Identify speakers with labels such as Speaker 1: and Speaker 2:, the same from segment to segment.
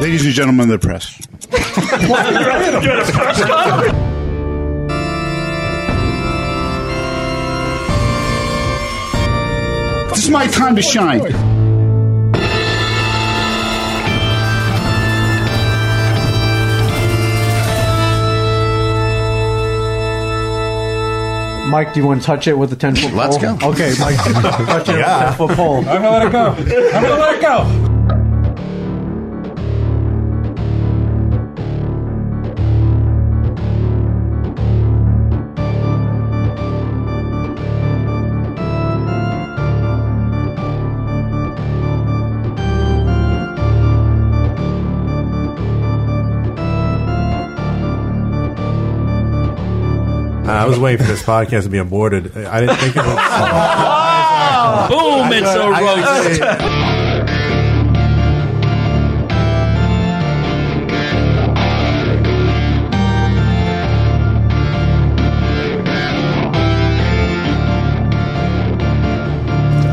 Speaker 1: Ladies and gentlemen of the press. This is my time to shine.
Speaker 2: Mike, do you want to touch it with a 10 foot pole?
Speaker 3: Let's go.
Speaker 2: Okay, Mike, touch it
Speaker 3: Yeah.
Speaker 2: with a 10 foot pole.
Speaker 4: I'm gonna let it go. I'm gonna let it go.
Speaker 5: I was waiting for this podcast to be aborted. I didn't think it was.
Speaker 6: Boom! It's a
Speaker 5: I-
Speaker 6: roast.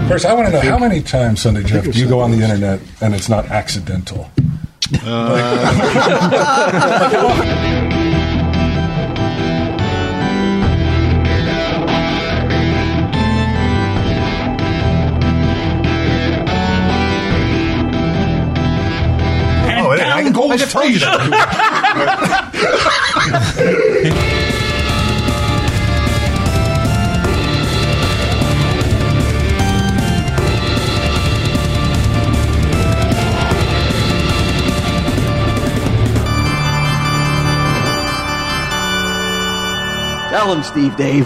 Speaker 4: First, I want to know how many times Sunday Jeff do you go on the internet and it's not accidental?
Speaker 3: Uh,
Speaker 6: And
Speaker 3: Oh, it-
Speaker 6: down
Speaker 3: I-
Speaker 6: goes
Speaker 3: I just told you that.
Speaker 7: Tell him, Steve Dave.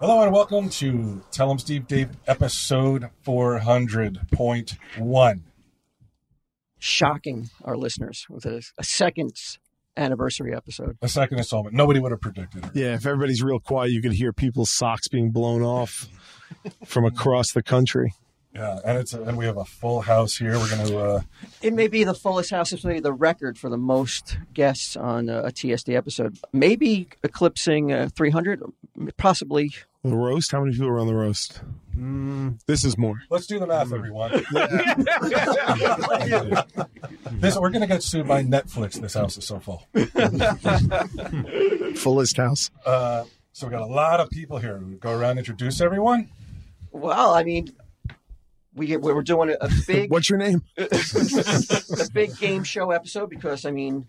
Speaker 4: Hello and welcome to Tell 'em Steve Dave episode 400.1.
Speaker 7: Shocking our listeners with a, a second anniversary episode.
Speaker 4: The second installment. Nobody would have predicted it.
Speaker 8: Yeah, if everybody's real quiet, you could hear people's socks being blown off from across the country.
Speaker 4: Yeah, and it's and we have a full house here. We're going to uh,
Speaker 7: It may be the fullest house. It's maybe the record for the most guests on a, a TSD episode. Maybe eclipsing uh, 300, possibly.
Speaker 8: The roast? How many people were on the roast?
Speaker 3: Mm.
Speaker 8: This is more.
Speaker 4: let's do the math, everyone. this we're going to get sued by Netflix. This house is so full.
Speaker 8: Fullest house.
Speaker 4: Uh, so we got a lot of people here. We go around and introduce everyone.
Speaker 7: Well, I mean, we we were doing a big
Speaker 8: What's your name?
Speaker 7: a big game show episode because I mean,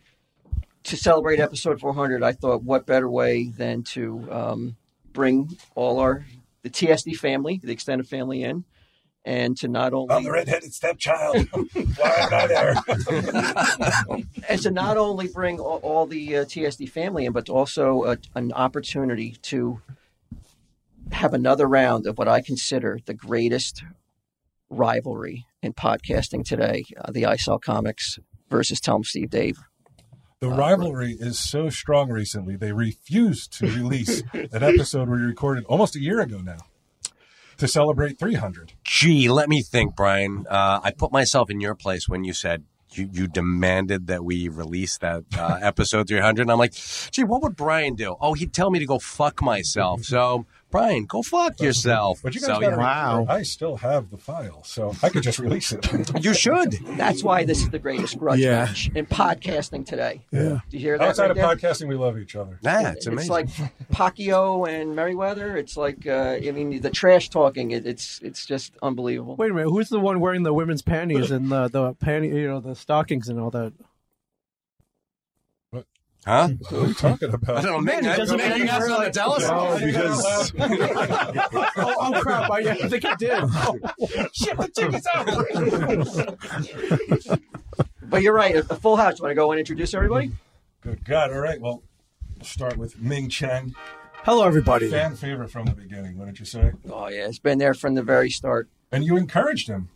Speaker 7: to celebrate episode 400, I thought what better way than to um, bring all our the TSD family, the extended family, in, and to not only
Speaker 4: I'm the redheaded stepchild. Why am I there?
Speaker 7: and to not only bring all, all the uh, TSD family in, but also a, an opportunity to have another round of what I consider the greatest rivalry in podcasting today: uh, the ISOL Comics versus Tell 'em Steve Dave.
Speaker 4: The rivalry is so strong recently, they refused to release an episode we recorded almost a year ago now to celebrate 300.
Speaker 3: Gee, let me think, Brian. Uh, I put myself in your place when you said you, you demanded that we release that uh, episode 300. And I'm like, gee, what would Brian do? Oh, he'd tell me to go fuck myself. So, Brian, go fuck yourself.
Speaker 4: But you guys
Speaker 3: so,
Speaker 4: gotta
Speaker 3: yeah.
Speaker 4: remember, I still have the file, so I could just release it.
Speaker 3: you should.
Speaker 7: That's why this is the greatest grudge
Speaker 8: Yeah.
Speaker 7: match in podcasting today.
Speaker 8: Yeah.
Speaker 7: Do you hear that?
Speaker 4: Outside
Speaker 7: right there?
Speaker 4: of podcasting, we love each other.
Speaker 3: Yeah, it's amazing.
Speaker 7: like Pacquiao and Merriweather. It's like uh, I mean the trash talking. It, it's it's just unbelievable.
Speaker 2: Wait a minute, who's the one wearing the women's panties and the, the panty, you know, the stockings and all that?
Speaker 3: huh?
Speaker 4: What are you talking
Speaker 3: I
Speaker 4: about?
Speaker 3: don't know. Nick,
Speaker 2: it doesn't
Speaker 3: Nick,
Speaker 2: make
Speaker 3: you guys
Speaker 2: sense.
Speaker 3: want to tell us?
Speaker 8: No, because
Speaker 2: Oh, oh crap! I, I think I did.
Speaker 7: But you're right. The full house. Want to go and introduce everybody?
Speaker 4: Good God. All right. Well, we'll start with Ming Chen.
Speaker 2: Hello, everybody.
Speaker 4: Fan favorite from the beginning, wouldn't you say?
Speaker 7: Oh yeah, it's been there from the very start.
Speaker 4: And you encouraged him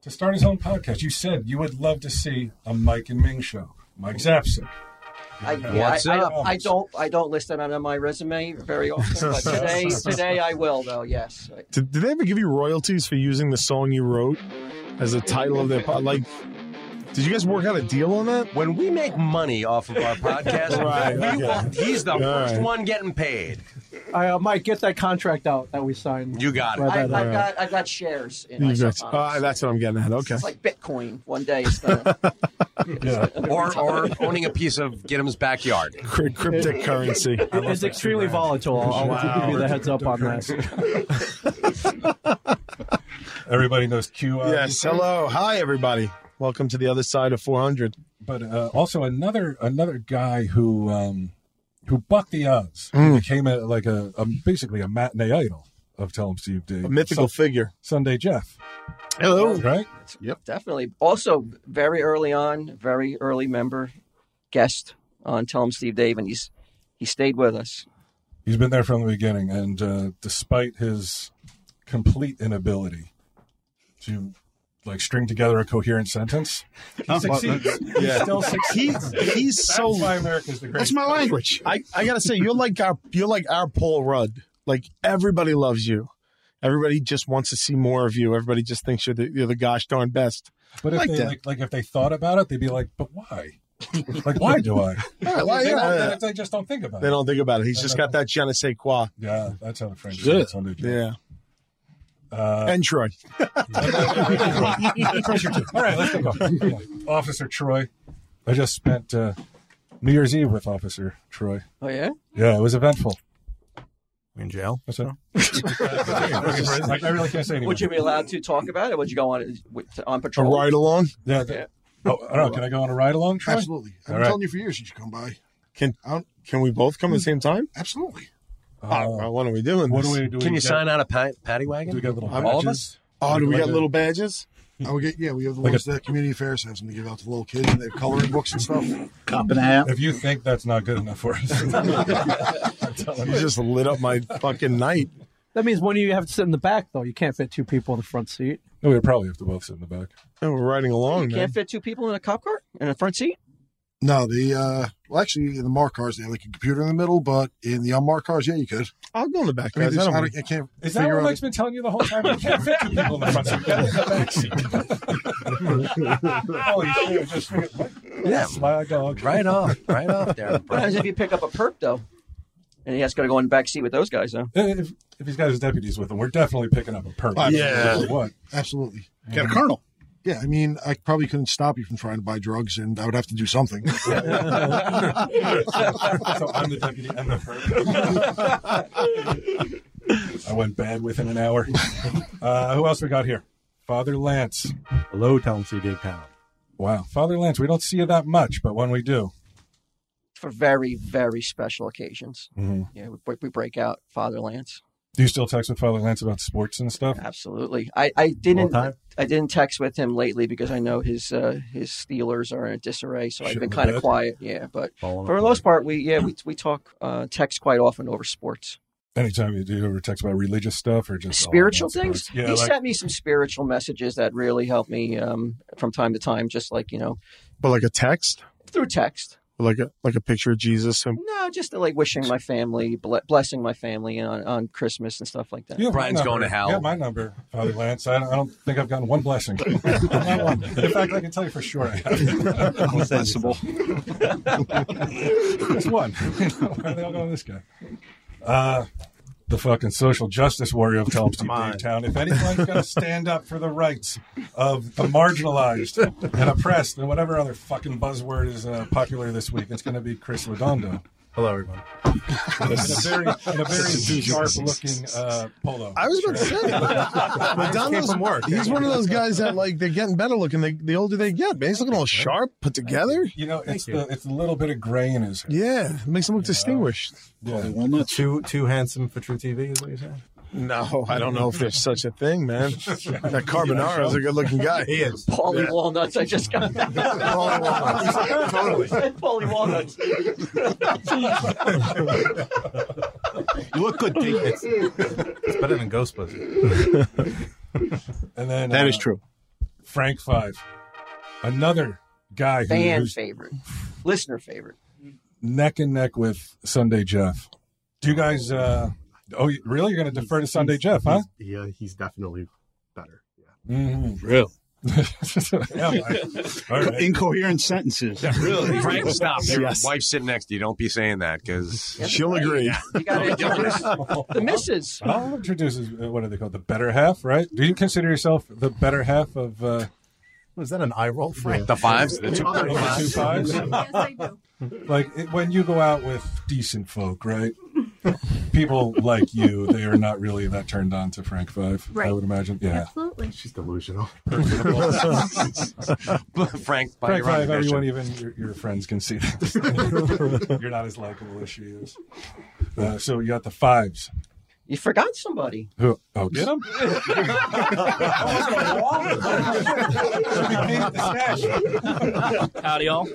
Speaker 4: to start his own podcast. You said you would love to see a Mike and Ming show. Mike's absent.
Speaker 7: I,
Speaker 3: What's
Speaker 7: I, I-
Speaker 3: up?
Speaker 7: I don't I don't list that on my resume very often. But today today I will though. Yes.
Speaker 8: did, did they ever give you royalties for using the song you wrote as the title of their pod? Like, did you guys work out a deal on that?
Speaker 3: When we make money off of our podcast,
Speaker 8: Right,
Speaker 3: we
Speaker 8: okay.
Speaker 3: will, he's the
Speaker 8: All
Speaker 3: first
Speaker 8: right.
Speaker 3: one getting paid.
Speaker 2: I uh, Mike, get that contract out that we signed. uh,
Speaker 3: You got it.
Speaker 2: Right,
Speaker 7: I,
Speaker 2: right,
Speaker 7: I've
Speaker 2: right.
Speaker 7: got I've got shares in
Speaker 8: You
Speaker 7: ISO
Speaker 8: guys-
Speaker 7: Comics.
Speaker 8: Ah, that's what I'm getting at. Okay.
Speaker 7: It's like Bitcoin. One day it's gonna
Speaker 3: or or owning a piece of Gidim's backyard.
Speaker 8: Crypt- Cryptic currency.
Speaker 2: It's extremely volatile. I'll, I'll give you the heads up on that.
Speaker 4: Everybody knows QI.
Speaker 8: Yes. Hello. Hi, everybody. Welcome to the other side of 400.
Speaker 4: but uh, also another another guy who um, who bucked the odds He
Speaker 8: Mm.
Speaker 4: became a, like a, a basically a matinee idol of Tell 'em Steve D.
Speaker 8: A mythical
Speaker 4: Sun-
Speaker 8: figure.
Speaker 4: Sunday Jeff,
Speaker 8: Hello.
Speaker 4: right?
Speaker 7: Definitely. Also, very early on, very early member, guest on Tell Him Steve Dave, and he's he stayed with us.
Speaker 4: He's been there from the beginning, and uh, despite his complete inability to like string together a coherent sentence, he succeeds. He
Speaker 8: Yeah.
Speaker 4: still succeeds.
Speaker 8: He's
Speaker 4: That's
Speaker 8: so.
Speaker 4: why America's the
Speaker 1: That's
Speaker 4: greatest.
Speaker 1: my language.
Speaker 8: I, I gotta say, you're like our you're like our Paul Rudd. Like everybody loves you. Everybody just wants to see more of you. Everybody just thinks you're the, you're the gosh darn best.
Speaker 4: But if
Speaker 8: like
Speaker 4: they
Speaker 8: that.
Speaker 4: like, like if they thought about it, they'd be like, "But why? like, why do I?"
Speaker 8: why-
Speaker 4: they,
Speaker 8: yeah,
Speaker 4: won't-
Speaker 8: yeah.
Speaker 4: they just don't think about it.
Speaker 8: They don't think about it. He's just got that je ne sais quoi.
Speaker 4: Yeah, that's how the Uh, French
Speaker 8: Yeah.
Speaker 4: do it. So they do it.
Speaker 8: Yeah. and Troy.
Speaker 4: All right, let's take off. Yeah. Officer Troy. I just spent uh, New Year's Eve with Officer Troy.
Speaker 7: Oh yeah,
Speaker 4: Yeah, it was eventful.
Speaker 5: in jail.
Speaker 4: That's it. like, I really can't say anything.
Speaker 7: would you be allowed to talk about it? Would you go on with- on
Speaker 8: A
Speaker 7: patrol?
Speaker 8: ride along.
Speaker 4: Yeah. th- Oh, I don't know. Can I go on a ride along, Troy?
Speaker 9: Absolutely. I've been
Speaker 4: All right.
Speaker 9: telling you for years you should come by.
Speaker 8: Can
Speaker 9: I don't-
Speaker 8: can we both come at the same time?
Speaker 9: Absolutely.
Speaker 8: Oh, well, what are we doing?
Speaker 4: Uh, What
Speaker 8: this?
Speaker 4: do we
Speaker 3: Can
Speaker 4: do? we
Speaker 3: you
Speaker 4: get-
Speaker 3: sign out a pa- paddy wagon?
Speaker 4: Do we get little
Speaker 3: All of
Speaker 4: badges?
Speaker 3: us?
Speaker 8: Oh, do we
Speaker 4: Like
Speaker 8: got
Speaker 4: a-
Speaker 8: little badges?
Speaker 9: I would get yeah. We have the
Speaker 4: Like
Speaker 9: ones
Speaker 4: a-
Speaker 9: that community affairs has them to give out to the little kids and they have coloring books and stuff.
Speaker 1: Cop and a half.
Speaker 4: If you think that's not good enough for us, I'm telling
Speaker 8: You
Speaker 4: you.
Speaker 8: just lit up my fucking night.
Speaker 2: That means one of you have to sit in the back, though. You can't fit two people in the front seat.
Speaker 4: No, we probably have to both sit in the back.
Speaker 8: And we're riding along,
Speaker 7: You
Speaker 8: man.
Speaker 7: can't fit two people in a cop car in a front seat.
Speaker 9: No, the uh, well, actually, in the marked cars they have like a computer in the middle, but in the unmarked cars, yeah, you could.
Speaker 8: I'll go in the back,
Speaker 9: I mean,
Speaker 8: guys. I
Speaker 9: there's-
Speaker 8: don't
Speaker 9: I,
Speaker 8: mind.
Speaker 9: don't- I can't.
Speaker 4: Is that
Speaker 9: figure
Speaker 4: what
Speaker 9: out-
Speaker 4: Mike's been telling you the whole time? You can't fit two people in the front seat. Get in the back seat. Holy shit! Just
Speaker 3: Yeah,
Speaker 4: fly dog.
Speaker 3: right off, right off there.
Speaker 7: What happens if you pick up a perp though, and he has got to go in the back seat with those guys though?
Speaker 4: If, if he's got his deputies with him, we're definitely picking up a perp.
Speaker 9: Yeah.
Speaker 4: No matter What?
Speaker 9: Absolutely.
Speaker 1: Got a colonel.
Speaker 9: Yeah, I mean, I probably couldn't stop you from trying to buy drugs, and I would have to do something.
Speaker 4: So I'm the deputy and the perp. I went bad within an hour. Uh, who else we got here? Father Lance.
Speaker 10: Hello, Tom C. Dave Powell.
Speaker 4: Wow. Father Lance, we don't see you that much, but when we do,
Speaker 7: For very very special occasions.
Speaker 4: Mhm.
Speaker 7: Yeah, we, we break out Father Lance.
Speaker 4: do you still text with Father Lance about sports and stuff?
Speaker 7: Absolutely. I, I didn't
Speaker 10: time?
Speaker 7: I didn't text with him lately because I know his uh, his Steelers are in a disarray, so I've
Speaker 4: Shit
Speaker 7: been
Speaker 4: in the
Speaker 7: kind
Speaker 4: bed.
Speaker 7: of quiet. Yeah, but
Speaker 10: Falling
Speaker 7: for the most part, we yeah we we talk uh, text quite often over sports,
Speaker 4: Anytime you do you ever text about religious stuff or just all
Speaker 7: spiritual
Speaker 4: about
Speaker 7: things.
Speaker 4: sports?
Speaker 7: he
Speaker 4: Oh, Yeah, like,
Speaker 7: sent me some spiritual messages that really helped me um, from time to time, just like you know
Speaker 8: But like a text,
Speaker 7: through text.
Speaker 8: like a like a picture of Jesus. And
Speaker 7: No, just like wishing my family, ble- blessing my family on, on Christmas and stuff like that.
Speaker 4: you have my
Speaker 3: Brian's
Speaker 4: number.
Speaker 3: going to hell.
Speaker 4: Yeah, my number, Father Lance. I don't, I don't think I've gotten one blessing. Not one. In fact, I can tell you for sure I have.
Speaker 10: sensible.
Speaker 4: It's one. Why are they all going this guy? Uh, the fucking social justice warrior of Tom Steve Dave Town. If anyone's going to stand up for the rights of the marginalized and oppressed and whatever other fucking buzzword is uh, popular this week, it's going to be Chris Redondo.
Speaker 5: Hello, everyone.
Speaker 4: In a very, in a very sharp looking uh, polo.
Speaker 8: I was about to say, Madonna's
Speaker 5: from work.
Speaker 8: He's one of those guys that like they're getting better looking. They, the older they get, man, he's looking all sharp, put together.
Speaker 4: You know, it's the it's a little bit of gray in his hair.
Speaker 8: Yeah, it makes him look distinguished.
Speaker 4: Yeah.
Speaker 1: Walnuts.
Speaker 5: Too too handsome for True TV is what you're saying.
Speaker 8: No, I don't know if there's such a thing, man. That Carbonaro's a good looking guy. He is.
Speaker 7: Paulie Walnuts, I just got that.
Speaker 5: totally.
Speaker 7: Paulie Walnuts.
Speaker 5: You look good, Pete. It's, it's better than Ghostbusters.
Speaker 4: And then
Speaker 1: That is
Speaker 4: uh,
Speaker 1: true.
Speaker 4: Frank Five, another guy who,
Speaker 7: Fan
Speaker 4: who's
Speaker 7: favorite, listener favorite.
Speaker 4: neck and neck with Sunday Jeff. Do you guys? uh Oh, you- really? You're going to defer to Sunday Jeff, huh?
Speaker 10: Yeah, he's definitely better.
Speaker 4: Mm-hmm.
Speaker 1: Really?
Speaker 4: All right.
Speaker 1: Incoherent sentences.
Speaker 3: Really, Frank, stop. Your wife's sitting next to you. Don't be saying that because
Speaker 8: She'll agree.
Speaker 7: You got to introduce the missus.
Speaker 4: I'll introduce, his- uh, what are they called? The better half, right? Do you consider yourself the better half of uh,
Speaker 5: Was that an eye roll, Frank?
Speaker 3: The fives? The two-
Speaker 5: Other
Speaker 3: the
Speaker 5: fives.
Speaker 4: two fives? Yes, I like it, when you go out with decent folk, right? People like you, they are not really that turned on to Frank Five. I
Speaker 11: Right.
Speaker 4: would imagine. Yeah.
Speaker 11: Absolutely.
Speaker 10: She's delusional.
Speaker 3: Frank, by
Speaker 4: Frank
Speaker 3: your own
Speaker 4: Five,
Speaker 3: admission.
Speaker 4: everyone, even your, your friends can see that you're not as likable as she is. Uh, so you got the fives.
Speaker 7: You forgot somebody.
Speaker 4: Who? Oh, did I?
Speaker 6: Howdy, y'all.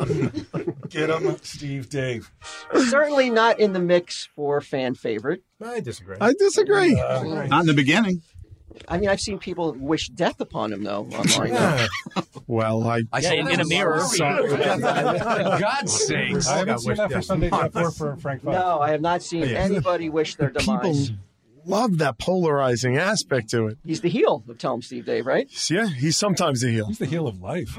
Speaker 4: Get him, Steve, Dave.
Speaker 7: Certainly not in the mix for fan favorite.
Speaker 5: I disagree.
Speaker 7: I disagree.
Speaker 1: Not in the beginning.
Speaker 7: I mean, I've seen people wish death upon him though online.
Speaker 8: Well, I,
Speaker 7: I Yeah, saw in- that in a was mirror. sorry. For
Speaker 3: God's sakes.
Speaker 4: I haven't seen that for Sunday Night War for Frank Five.
Speaker 7: No, I have not seen
Speaker 8: Yeah.
Speaker 7: anybody wish their demise.
Speaker 8: Love that polarizing aspect to it.
Speaker 7: He's the heel of Tell 'em Steve Dave, right?
Speaker 8: Yeah, he's sometimes a heel. He's
Speaker 4: the heel of life.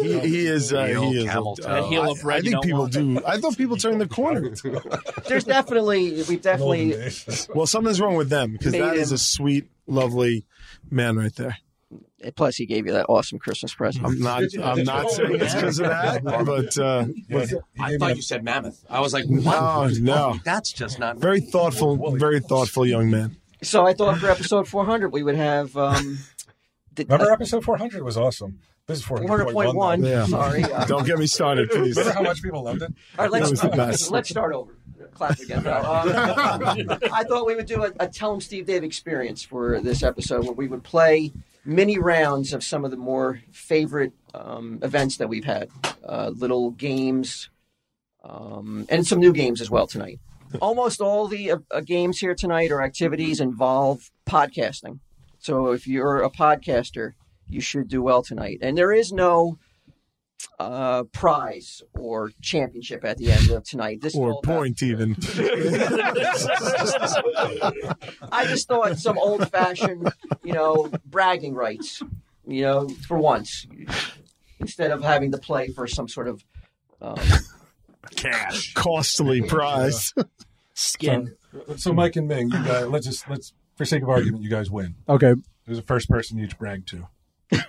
Speaker 8: he, he is. Uh,
Speaker 7: Heel,
Speaker 8: he is.
Speaker 7: camel toe.
Speaker 8: uh,
Speaker 7: The heel of
Speaker 8: I, I
Speaker 7: red you
Speaker 8: think
Speaker 7: don't
Speaker 8: people
Speaker 7: want.
Speaker 8: do. I thought people turn the corner.
Speaker 7: There's definitely we definitely
Speaker 8: well, something's wrong with them because
Speaker 7: Made
Speaker 8: that is
Speaker 7: him-
Speaker 8: a sweet, lovely man right there.
Speaker 7: plus he gave you that awesome Christmas present.
Speaker 8: I'm not. I'm not saying it's because of that, but uh, was-
Speaker 3: I thought you said mammoth. I was like,
Speaker 8: no,
Speaker 3: what?
Speaker 4: Oh,
Speaker 8: no.
Speaker 3: That's just not.
Speaker 8: Very thoughtful. Very thoughtful young man.
Speaker 7: So I thought for episode 400 we would have um the- uh,
Speaker 4: Remember episode 400 was awesome. This is 400.1.
Speaker 7: 400.1.
Speaker 4: though.
Speaker 7: Yeah. Sorry. uh,
Speaker 8: Don't get me started, please.
Speaker 4: Remember how much people loved it?
Speaker 7: All
Speaker 8: That
Speaker 7: right, let's,
Speaker 8: was the best.
Speaker 7: let's start over. Clap again. No, uh, I thought we would do a, a Tell 'em Steve Dave experience for this episode where we would play mini rounds of some of the more favorite um, events that we've had, uh, little games, um, and some new games as well tonight. Almost all the uh, uh, games here tonight or activities involve podcasting. So if you're a podcaster, you should do well tonight. And there is no uh, prize or championship at the end of tonight. This is
Speaker 8: or
Speaker 7: all about-
Speaker 8: point even.
Speaker 7: I just thought some old fashioned, you know, bragging rights, you know, for once, instead of having to play for some sort of um,
Speaker 3: cash
Speaker 8: costly prize.
Speaker 7: skin.
Speaker 4: So, so Mike and Ming, you guys, let's just let's for sake of argument, you guys win.
Speaker 2: Okay.
Speaker 4: There's the first person you each brag to. You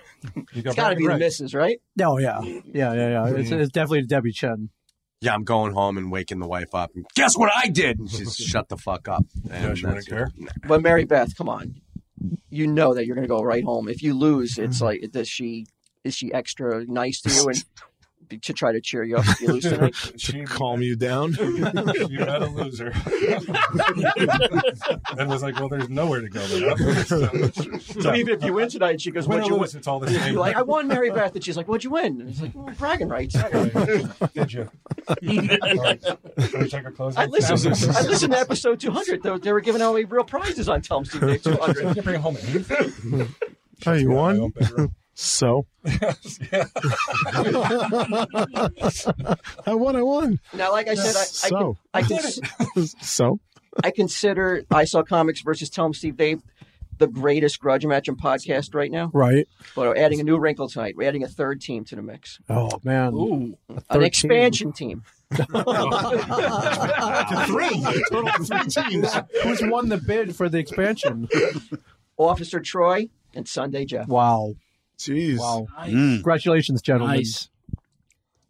Speaker 7: It's got to
Speaker 4: bragging
Speaker 7: be the
Speaker 4: rights.
Speaker 7: misses, right?
Speaker 2: No, Oh, yeah, yeah, yeah, yeah. It's, it's definitely Debbie Chen.
Speaker 3: Yeah, I'm going home and waking the wife up. And, Guess what I did? And she's shut the fuck up. And
Speaker 4: Yeah, she
Speaker 3: that's-
Speaker 4: wouldn't care.
Speaker 3: Nah.
Speaker 7: But Mary Beth, come on, you know that you're going to go right home. If you lose,
Speaker 8: Mm-hmm.
Speaker 7: it's like does she is she extra nice to you and to try to cheer you up if you lose tonight?
Speaker 8: to calm you down.
Speaker 4: you had a loser. and was like, well, there's nowhere to go. But up.
Speaker 7: So even if you win tonight, she goes,
Speaker 4: Win
Speaker 7: "What'd
Speaker 4: or
Speaker 7: you
Speaker 4: lose,
Speaker 7: win?"
Speaker 4: it's all the same.
Speaker 7: You're like, "I won Mary Beth," and she's like, "What'd you win?" And it's like, well, "Bragging rights."
Speaker 4: Did you? All right. Should we take our clothes
Speaker 7: I
Speaker 4: off?
Speaker 7: listened. I listened to episode 200. Though they were giving away real prizes on Tom Steve Dave 200.
Speaker 4: Bring it home. man.
Speaker 8: How you won? so I won. I won.
Speaker 7: Now, like I said, I, I,
Speaker 8: So.
Speaker 7: I, cons-
Speaker 8: So
Speaker 7: I consider I saw comics versus Tom Steve Dave the greatest grudge match in podcast right now.
Speaker 2: right.
Speaker 7: But we're adding a new wrinkle tonight. We're adding a third team to the mix,
Speaker 2: Oh man.
Speaker 7: Ooh.
Speaker 2: A
Speaker 7: an
Speaker 2: 13.
Speaker 7: expansion team.
Speaker 1: Three. Total of three teams.
Speaker 2: Who's won the bid for the expansion?
Speaker 7: Officer Troy and Sunday Jeff.
Speaker 2: Wow.
Speaker 8: Jeez.
Speaker 2: Wow. Congratulations, gentlemen.
Speaker 4: Nice.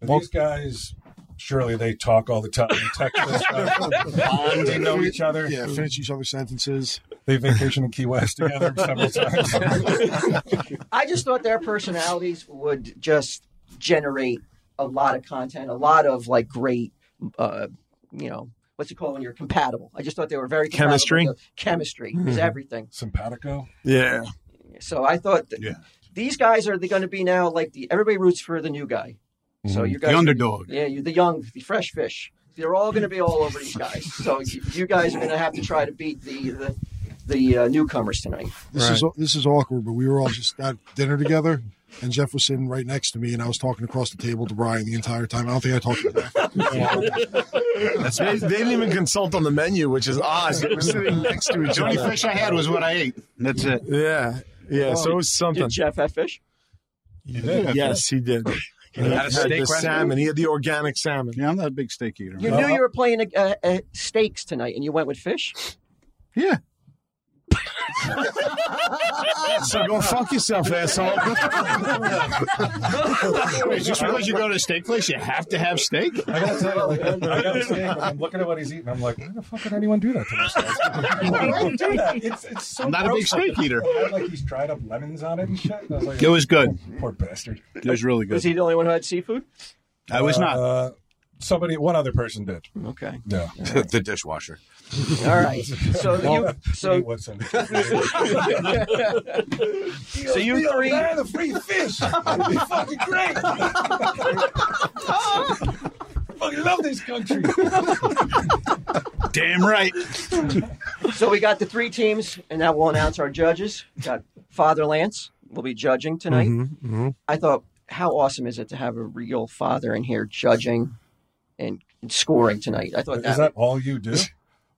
Speaker 4: And these guys, surely they talk all the time. They text this stuff. they know each other.
Speaker 9: Yeah, finish each other's sentences.
Speaker 4: They vacation in Key West together several times.
Speaker 7: I just thought their personalities would just generate a lot of content, a lot of like great, uh, you know, what's it called when you're compatible? I just thought they were very compatible.
Speaker 8: Chemistry?
Speaker 7: The Chemistry is
Speaker 8: Mhm.
Speaker 7: everything.
Speaker 4: Simpatico.
Speaker 8: yeah.
Speaker 7: So I thought that
Speaker 4: Yeah.
Speaker 7: these guys are going to be now like the everybody roots for the new guy. So
Speaker 1: Mhm.
Speaker 7: you
Speaker 1: The
Speaker 7: guys,
Speaker 1: underdog.
Speaker 7: yeah, you're the young, the fresh fish. They're all going to be all over these guys. So you, you guys are going to have to try to beat the the, the uh, newcomers tonight.
Speaker 9: This is this is awkward, but we were all just at dinner together, and Jeff was sitting right next to me, and I was talking across the table to Brian the entire time. I don't think I talked to Jeff.
Speaker 8: they, they didn't even consult on the menu, which is odd. They were sitting next to each
Speaker 1: The only
Speaker 8: other.
Speaker 1: fish I had was what I ate. That's it.
Speaker 8: Yeah. Yeah. so it was something.
Speaker 7: Oh, Did Jeff have fish?
Speaker 8: Yes, he did. He
Speaker 1: Had a
Speaker 8: had
Speaker 1: steak
Speaker 8: the
Speaker 1: restaurant?
Speaker 8: salmon. He had the organic salmon.
Speaker 1: Yeah, I'm not a big steak eater.
Speaker 7: You
Speaker 8: Uh-huh.
Speaker 7: knew you were playing uh, uh, steaks tonight, and you went with fish.
Speaker 1: Yeah.
Speaker 8: So go fuck yourself, asshole.
Speaker 1: Wait, just because you go to a steak place, you have to have steak?
Speaker 4: I gotta tell you, like, I got a steak, and I'm looking at what he's eating. I'm like, why the fuck would anyone do that to themselves? Why would you do that? It's, it's so
Speaker 1: I'm not a big
Speaker 4: gross.
Speaker 1: steak eater.
Speaker 4: It had, like he's dried up lemons on it and shit. And I was like,
Speaker 1: It was good.
Speaker 4: Poor bastard.
Speaker 1: It was really good.
Speaker 7: Was he the only one who had seafood?
Speaker 1: I was not.
Speaker 4: Uh, somebody, one other person did.
Speaker 7: Okay.
Speaker 4: Yeah.
Speaker 3: the dishwasher.
Speaker 7: All right. So you,
Speaker 4: Well,
Speaker 7: so,
Speaker 4: Pete Woodson.
Speaker 7: so you three,
Speaker 4: the free fish. It'd be fucking great. fucking love this country.
Speaker 1: Damn right.
Speaker 7: so we got the three teams, and now we'll announce our judges. We Got Father Lance will be judging tonight.
Speaker 1: Mm-hmm,
Speaker 7: I thought, how awesome is it to have a real father in here judging and, and scoring tonight? I thought
Speaker 4: Is that all you do?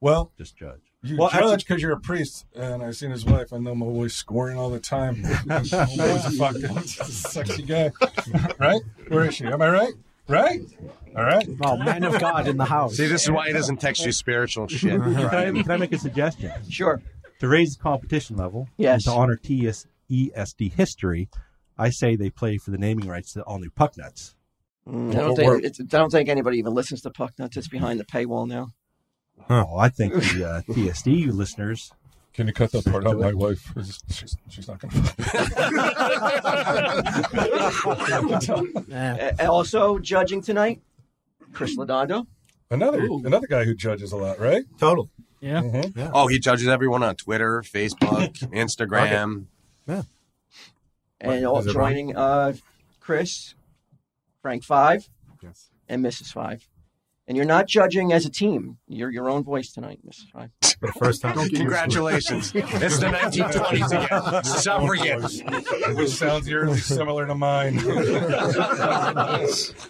Speaker 4: Well,
Speaker 5: Just judge.
Speaker 4: you
Speaker 5: Well,
Speaker 4: judge because you're a priest, and I've seen his wife. I know my boy's scoring all the time. My boy's a fucking sexy guy, right? Where is she? Am I right? Right? All right.
Speaker 2: Oh, man of God in the house.
Speaker 3: See, this is why he doesn't text you spiritual shit.
Speaker 10: Can, I, can I make a suggestion?
Speaker 7: sure.
Speaker 10: To raise competition level
Speaker 7: Yes.
Speaker 10: and to honor TS, ESD history, I say they play for the naming rights to all new puck nuts.
Speaker 7: Mm, I don't think it's, I don't think anybody even listens to Puck Nuts. It's behind the paywall now.
Speaker 10: Oh, I think the uh, TSD listeners.
Speaker 4: Can you cut that part out? My wife is she's, she's not gonna.
Speaker 2: Yeah.
Speaker 7: A- Uh, and also judging tonight, Chris Lodondo.
Speaker 4: Another another guy who judges a lot, right? Mm-hmm.
Speaker 5: Total.
Speaker 2: Yeah.
Speaker 3: Oh, he judges everyone on Twitter, Facebook, Instagram.
Speaker 7: and all
Speaker 5: is it
Speaker 7: joining uh, Chris, Frank Five,
Speaker 5: Yes.
Speaker 7: and Mrs. Five. And you're not judging as a team. You're your own voice tonight, Mrs. Five.
Speaker 5: For the first time.
Speaker 3: Congratulations. it's the 1920s again. Stop forgetting.
Speaker 4: Which sounds eerily similar to mine.
Speaker 6: We're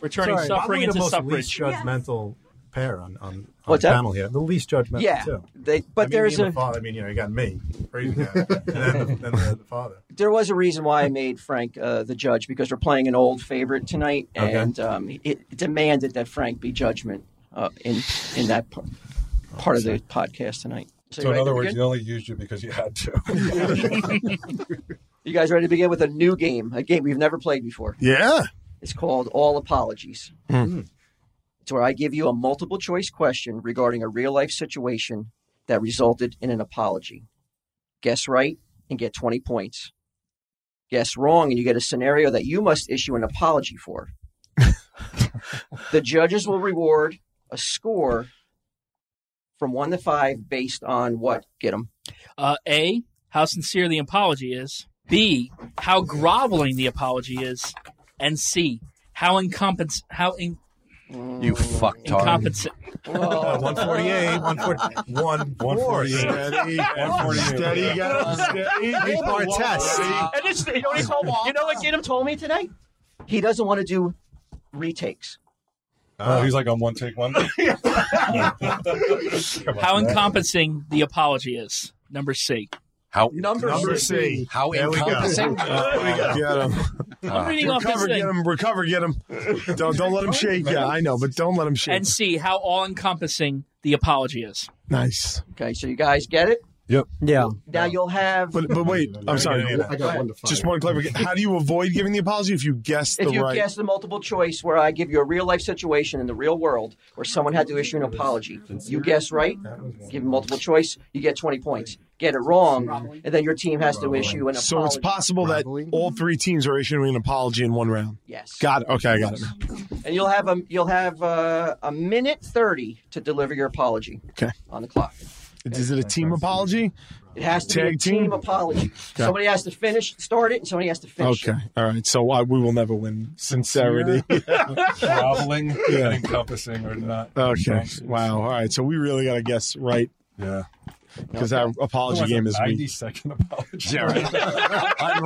Speaker 6: turning
Speaker 10: Sorry,
Speaker 6: suffering
Speaker 10: probably
Speaker 6: into
Speaker 10: the most
Speaker 6: suffrage.
Speaker 10: least judgmental pair on, on, on
Speaker 7: What's
Speaker 10: the
Speaker 7: that?
Speaker 10: panel here. The least judgmental,
Speaker 7: Yeah,
Speaker 10: too.
Speaker 7: they, but
Speaker 10: I mean,
Speaker 7: there's
Speaker 10: me
Speaker 7: a
Speaker 10: and the father. I mean, you know, you got me, raising him, and then, the, then the, the father.
Speaker 7: there was a reason why I made Frank uh, the judge because we're playing an old favorite tonight,
Speaker 10: Okay.
Speaker 7: and um, it demanded that Frank be judgment uh, in in that part, part of the podcast tonight. So,
Speaker 4: So
Speaker 7: you
Speaker 4: in
Speaker 7: ready
Speaker 4: other
Speaker 7: to
Speaker 4: words,
Speaker 7: begin?
Speaker 4: you only used you because you had to.
Speaker 7: you guys ready to begin with a new game, a game we've never played before.
Speaker 8: Yeah.
Speaker 7: It's called All Apologies. It's where I give you a multiple choice question regarding a real life situation that resulted in an apology. Guess right and get 20 points. Guess wrong and you get a scenario that you must issue an apology for. the judges will reward a score from one to five based on what? Get them.
Speaker 6: Uh, a, how sincere the apology is. B, how groveling the apology is. And C, how incompens how in-
Speaker 3: You fucktard.
Speaker 6: incompetent.
Speaker 7: Well,
Speaker 10: 148, 140, 148.
Speaker 8: Steady.
Speaker 4: Steady,
Speaker 8: Steady. guys. Steady. Bartes.
Speaker 6: And it's, you know, it's all
Speaker 7: you know what Gidim told me today? He doesn't want to do retakes.
Speaker 4: Oh, he's like on one take one.
Speaker 6: How encompassing the apology is. Number C.
Speaker 3: How,
Speaker 7: Number,
Speaker 8: Number C.
Speaker 3: how
Speaker 8: There we go.
Speaker 3: encompassing?
Speaker 8: Get him.
Speaker 6: I'm reading off this
Speaker 8: Ah. Recover,
Speaker 6: thing.
Speaker 8: get him. Recover, get him. Don't, don't let him shake. Yeah, I know, but don't let him shake.
Speaker 6: And C, how all encompassing the apology is.
Speaker 8: Nice.
Speaker 7: Okay, so you guys get it?
Speaker 2: Yeah.
Speaker 7: Now you'll have
Speaker 8: But but wait, I'm sorry.
Speaker 10: I got one to five.
Speaker 8: Just one clarification. How do you avoid giving the apology if you guess the
Speaker 7: if you
Speaker 8: right?
Speaker 7: guess the multiple choice where I give you a real life situation in the real world where someone had to issue an apology. You guess right, give multiple choice, you get 20 points. Get it wrong, and then your team has to issue an apology.
Speaker 8: so it's possible that
Speaker 10: Rivaling?
Speaker 8: all three teams are issuing an apology in one round.
Speaker 7: Yes.
Speaker 8: Got it. Okay, I got it. now.
Speaker 7: And you'll have a you'll have uh, a minute 30 to deliver your apology.
Speaker 8: Okay.
Speaker 7: On the clock.
Speaker 8: Is it a team apology?
Speaker 7: It has to be a
Speaker 8: Tag
Speaker 7: team,
Speaker 8: team?
Speaker 7: apology. Somebody has to finish, start it, and somebody has to finish.
Speaker 8: Okay. All right. So uh, we will never win sincerity.
Speaker 4: Groveling and encompassing or not.
Speaker 8: okay. Wow. All right. So we really got to guess right
Speaker 4: Yeah.
Speaker 8: because our apology game is
Speaker 4: ninety
Speaker 8: weak.
Speaker 4: second apology.
Speaker 3: Yeah, right. I'm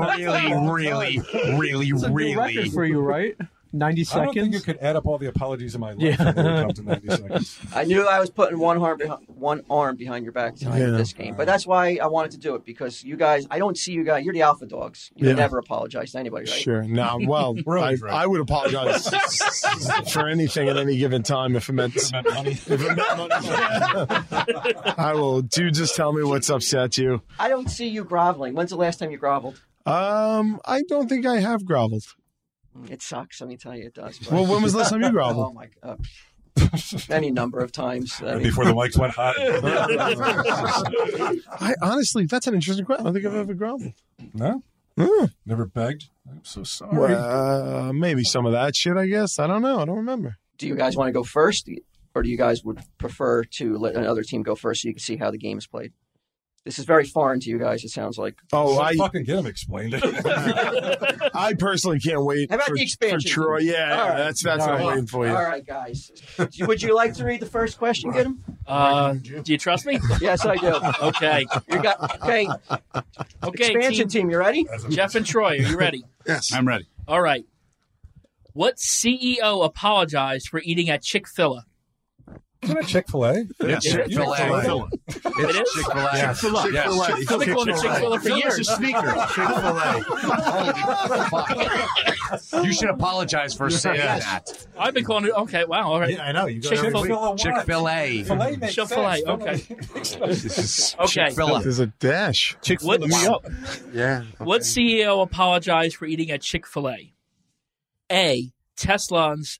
Speaker 3: really, really, really,
Speaker 2: It's a new record
Speaker 3: really,
Speaker 2: for you, right? 90
Speaker 4: I don't think
Speaker 2: seconds?
Speaker 4: you could add up all the apologies in my life.
Speaker 2: Yeah.
Speaker 4: if it would come to 90 seconds.
Speaker 7: I knew I was putting one arm behind, one arm behind your back tonight
Speaker 4: Yeah.
Speaker 7: in this game, but that's why I wanted to do it because you guys, I don't see you guys. You're the alpha dogs. You
Speaker 8: Yeah.
Speaker 7: never apologize to anybody, right?
Speaker 8: Sure. No. Well, I, I would apologize for anything at any given time if it meant.
Speaker 4: If
Speaker 8: it meant money. I will. Do just tell me what's upset you.
Speaker 7: I don't see you groveling. When's the last time you groveled?
Speaker 8: Um, I don't think I have groveled.
Speaker 7: It sucks. Let me tell you, it does. but-
Speaker 8: Well, when was the last time you groveled?
Speaker 7: Oh my god. Any number of times. I mean-
Speaker 4: Before the mics went hot.
Speaker 8: I honestly, that's an interesting question. I don't think I've ever groveled.
Speaker 4: No. Never begged. I'm so sorry.
Speaker 8: Well, uh, maybe some of that shit. I guess. I don't know. I don't remember.
Speaker 7: do you guys want to go first, or do you guys would prefer to let another team go first so you can see how the game is played? This is very foreign to you guys. It sounds like.
Speaker 8: Oh, I
Speaker 4: fucking get him explained.
Speaker 8: I personally can't wait.
Speaker 7: How about
Speaker 8: for,
Speaker 7: the expansion?
Speaker 8: for Troy? Yeah,
Speaker 7: All right.
Speaker 8: that's that's what I'm waiting for you.
Speaker 7: All right, guys. Would you like to read the first question, get him?
Speaker 6: Uh, do you trust me?
Speaker 7: yes, I do.
Speaker 6: Okay.
Speaker 7: You got okay.
Speaker 6: Okay,
Speaker 7: Expansion team, you ready?
Speaker 6: Jeff and Troy, are you ready?
Speaker 1: Yes. I'm ready.
Speaker 6: All right. What CEO apologized for eating at Chick Fil A?
Speaker 4: Isn't it Chick Fil A?
Speaker 6: Yeah, Chick-fil-A. It is?
Speaker 4: Chick-fil-A.
Speaker 6: Yes.
Speaker 4: Chick-fil-A.
Speaker 6: Yes.
Speaker 4: Chick-fil-A.
Speaker 6: I've been going to Chick-fil-A for years.
Speaker 3: You should apologize for saying
Speaker 6: Yes.
Speaker 3: that.
Speaker 6: I've been calling it. Okay, wow. All right.
Speaker 3: Yeah, I know, you go
Speaker 6: Chick
Speaker 3: every
Speaker 6: Fil
Speaker 3: week. Chick-fil-A. Filet
Speaker 6: A.
Speaker 3: makes
Speaker 6: Chick Fil A.
Speaker 3: sense.
Speaker 6: Okay.
Speaker 3: Okay. Chick-fil-A.
Speaker 8: There's a dash.
Speaker 6: Chick Fil me up.
Speaker 8: Yeah.
Speaker 6: What CEO apologized for eating at Chick Fil A? A. Tesla's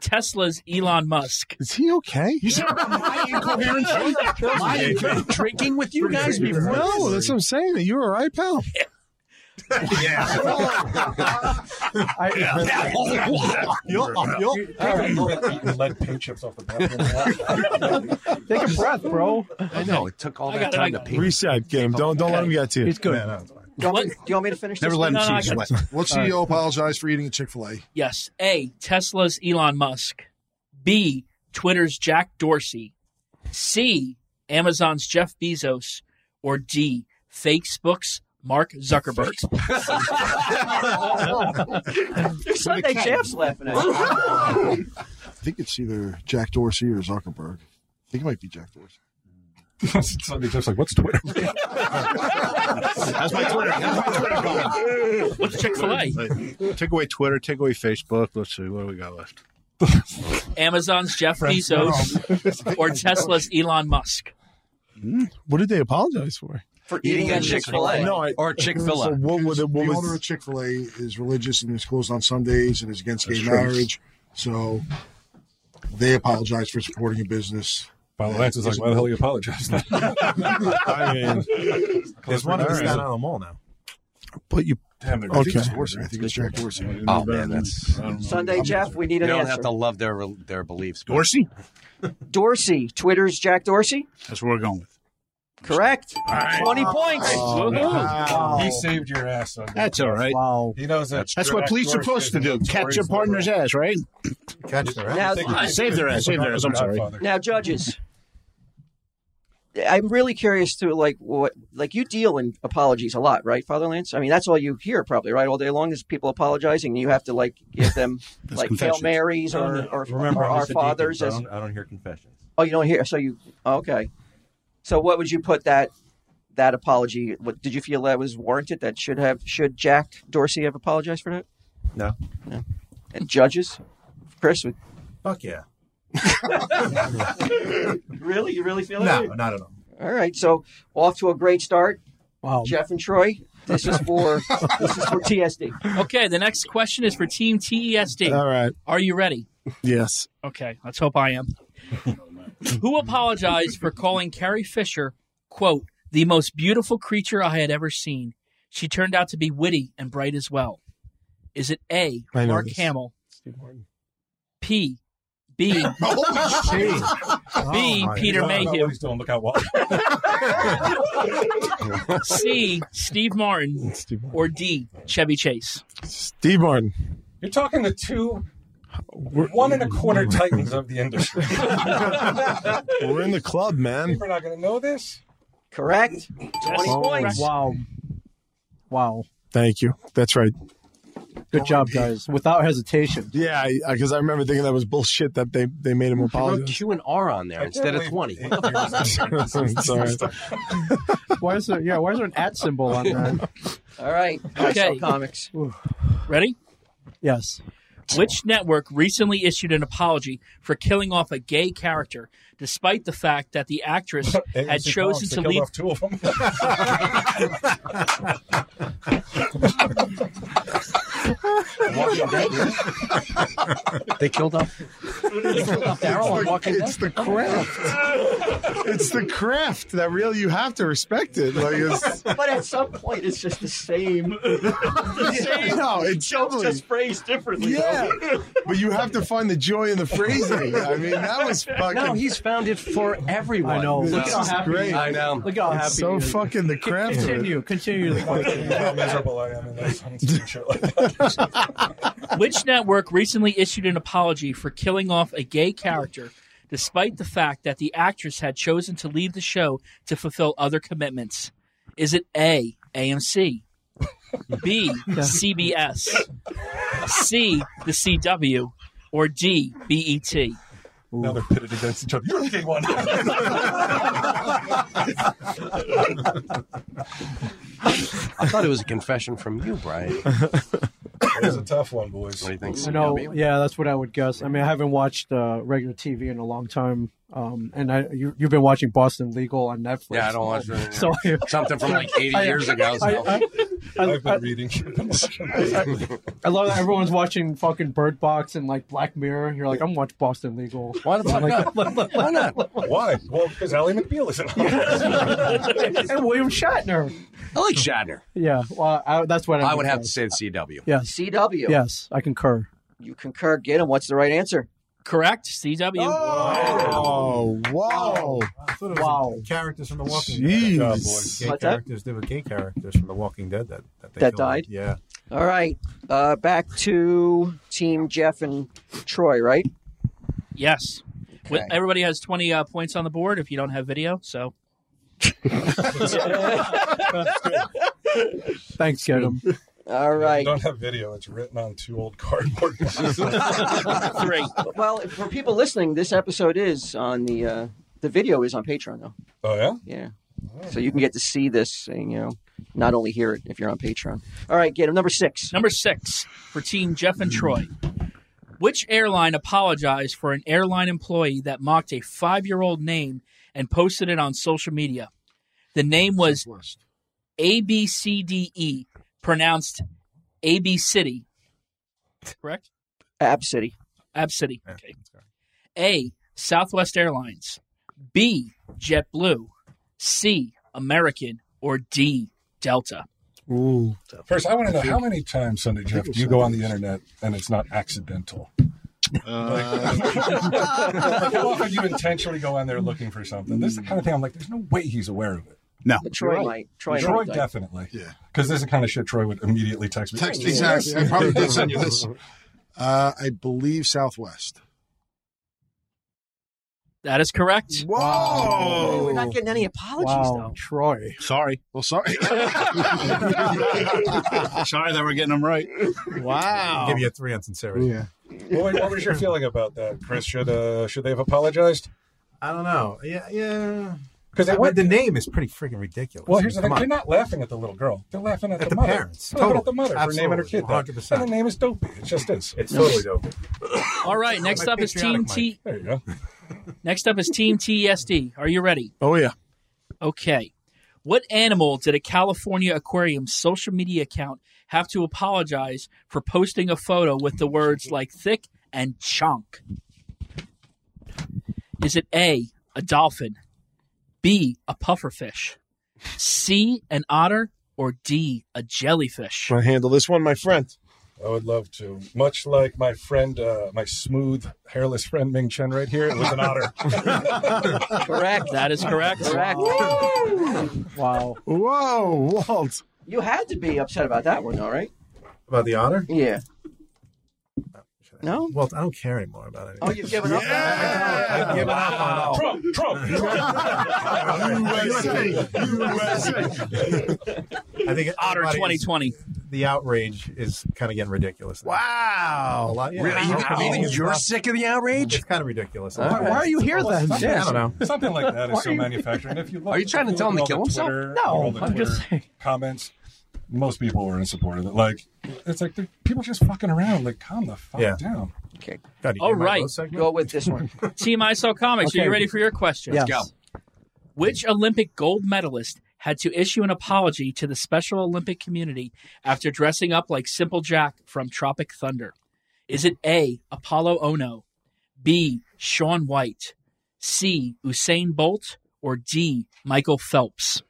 Speaker 6: Tesla's Elon Musk.
Speaker 8: Is he okay?
Speaker 6: You said my incoherent
Speaker 3: drinking with you guys before.
Speaker 8: No, that's what I'm saying. That you're all right, pal.
Speaker 4: Lead paint chips off the bathroom.
Speaker 2: Take a breath, bro.
Speaker 3: I know it took all
Speaker 6: I
Speaker 3: that
Speaker 6: got it, I
Speaker 3: time to
Speaker 6: got
Speaker 3: pee.
Speaker 8: Reset game. Don't don't let him get to you.
Speaker 2: He's good.
Speaker 7: Do you want me, do you want me to finish?
Speaker 1: Never
Speaker 7: this
Speaker 1: let him
Speaker 7: one?
Speaker 1: see you sweat.
Speaker 9: What E CEO apologized for eating at Chick Fil A?
Speaker 6: Yes. A. Tesla's Elon Musk. B. Twitter's Jack Dorsey. C. Amazon's Jeff Bezos. Or D. Facebook's Mark Zuckerberg.
Speaker 7: Your Sunday Jeff's laughing at you.
Speaker 9: I think it's either Jack Dorsey or Zuckerberg. I think it might be Jack Dorsey.
Speaker 4: Somebody just like, what's Twitter?
Speaker 1: That's my Twitter. That's my Twitter going.
Speaker 6: What's Chick Fil A?
Speaker 5: Take away Twitter. Take away Facebook. Let's see. What do we got left?
Speaker 6: Amazon's Jeff Bezos. or Tesla's Elon Musk.
Speaker 8: What did they apologize for?
Speaker 7: For
Speaker 3: eating at Chick-fil-A.
Speaker 8: No, I,
Speaker 3: Or Chick-fil-A.
Speaker 8: So what was it? What
Speaker 9: the owner
Speaker 8: was
Speaker 9: of Chick Fil A is religious and is closed on Sundays and is against gay
Speaker 5: That's right.
Speaker 9: marriage, so they apologize for supporting a business.
Speaker 4: Final Lance is like, why the hell you apologize?
Speaker 8: I mean?
Speaker 5: There's one of
Speaker 8: All
Speaker 5: us
Speaker 8: right.
Speaker 5: down on the mall now.
Speaker 8: But you,
Speaker 4: Damn, they're
Speaker 9: I think it's
Speaker 8: Okay.
Speaker 9: Dorsey. I think it's Jack Dorsey.
Speaker 3: Oh man, that's you
Speaker 7: Sunday Jeff, we need an
Speaker 3: don't
Speaker 7: answer.
Speaker 3: have to love their their beliefs. but-
Speaker 1: Dorsey?
Speaker 7: Dorsey, Twitter's Jack Dorsey.
Speaker 1: That's what we're going with.
Speaker 7: Correct. Twenty points.
Speaker 4: Oh, He saved your ass. Sunday.
Speaker 1: That's all right.
Speaker 2: Wow.
Speaker 4: He knows that.
Speaker 1: That's what police are supposed to do. Catch your partner's ass, right?
Speaker 5: Catch their
Speaker 7: Now,
Speaker 1: Save their ass. Save their ass. I'm sorry.
Speaker 7: Now, judges, I'm really curious to like what like you deal in apologies a lot, right, Father Lance? I mean, that's all you hear probably, right, all day long is people apologizing. and You have to like give them like hail
Speaker 1: confessions.
Speaker 7: marys or or,
Speaker 10: Remember,
Speaker 7: or
Speaker 10: I'm
Speaker 7: our
Speaker 10: just a
Speaker 7: fathers.
Speaker 10: deacon,
Speaker 7: As
Speaker 10: so I, don't, I don't hear confessions.
Speaker 7: oh, you don't hear, so you okay. So, what would you put that that apology? What did you feel that was warranted? That should have should Jack Dorsey have apologized for that?
Speaker 10: No.
Speaker 7: And judges, Chris, would-
Speaker 5: Fuck yeah.
Speaker 7: really, you really feel that?
Speaker 5: No, not at all.
Speaker 7: All right, so off to a great start.
Speaker 2: Wow.
Speaker 7: Jeff and Troy. This is for this is for TSD.
Speaker 6: Okay, the next question is for Team TESD.
Speaker 8: all right.
Speaker 6: Are you ready?
Speaker 8: Yes.
Speaker 6: Okay, let's hope I am. Who apologized for calling Carrie Fisher, quote, the most beautiful creature I had ever seen? She turned out to be witty and bright as well. Is it A,
Speaker 8: I know
Speaker 6: Mark
Speaker 8: this.
Speaker 6: Hamill, P, B,
Speaker 3: Oh
Speaker 8: Oh
Speaker 6: B, Peter Mayhew,
Speaker 4: He's doing. Look how well.
Speaker 6: C, Steve Martin,
Speaker 8: Steve Martin.
Speaker 6: or D, Chevy Chase?
Speaker 8: Steve Martin.
Speaker 4: You're talking to two, one and a quarter titans of the industry.
Speaker 8: We're in the club, man.
Speaker 4: We're not going to know this.
Speaker 7: Correct. Twenty
Speaker 6: Oh,
Speaker 7: points.
Speaker 2: Wow. Wow.
Speaker 8: Thank you. That's right.
Speaker 2: Good job, guys. Without hesitation.
Speaker 8: Yeah, because I, remember thinking that was bullshit that they, they made him
Speaker 3: wrote
Speaker 8: apologize.
Speaker 3: Q and R on there instead of twenty. What the fuck?
Speaker 8: It's all right.
Speaker 2: Why is there? Yeah, why is there an at symbol on that?
Speaker 7: All right.
Speaker 6: Okay.
Speaker 7: ISO Comics.
Speaker 6: Ready?
Speaker 2: Yes.
Speaker 6: Which network recently issued an apology for killing off a gay character, despite the fact that the actress had
Speaker 4: ABC
Speaker 6: chosen
Speaker 4: Comics, they
Speaker 6: to
Speaker 4: killed
Speaker 6: leave?
Speaker 4: off two of them.
Speaker 3: they killed off. They killed off Daryl on Walking Dead.
Speaker 8: It's the craft. it's the craft that really you have to respect it. Like it's
Speaker 7: But at some point, it's just the same. The same
Speaker 8: no, it's
Speaker 7: joke,
Speaker 8: definitely-
Speaker 7: just phrased differently.
Speaker 8: yeah,
Speaker 7: though.
Speaker 8: but you have to find the joy in the phrasing. I mean, that was fucking.
Speaker 3: No, he's found it for everyone.
Speaker 2: I know.
Speaker 8: This
Speaker 2: Look at how
Speaker 8: is
Speaker 2: happy.
Speaker 8: great.
Speaker 3: I know.
Speaker 2: Look how happy.
Speaker 8: it's so
Speaker 2: he is.
Speaker 8: fucking the craft. of it.
Speaker 2: Continue. Continue the question.
Speaker 4: How miserable I am in this. I'm doing shit like that.
Speaker 6: Which network recently issued an apology for killing off a gay character, despite the fact that the actress had chosen to leave the show to fulfill other commitments? Is it A, AMC, B, CBS, C, the CW, or D, E BET?
Speaker 4: Now they're pitted against each other. You're the gay one.
Speaker 3: I thought it was a confession from you, Brian. What
Speaker 4: it was a tough one, boys.
Speaker 3: do you think?
Speaker 2: I know.
Speaker 3: CW?
Speaker 2: Yeah, that's what I would guess. I mean, I haven't watched uh, regular TV in a long time, um, and I you, you've been watching Boston Legal on Netflix.
Speaker 3: Yeah, I don't watch it.
Speaker 2: So I,
Speaker 3: something from like 80
Speaker 2: I-
Speaker 3: years ago. So.
Speaker 2: I, I, I,
Speaker 4: I've
Speaker 2: I,
Speaker 4: been reading. I've been watching.
Speaker 2: I love that everyone's watching fucking Bird Box and like Black Mirror. You're like, I'm watching Boston Legal.
Speaker 3: why the fuck not? Why not?
Speaker 4: Why? Well, because Ally McBeal is in it.
Speaker 2: and William Shatner.
Speaker 3: I like Shatner.
Speaker 2: Yeah, well, I, that's what I,
Speaker 3: I would have to
Speaker 2: guess.
Speaker 3: say the CW.
Speaker 2: Yes,
Speaker 7: CW.
Speaker 2: yes, I concur.
Speaker 7: You concur, Gideon. What's the right answer?
Speaker 6: Correct, CW.
Speaker 8: Oh, whoa!
Speaker 5: I thought it was
Speaker 2: Wow.
Speaker 5: characters from The Walking
Speaker 8: Jeez.
Speaker 5: Dead. Oh, boy. Gay
Speaker 7: What's that?
Speaker 5: characters. There were gay characters from The Walking Dead that that, they
Speaker 7: That
Speaker 5: killed.
Speaker 7: died?
Speaker 5: Yeah.
Speaker 7: All right. Uh, back to Team Jeff and Troy, right?
Speaker 6: Yes. Wi-
Speaker 7: Okay.
Speaker 6: Everybody has 20 uh, points on the board if you don't have video, so.
Speaker 2: Thanks, get him.
Speaker 7: All
Speaker 4: I
Speaker 7: right.
Speaker 4: don't have video. It's written on two old cardboard boxes.
Speaker 6: Three.
Speaker 7: Well, for people listening, this episode is on the uh, the video is on Patreon though.
Speaker 4: Oh yeah.
Speaker 7: Yeah. So you can get to see this and you know not only hear it if you're on Patreon. All right, get him number six.
Speaker 6: Number six for Team Jeff and Troy. Which airline apologized for an airline employee that mocked a five year old name and posted it on social media? The name was ABCDE, E, pronounced AB City. Correct?
Speaker 7: Ab City.
Speaker 6: Ab City. Okay. A. Southwest Airlines. B. JetBlue. C. American. Or D. Delta.
Speaker 8: Ooh,
Speaker 4: First, I want to know how many times Sunday Jeff do you go on the internet and it's not accidental?
Speaker 3: Uh.
Speaker 4: How often do you intentionally go on there looking for something? This is the kind of thing I'm like. There's no way he's aware of it.
Speaker 1: no.
Speaker 7: But Troy
Speaker 1: You're right.
Speaker 7: might. Troy,
Speaker 4: Troy
Speaker 7: might.
Speaker 4: definitely.
Speaker 9: Yeah.
Speaker 4: Because this is the kind of shit Troy would immediately text me.
Speaker 9: Text exactly. I probably did send you this. Uh, I believe Southwest.
Speaker 6: That is correct.
Speaker 7: Oh, we're
Speaker 8: whoa!
Speaker 7: not getting any apologies
Speaker 2: Wow, Troy.
Speaker 1: Sorry.
Speaker 9: Well, sorry.
Speaker 1: Sorry that we're getting them right.
Speaker 5: I'll
Speaker 8: Wow!
Speaker 5: give you a three on sincerity.
Speaker 9: yeah.
Speaker 4: Well, wait, what was your feeling about that, Chris? Should uh, should they have apologized?
Speaker 5: I don't know. Yeah, yeah.
Speaker 4: Because they
Speaker 5: But
Speaker 4: went.
Speaker 5: the name is pretty freaking ridiculous.
Speaker 4: Well, here's the
Speaker 5: Come
Speaker 4: thing:
Speaker 5: on.
Speaker 4: they're not laughing at the little girl; they're laughing at,
Speaker 5: At
Speaker 4: the,
Speaker 5: the
Speaker 4: mother.
Speaker 5: parents.
Speaker 4: They're laughing
Speaker 5: Totally.
Speaker 4: at the mother for naming her kid that.
Speaker 5: Absolutely. 100%.
Speaker 4: And the name is dopey. It just is.
Speaker 5: It's totally dope.
Speaker 6: All right, next
Speaker 5: My
Speaker 6: up is Team
Speaker 5: patriotic
Speaker 6: T.
Speaker 4: There you go.
Speaker 6: Next up is Team TSD. Are you ready?
Speaker 8: Oh yeah.
Speaker 6: Okay. What animal did a California aquarium social media account have to apologize for posting a photo with the words like thick and chunk? Is it A, a dolphin, B, a pufferfish, C, an otter, or D, a jellyfish?
Speaker 8: Can I handle this one, my friend?
Speaker 4: I would love to. Much like my friend, uh, my smooth, hairless friend Ming Chen right here, it was an otter.
Speaker 7: though. Correct.
Speaker 6: That is correct.
Speaker 7: Correct.
Speaker 2: Wow.
Speaker 8: Whoa, Walt!
Speaker 7: You had to be upset about that one, all right?
Speaker 5: About the honor?
Speaker 7: Yeah. No?
Speaker 5: Well, I don't care anymore about it.
Speaker 7: Oh, you've given up?
Speaker 5: I've given up on all.
Speaker 4: Trump, Trump.
Speaker 5: I think
Speaker 6: Otter
Speaker 5: everybody's-
Speaker 6: 2020.
Speaker 5: the outrage is kind of getting ridiculous.
Speaker 8: Wow.
Speaker 5: A lot, yeah.
Speaker 3: Really? You- you think you're sick of the outrage?
Speaker 5: It's kind of ridiculous.
Speaker 3: Why- why are you here
Speaker 5: Well,
Speaker 3: then?
Speaker 5: something- I don't know.
Speaker 4: Something like that
Speaker 5: Why
Speaker 4: is so
Speaker 5: are you-
Speaker 4: manufactured. And if you look,
Speaker 3: Are you trying to
Speaker 4: if
Speaker 3: tell him
Speaker 4: look
Speaker 3: to
Speaker 4: at all
Speaker 3: kill
Speaker 4: the
Speaker 3: himself?
Speaker 4: Twitter-
Speaker 3: No,
Speaker 4: all the
Speaker 3: I'm just
Speaker 4: Twitter Comments. Most people were in support of it. Like, it's like they're- people just fucking around. Like, calm the fuck
Speaker 5: Yeah.
Speaker 4: down.
Speaker 7: Okay.
Speaker 6: All right.
Speaker 7: Go with this one.
Speaker 6: Team ISO Comics, are
Speaker 7: Okay.
Speaker 6: you ready for your question?
Speaker 7: Let's Yes.
Speaker 6: Which Olympic gold medalist had to issue an apology to the Special Olympic community after dressing up like Simple Jack from Tropic Thunder? Is it A, Apollo Ono, B, Sean White, C, Usain Bolt, or D, Michael Phelps?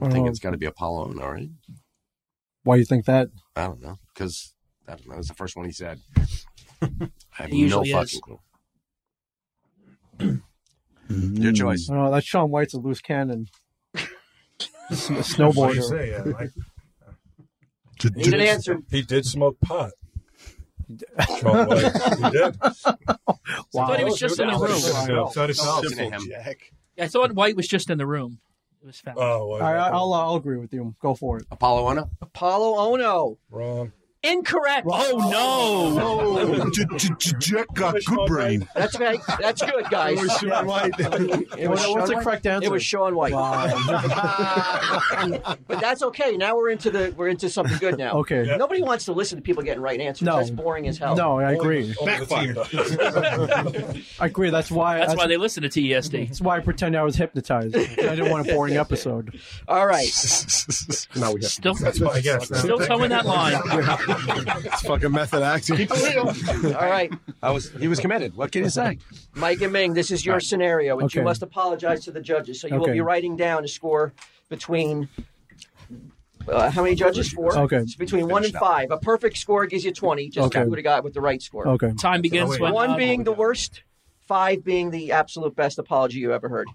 Speaker 3: I
Speaker 7: Oh,
Speaker 3: think it's got to be Apollo and already.
Speaker 2: Why you think that?
Speaker 3: I don't know because I don't know. It's the first one he said. I have
Speaker 2: It
Speaker 3: no
Speaker 2: usually
Speaker 3: fucking
Speaker 2: is.
Speaker 3: clue.
Speaker 8: Mm-hmm.
Speaker 3: Your choice.
Speaker 2: Oh, that Sean White's a loose cannon. S-
Speaker 4: What
Speaker 2: Snowboarder.
Speaker 4: do you say? Yeah, like-
Speaker 7: Need an answer.
Speaker 4: He did smoke pot. Sean White. he did.
Speaker 6: I thought he was just in the room.
Speaker 4: So did Phelps.
Speaker 6: I thought White was just in the room. It was Phelps.
Speaker 4: Oh,
Speaker 2: All right, I'll, uh, I'll agree with you. Go for it.
Speaker 3: Apollo Ono.
Speaker 7: Apollo Ono.
Speaker 4: Wrong.
Speaker 7: Incorrect.
Speaker 6: Oh,
Speaker 7: no.
Speaker 5: Jack got good brain.
Speaker 7: That's right. That's good, guys.
Speaker 8: It was Sean White.
Speaker 7: It was
Speaker 2: What- what's
Speaker 7: Sean
Speaker 2: the
Speaker 7: White?
Speaker 2: correct answer?
Speaker 7: It was Sean White. but that's okay. Now we're into the we're into something good now.
Speaker 2: Okay. Yeah.
Speaker 7: Nobody wants to listen to people getting right answers.
Speaker 2: No.
Speaker 7: That's boring as hell.
Speaker 2: No, I agree.
Speaker 4: Backfire.
Speaker 2: I agree. That's why.
Speaker 6: That's why they listen to E TESD.
Speaker 2: That's why I pretend I was hypnotized. I didn't want a boring episode.
Speaker 7: All right.
Speaker 8: No, we have
Speaker 6: Still,
Speaker 8: That's what I guess.
Speaker 6: still towing that line.
Speaker 8: It's fucking method acting.
Speaker 7: All right.
Speaker 3: I was. He was committed. What can you say?
Speaker 7: Mike and Ming, this is your scenario, and you
Speaker 2: Okay.
Speaker 7: must apologize to the judges. So you will
Speaker 2: Okay.
Speaker 7: be writing down a score between uh, how many judges? Four.
Speaker 2: Okay.
Speaker 7: It's between one and five. A perfect score gives you twenty. Just
Speaker 2: Okay.
Speaker 7: like you would have got with the right score.
Speaker 2: Okay.
Speaker 6: Time begins when
Speaker 7: One
Speaker 6: uh,
Speaker 7: being the worst, five being the absolute best apology you ever heard.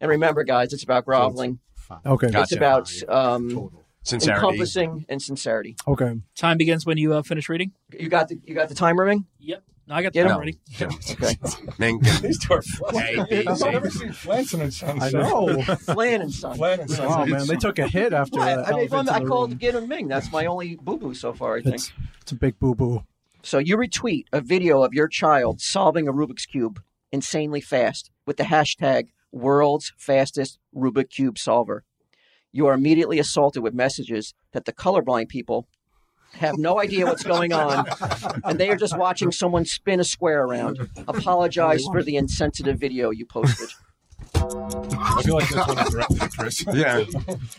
Speaker 7: And remember, guys, it's about groveling.
Speaker 2: Okay.
Speaker 3: Gotcha.
Speaker 7: It's about um,
Speaker 3: Sincerity.
Speaker 7: encompassing and sincerity.
Speaker 2: Okay.
Speaker 6: time begins when you uh, finish reading.
Speaker 7: You got the you got the timer ring.
Speaker 6: Yep. No, I got
Speaker 7: Get
Speaker 6: that
Speaker 7: him.
Speaker 6: ready.
Speaker 7: Okay.
Speaker 3: Ning-
Speaker 4: These two are fucking.
Speaker 3: A, B,
Speaker 4: I've
Speaker 3: C.
Speaker 4: never seen Flanson and Sons.
Speaker 2: I know.
Speaker 7: Flan and son.
Speaker 4: Flan and Sons.
Speaker 2: Oh man, they took a hit after
Speaker 7: What?
Speaker 2: that.
Speaker 7: I, mean, if I'm-
Speaker 2: elephant in
Speaker 7: I
Speaker 2: the
Speaker 7: called
Speaker 2: room.
Speaker 7: Get him Ming. That's my only boo boo so far, I think.
Speaker 2: It's, it's a big boo boo.
Speaker 7: So you retweet a video of your child solving a Rubik's Cube insanely fast with the hashtag world's fastest Rubik's Cube solver. You are immediately assaulted with messages that the colorblind people have no idea what's going on and they are just watching someone spin a square around. Apologize for the insensitive video you posted.
Speaker 4: I feel like this one is directed at Chris.
Speaker 3: Yeah.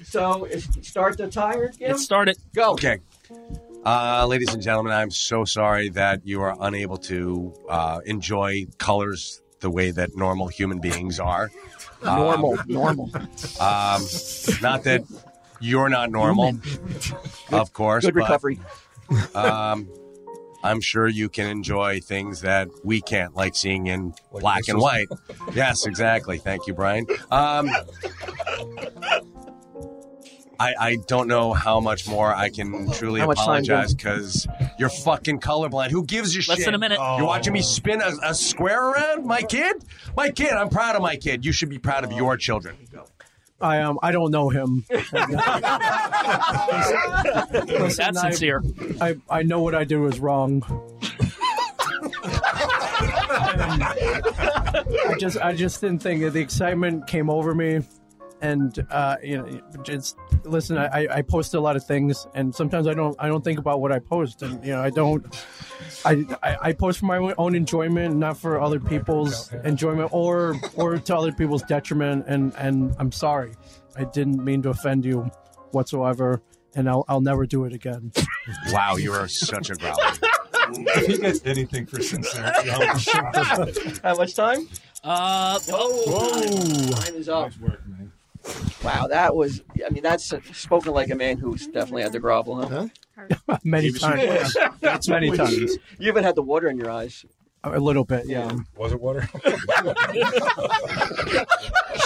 Speaker 7: So is- start the timer, Jim?
Speaker 6: It started.
Speaker 7: Go.
Speaker 3: Okay. Uh, ladies and gentlemen, I'm so sorry that you are unable to uh, enjoy colors the way that normal human beings are. Ah.
Speaker 7: Normal, normal.
Speaker 3: Um, not that you're not normal, of course.
Speaker 7: Good
Speaker 3: but,
Speaker 7: recovery.
Speaker 3: um, I'm sure you can enjoy things that we can't, like seeing in
Speaker 4: Like
Speaker 3: black
Speaker 4: this
Speaker 3: and
Speaker 4: is-
Speaker 3: white. yes, exactly. Thank you, Brian. Um, I, I don't know how much more I can truly
Speaker 7: How much time, Jim?
Speaker 3: apologize because you're fucking colorblind. Who gives a shit?
Speaker 6: Less than a minute.
Speaker 3: You're watching me spin a, a square around my kid? My kid, I'm proud of my kid. You should be proud of your children.
Speaker 2: I um I don't know him.
Speaker 6: That's
Speaker 2: I-
Speaker 6: sincere.
Speaker 2: I I know what I do is wrong. I just I just didn't think that the excitement came over me, and uh, you know, just listen. I, I- I post a lot of things, and sometimes I don't I don't think about what I post, and you know I don't. I, I, I post for my own enjoyment, not for other people's enjoyment or or to other people's detriment. And and I'm sorry, I didn't mean to offend you whatsoever, and I'll I'll never do it again.
Speaker 3: Wow, you are such a growler.
Speaker 4: If he gets anything for sincerity, I'll
Speaker 7: How much time?
Speaker 6: Uh,
Speaker 7: Oh, time is up. Wow, that was, I mean, that's spoken like a man who's definitely had to grovel, huh?
Speaker 2: many times. That's many times.
Speaker 7: You even had the water in your eyes.
Speaker 2: A little bit, yeah.
Speaker 4: Was it water?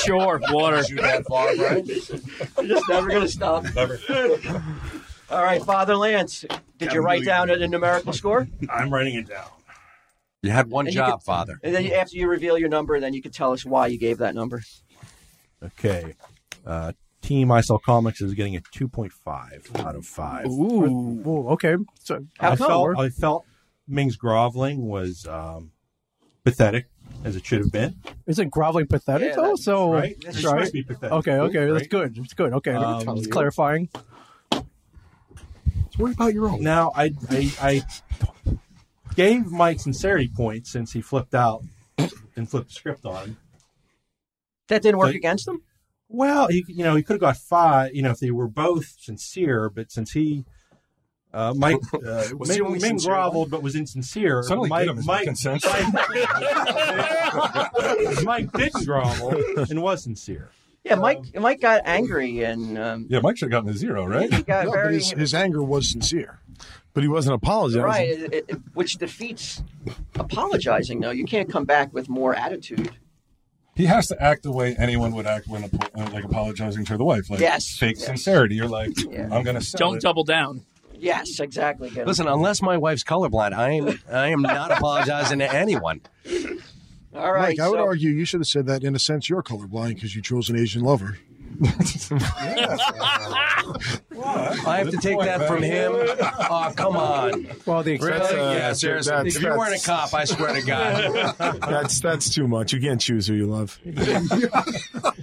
Speaker 6: sure, water.
Speaker 3: Shoot that far, Brian?
Speaker 7: You're just never going to stop.
Speaker 4: Never.
Speaker 7: All right, Father Lance, did you write down a numerical score?
Speaker 11: I'm writing it down.
Speaker 3: You had one
Speaker 7: And you
Speaker 3: job,
Speaker 7: could-
Speaker 3: father.
Speaker 7: And then you- after you reveal your number, then you could tell us why you gave that number.
Speaker 10: Okay. Uh, team ISL Comics is getting a 2.5 out of 5.
Speaker 2: Ooh. okay. So
Speaker 10: I felt, I felt Ming's groveling was um, pathetic, as it should have been.
Speaker 2: Isn't groveling pathetic
Speaker 10: Yeah,
Speaker 2: though?
Speaker 10: that's
Speaker 2: So
Speaker 10: right. That's
Speaker 2: right.
Speaker 10: supposed to be pathetic.
Speaker 2: Okay, okay, that's
Speaker 10: Right.
Speaker 2: good. It's good. Okay,
Speaker 10: Um,
Speaker 2: it's clarifying.
Speaker 10: Worry about your own. Now, I, I, I gave Mike sincerity points since he flipped out and flipped the script on him.
Speaker 7: That didn't work
Speaker 10: But-
Speaker 7: against them.
Speaker 10: Well, he, you know, he could have got five. You know, if they were both sincere, but since he, uh, Mike, uh,
Speaker 4: Was he
Speaker 10: Ming,
Speaker 4: only
Speaker 10: Ming
Speaker 4: sincere?
Speaker 10: groveled but was insincere.
Speaker 4: Suddenly
Speaker 10: Mike,
Speaker 4: Gideon is
Speaker 10: Mike,
Speaker 4: consensual.
Speaker 10: Mike, Mike didn't grovel and was sincere.
Speaker 7: Yeah, Mike. Mike got angry and um,
Speaker 4: Yeah, Mike should have gotten a zero, right?
Speaker 7: He got
Speaker 9: No, but
Speaker 7: very
Speaker 9: his, his anger was sincere, but he wasn't apologizing.
Speaker 7: right, it, it, it- which defeats apologizing. Though you can't come back with more attitude.
Speaker 4: He has to act the way anyone would act when, apo- when, like apologizing to the wife, like
Speaker 7: Yes,
Speaker 4: fake
Speaker 7: yes.
Speaker 4: sincerity. You're like,
Speaker 7: Yeah.
Speaker 4: I'm gonna sell
Speaker 6: Don't
Speaker 4: it.
Speaker 6: double down.
Speaker 7: Yes, exactly. Good.
Speaker 3: Listen, unless my wife's colorblind, I am I am not apologizing to anyone.
Speaker 7: All right.
Speaker 9: Mike, I would
Speaker 7: so-
Speaker 9: argue you should have said that in a sense you're colorblind because you chose an Asian lover.
Speaker 3: I have to take that from him. Oh, come on.
Speaker 2: Well, the
Speaker 3: Really?
Speaker 11: uh,
Speaker 3: yeah, seriously. if you weren't a cop, I swear to God.
Speaker 8: that's that's too much. You can't choose who you love.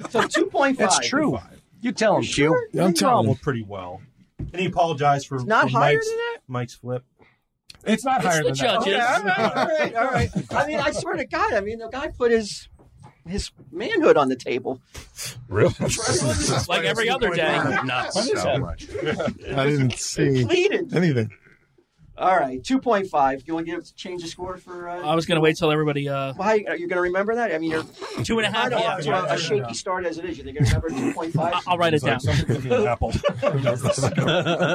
Speaker 7: So two point five.
Speaker 3: It's true. You tell him, Q.
Speaker 8: Yeah, I'm
Speaker 10: He
Speaker 8: telling you.
Speaker 10: groveled pretty well, and he apologized for,
Speaker 7: not
Speaker 10: for
Speaker 7: higher
Speaker 10: Mike's,
Speaker 7: than that?
Speaker 10: Mike's flip.
Speaker 4: It's not
Speaker 6: It's
Speaker 4: higher
Speaker 6: the
Speaker 4: than that.
Speaker 6: judges.
Speaker 7: All right, all right, all right. I mean, I swear to God, I mean, the guy put his his manhood on the table.
Speaker 4: Really?
Speaker 6: like every other day.
Speaker 3: Not so much.
Speaker 8: I didn't see
Speaker 7: Pleaded.
Speaker 8: anything.
Speaker 7: All right, two point five. You want to give, change the score for? Uh,
Speaker 6: I was going to wait till everybody uh,
Speaker 7: Why are you going to remember that? I mean, you're
Speaker 6: two and a half.
Speaker 7: kind of
Speaker 6: Yeah,
Speaker 7: off to a, a shaky start as it is. You think you're going to remember two point five?
Speaker 6: I'll write it
Speaker 4: It's
Speaker 6: down.
Speaker 4: like something could be an apple.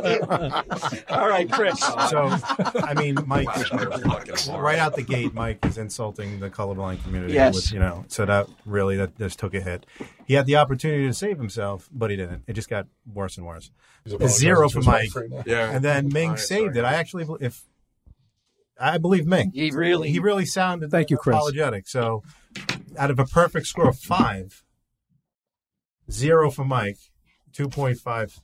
Speaker 7: All right, Chris.
Speaker 5: So, I mean, Mike, right out the gate, Mike is insulting the colorblind community.
Speaker 7: Yes.
Speaker 5: with, you know, so that really that just took a hit. He had the opportunity to save himself, but he didn't. It just got worse and worse. A zero for Mike,
Speaker 11: Yeah.
Speaker 5: and then Ming
Speaker 11: Alright,
Speaker 5: saved
Speaker 11: sorry.
Speaker 5: it. I actually, bel- if I believe Ming,
Speaker 7: He really-
Speaker 5: he really sounded
Speaker 2: Thank you, Chris.
Speaker 5: apologetic. So, out of a perfect score of five, zero for Mike, two point five.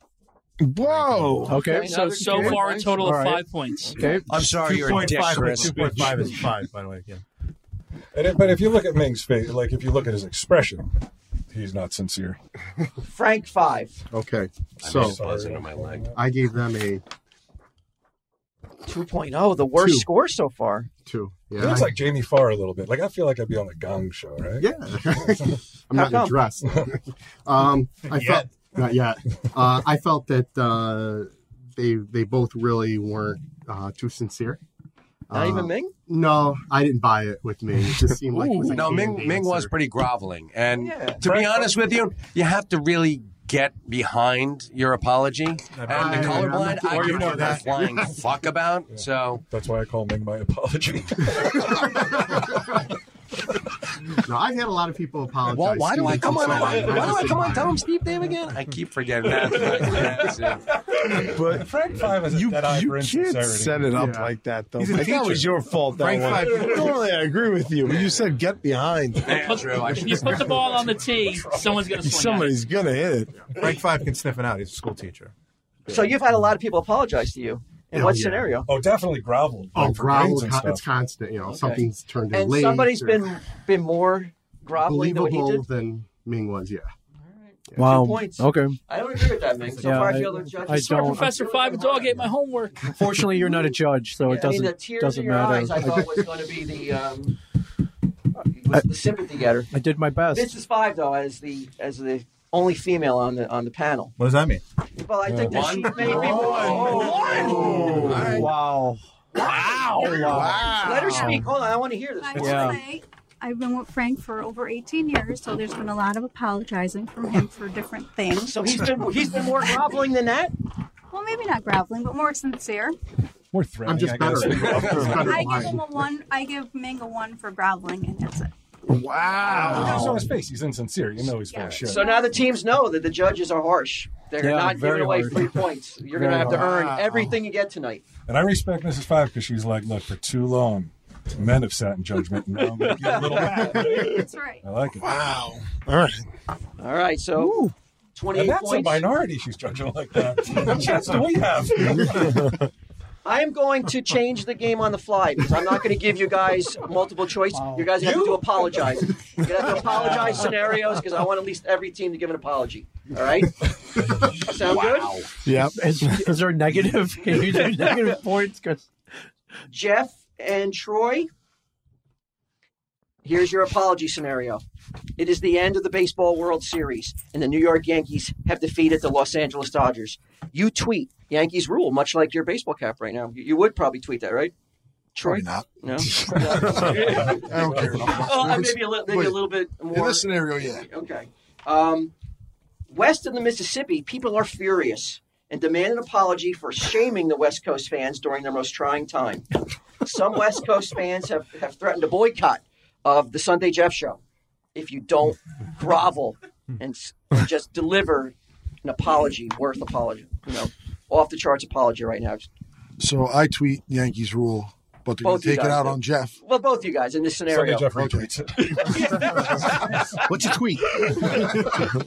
Speaker 8: Whoa.
Speaker 2: Okay.
Speaker 6: So so
Speaker 7: Another
Speaker 6: far, a
Speaker 7: good.
Speaker 6: total of
Speaker 2: All right.
Speaker 6: five points.
Speaker 2: Okay.
Speaker 3: I'm sorry you're a dick, Chris.
Speaker 5: Two point five is five, by the way. Yeah.
Speaker 4: And it- but if you look at Ming's face, like if you look at his expression, he's not sincere.
Speaker 7: Frank five.
Speaker 11: Okay.
Speaker 3: I'm
Speaker 11: So
Speaker 3: just buzzing in my leg.
Speaker 11: I gave them a
Speaker 7: 2.0, the worst
Speaker 11: Two.
Speaker 7: score so far.
Speaker 11: two.
Speaker 4: He
Speaker 11: Yeah.
Speaker 4: looks
Speaker 11: I-
Speaker 4: like Jamie Farr a little bit. Like I feel like I'd be on a Gong Show, right?
Speaker 11: yeah. I'm
Speaker 7: How
Speaker 11: not in a
Speaker 7: come?
Speaker 11: dress. um, I felt not yet. Uh, I felt that uh, they they both really weren't uh, too sincere.
Speaker 7: Not
Speaker 11: Uh,
Speaker 7: even Ming?
Speaker 11: No, I didn't buy it with me. It just seemed like it was a
Speaker 3: No, Ming,
Speaker 11: canned
Speaker 3: Ming was
Speaker 11: answer.
Speaker 3: pretty groveling. And
Speaker 7: Yeah.
Speaker 3: to be honest with you, you have to really get behind your apology. And
Speaker 11: I-
Speaker 3: the colorblind, I
Speaker 11: Or you
Speaker 3: don't
Speaker 11: know
Speaker 3: know
Speaker 11: that.
Speaker 3: that flying fuck about. So
Speaker 4: That's why I call Ming my apology.
Speaker 11: No, I've had a lot of people apologize.
Speaker 3: Well, why do I
Speaker 11: Students
Speaker 3: come on?
Speaker 11: and so
Speaker 3: Why do
Speaker 11: just
Speaker 3: I
Speaker 11: didn't
Speaker 3: come on?
Speaker 11: buy
Speaker 3: Tell
Speaker 11: it.
Speaker 3: him Steve Dave again. I keep forgetting that. That's it.
Speaker 8: But
Speaker 4: Frank Five is a
Speaker 8: you,
Speaker 4: dead eye
Speaker 8: you
Speaker 4: for
Speaker 8: can't set
Speaker 4: insincerity.
Speaker 8: it up
Speaker 11: Yeah.
Speaker 8: like that, though.
Speaker 11: He's a
Speaker 8: Mike, that
Speaker 11: teacher.
Speaker 8: was your fault. That
Speaker 11: Frank
Speaker 8: one.
Speaker 11: Five-
Speaker 8: Normally, I agree with you, but you said get behind.
Speaker 3: Yeah, true. I
Speaker 6: If you put the ball on the tee, someone's going to swing. at it.
Speaker 8: Somebody's gonna hit it.
Speaker 5: Frank Five can sniff it out. He's a school teacher.
Speaker 7: So you've had a lot of people apologize to you. In
Speaker 11: Hell
Speaker 7: what
Speaker 11: yeah.
Speaker 7: scenario?
Speaker 4: Oh, definitely groveled.
Speaker 11: Oh,
Speaker 4: like for
Speaker 11: growl!
Speaker 4: brains and
Speaker 11: con-
Speaker 4: stuff.
Speaker 11: It's constant. You know, something's turned in
Speaker 7: And
Speaker 11: late.
Speaker 7: somebody's
Speaker 11: or
Speaker 7: been been more groveling than what he
Speaker 11: believable
Speaker 7: did.
Speaker 11: than Ming was. Yeah.
Speaker 2: Wow.
Speaker 7: points.
Speaker 2: Okay.
Speaker 7: I don't agree with that, Ming. So
Speaker 2: Yeah,
Speaker 7: far,
Speaker 2: I-
Speaker 7: I feel the
Speaker 2: I
Speaker 7: judges.
Speaker 6: Sorry,
Speaker 2: don't-
Speaker 6: Professor Five, a dog ate my homework.
Speaker 2: Fortunately, you're not a judge, so it
Speaker 7: I mean, the
Speaker 2: doesn't
Speaker 7: tears
Speaker 2: doesn't
Speaker 7: in your
Speaker 2: matter.
Speaker 7: eyes, I thought was going to be the um, was the sympathy getter.
Speaker 2: I did my
Speaker 7: This
Speaker 2: best.
Speaker 7: is five though, as the as the only female on the on the panel.
Speaker 5: What does that mean?
Speaker 7: Well, I think that she may be more. Oh.
Speaker 4: Oh,
Speaker 2: Wow.
Speaker 7: Let her speak. Hold on, I want to hear this.
Speaker 12: I
Speaker 2: It's-
Speaker 12: will
Speaker 2: Yeah.
Speaker 12: say, I've been with Frank for over 18 years, so there's been a lot of apologizing from him for different things.
Speaker 7: So he's been he's been more groveling than that.
Speaker 12: Well, maybe not groveling, but more sincere.
Speaker 4: We're threatening.
Speaker 11: I'm just
Speaker 4: I
Speaker 11: better.
Speaker 4: guess.
Speaker 11: Just better
Speaker 12: I give
Speaker 11: lying.
Speaker 12: him a one. I give Ming a one for groveling, and that's it.
Speaker 4: You
Speaker 8: Wow.
Speaker 4: guys saw his face. He's insincere. You know he's full
Speaker 12: Yeah.
Speaker 4: of shit.
Speaker 7: So now the teams know that the judges are harsh. They're
Speaker 2: Yeah,
Speaker 7: not
Speaker 2: very
Speaker 7: giving away
Speaker 2: harsh.
Speaker 7: free points. You're going to have to earn everything you get tonight.
Speaker 4: And I respect Mrs. Five because she's like, look, for too long, men have sat in judgment. And now I'm gonna give a little back.
Speaker 12: That's right.
Speaker 4: I like it.
Speaker 8: Wow. All right.
Speaker 7: All right, so
Speaker 4: And
Speaker 7: 28
Speaker 4: that's a
Speaker 7: points.
Speaker 4: minority she's judging like that. That's what we have.
Speaker 7: I am going to change the game on the fly because I'm not going to give you guys multiple choice. You guys have to do apologize. You're going to have to apologize scenarios because I want at least every team to give an apology. All right? Sound good?
Speaker 2: Yeah. Is, is there a negative? Can you do negative points? 'Cause-
Speaker 7: Jeff and Troy, here's your apology scenario. It is the end of the Baseball World Series, and the New York Yankees have defeated the Los Angeles Dodgers. You tweet Yankees rule, much like your baseball cap right now. You, you would probably tweet that, right? Troy?
Speaker 9: Probably
Speaker 7: No?
Speaker 9: I don't care enough about
Speaker 7: Oh, uh,
Speaker 9: sports.
Speaker 7: maybe, a li- maybe a little bit more.
Speaker 9: In this scenario, yeah.
Speaker 7: Okay. Um, west of the Mississippi, people are furious and demand an apology for shaming the West Coast fans during their most trying time. Some West Coast fans have, have threatened a boycott of the Sunday Jeff Show if you don't grovel and s- just deliver an apology worth apology. You know, off the charts apology right now.
Speaker 9: So I tweet Yankees rule, but they're going
Speaker 7: Both
Speaker 9: to
Speaker 7: you
Speaker 9: take it
Speaker 7: guys
Speaker 9: out
Speaker 7: do.
Speaker 9: on Jeff.
Speaker 7: Well, both you guys in this scenario.
Speaker 9: What's your tweet?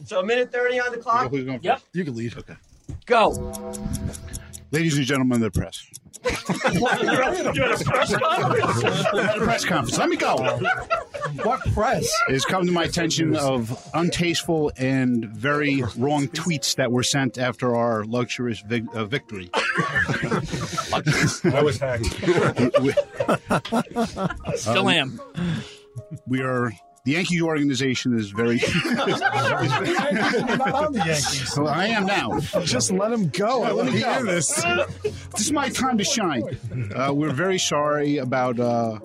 Speaker 7: so a minute 30 on the clock. Yep.
Speaker 9: You can leave. Okay.
Speaker 7: Go.
Speaker 1: Ladies and gentlemen of the press. At a press conference. Let me go.
Speaker 2: What press?
Speaker 1: It's come to my attention of untasteful and very wrong tweets that were sent after our luxurious vic- uh, victory.
Speaker 4: I was hacked.
Speaker 1: We-
Speaker 6: Still am.
Speaker 1: Um, We are the Yankees organization is very. Well, I am now.
Speaker 8: Just let him go.
Speaker 1: Yeah,
Speaker 8: let
Speaker 1: let
Speaker 8: him
Speaker 1: me
Speaker 8: hear
Speaker 1: go.
Speaker 8: this.
Speaker 1: This is my time to shine. Uh, we're very sorry about uh,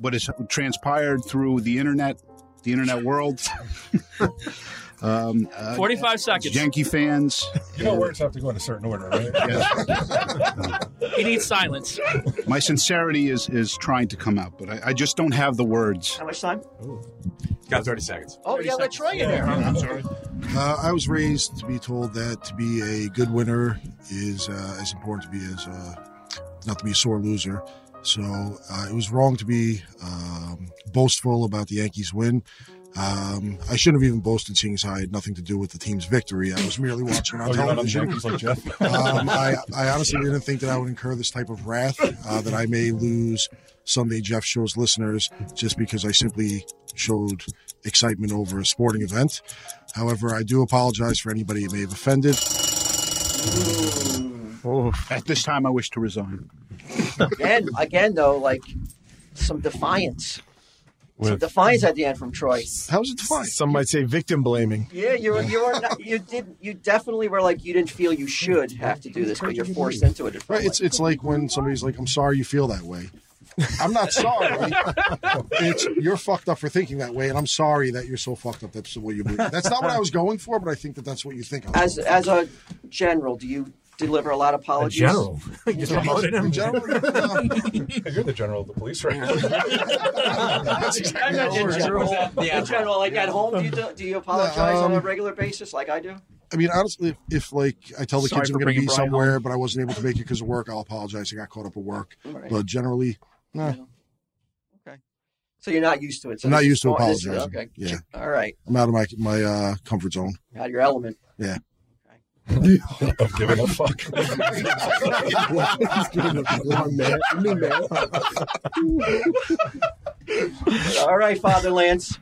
Speaker 1: what has transpired through the internet, the internet world. um, uh,
Speaker 6: 45 seconds.
Speaker 1: Yankee fans.
Speaker 4: You know words have to go in a certain order, right?
Speaker 6: He needs silence.
Speaker 1: My sincerity is is trying to come out, but I, I just don't have the words.
Speaker 7: How much time?
Speaker 3: Got 30 seconds.
Speaker 7: Oh, yeah, let Troy in there.
Speaker 1: I'm sorry.
Speaker 9: Uh, I was raised to be told that to be a good winner is uh, as important to be as uh, not to be a sore loser. So uh, it was wrong to be um, boastful about the Yankees' win. Um, I shouldn't have even boasted, seeing as how I had nothing to do with the team's victory. I was merely watching on
Speaker 4: Oh, you're not on the
Speaker 9: television.
Speaker 4: Yankees like Jeff?
Speaker 9: um, I, I honestly didn't think that I would incur this type of wrath uh, that I may lose Sunday Jeff Show's listeners just because I simply showed excitement over a sporting event. However, I do apologize for anybody it may have offended.
Speaker 1: At this time, I wish to resign.
Speaker 7: again, again though, like some defiance, some
Speaker 8: With-
Speaker 7: defiance at the end from Troy.
Speaker 8: How's it defined? Some might say victim blaming.
Speaker 7: Yeah, you were, you were not, you did you definitely were like you didn't feel you should have to do this, but you're forced into it.
Speaker 9: Right? It's it's like when somebody's like, "I'm sorry you feel that way." I'm not sorry. it's you're fucked up for thinking that way, and I'm sorry that you're so fucked up. That's what you believe. That's not what I was going for, but I think that that's what you think. I was
Speaker 7: As as a general, do you deliver a lot of apologies?
Speaker 4: general?
Speaker 7: you
Speaker 4: just promoted him.
Speaker 7: You're
Speaker 4: the general of the police, right?
Speaker 7: I'm not in general.
Speaker 4: Yeah.
Speaker 7: In general, like at home, do you, do, do you apologize on a
Speaker 9: um,
Speaker 7: regular basis, like I do?
Speaker 9: I mean, honestly, if, if like I tell the
Speaker 7: Sorry
Speaker 9: kids I'm
Speaker 7: for
Speaker 9: going to
Speaker 7: bringing
Speaker 9: be
Speaker 7: Brian
Speaker 9: somewhere, but I wasn't able to make it because of work, I'll apologize. I got caught up at work.
Speaker 7: Right.
Speaker 9: But generally, nah,
Speaker 7: So you're not used to it. So
Speaker 9: I'm not
Speaker 7: this is
Speaker 9: used to
Speaker 7: more- this is-
Speaker 9: apologizing.
Speaker 7: Oh, Okay.
Speaker 9: Yeah.
Speaker 7: All right.
Speaker 9: I'm out of my my uh, comfort zone.
Speaker 7: Out of your element.
Speaker 9: Yeah.
Speaker 4: of giving a fuck.
Speaker 7: All right, Father Lance.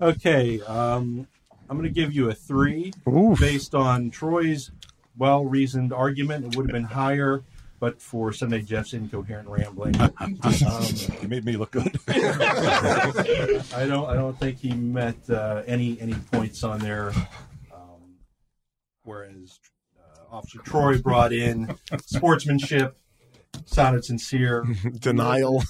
Speaker 10: Okay, um, I'm going to give you a three based on Troy's well reasoned argument. It would have been higher, but for Sunday Jeff's incoherent rambling, um,
Speaker 4: you made me look good.
Speaker 10: I don't. I don't think he met uh, any any points on there. Um, whereas uh, Officer Troy brought in sportsmanship, sounded sincere,
Speaker 8: Denial.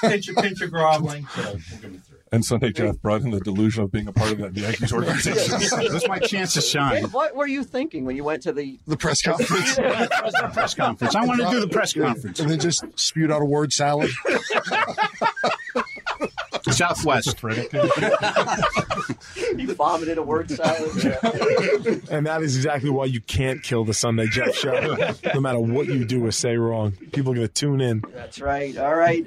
Speaker 10: pinch a pinch of groveling. So we'll give him a three.
Speaker 4: And Sunday Jeff brought in the delusion of being a part of that Yankees organization.
Speaker 1: That's my chance to shine.
Speaker 7: What were you thinking when you went to the
Speaker 9: The press conference.
Speaker 1: the press conference. I want to do the press conference.
Speaker 9: and then just spewed out a word salad.
Speaker 1: Southwest.
Speaker 7: you vomited a word salad?
Speaker 8: And that is exactly why you can't kill the Sunday Jeff show. no matter what you do or say wrong, people are going to tune in.
Speaker 7: That's right. All right,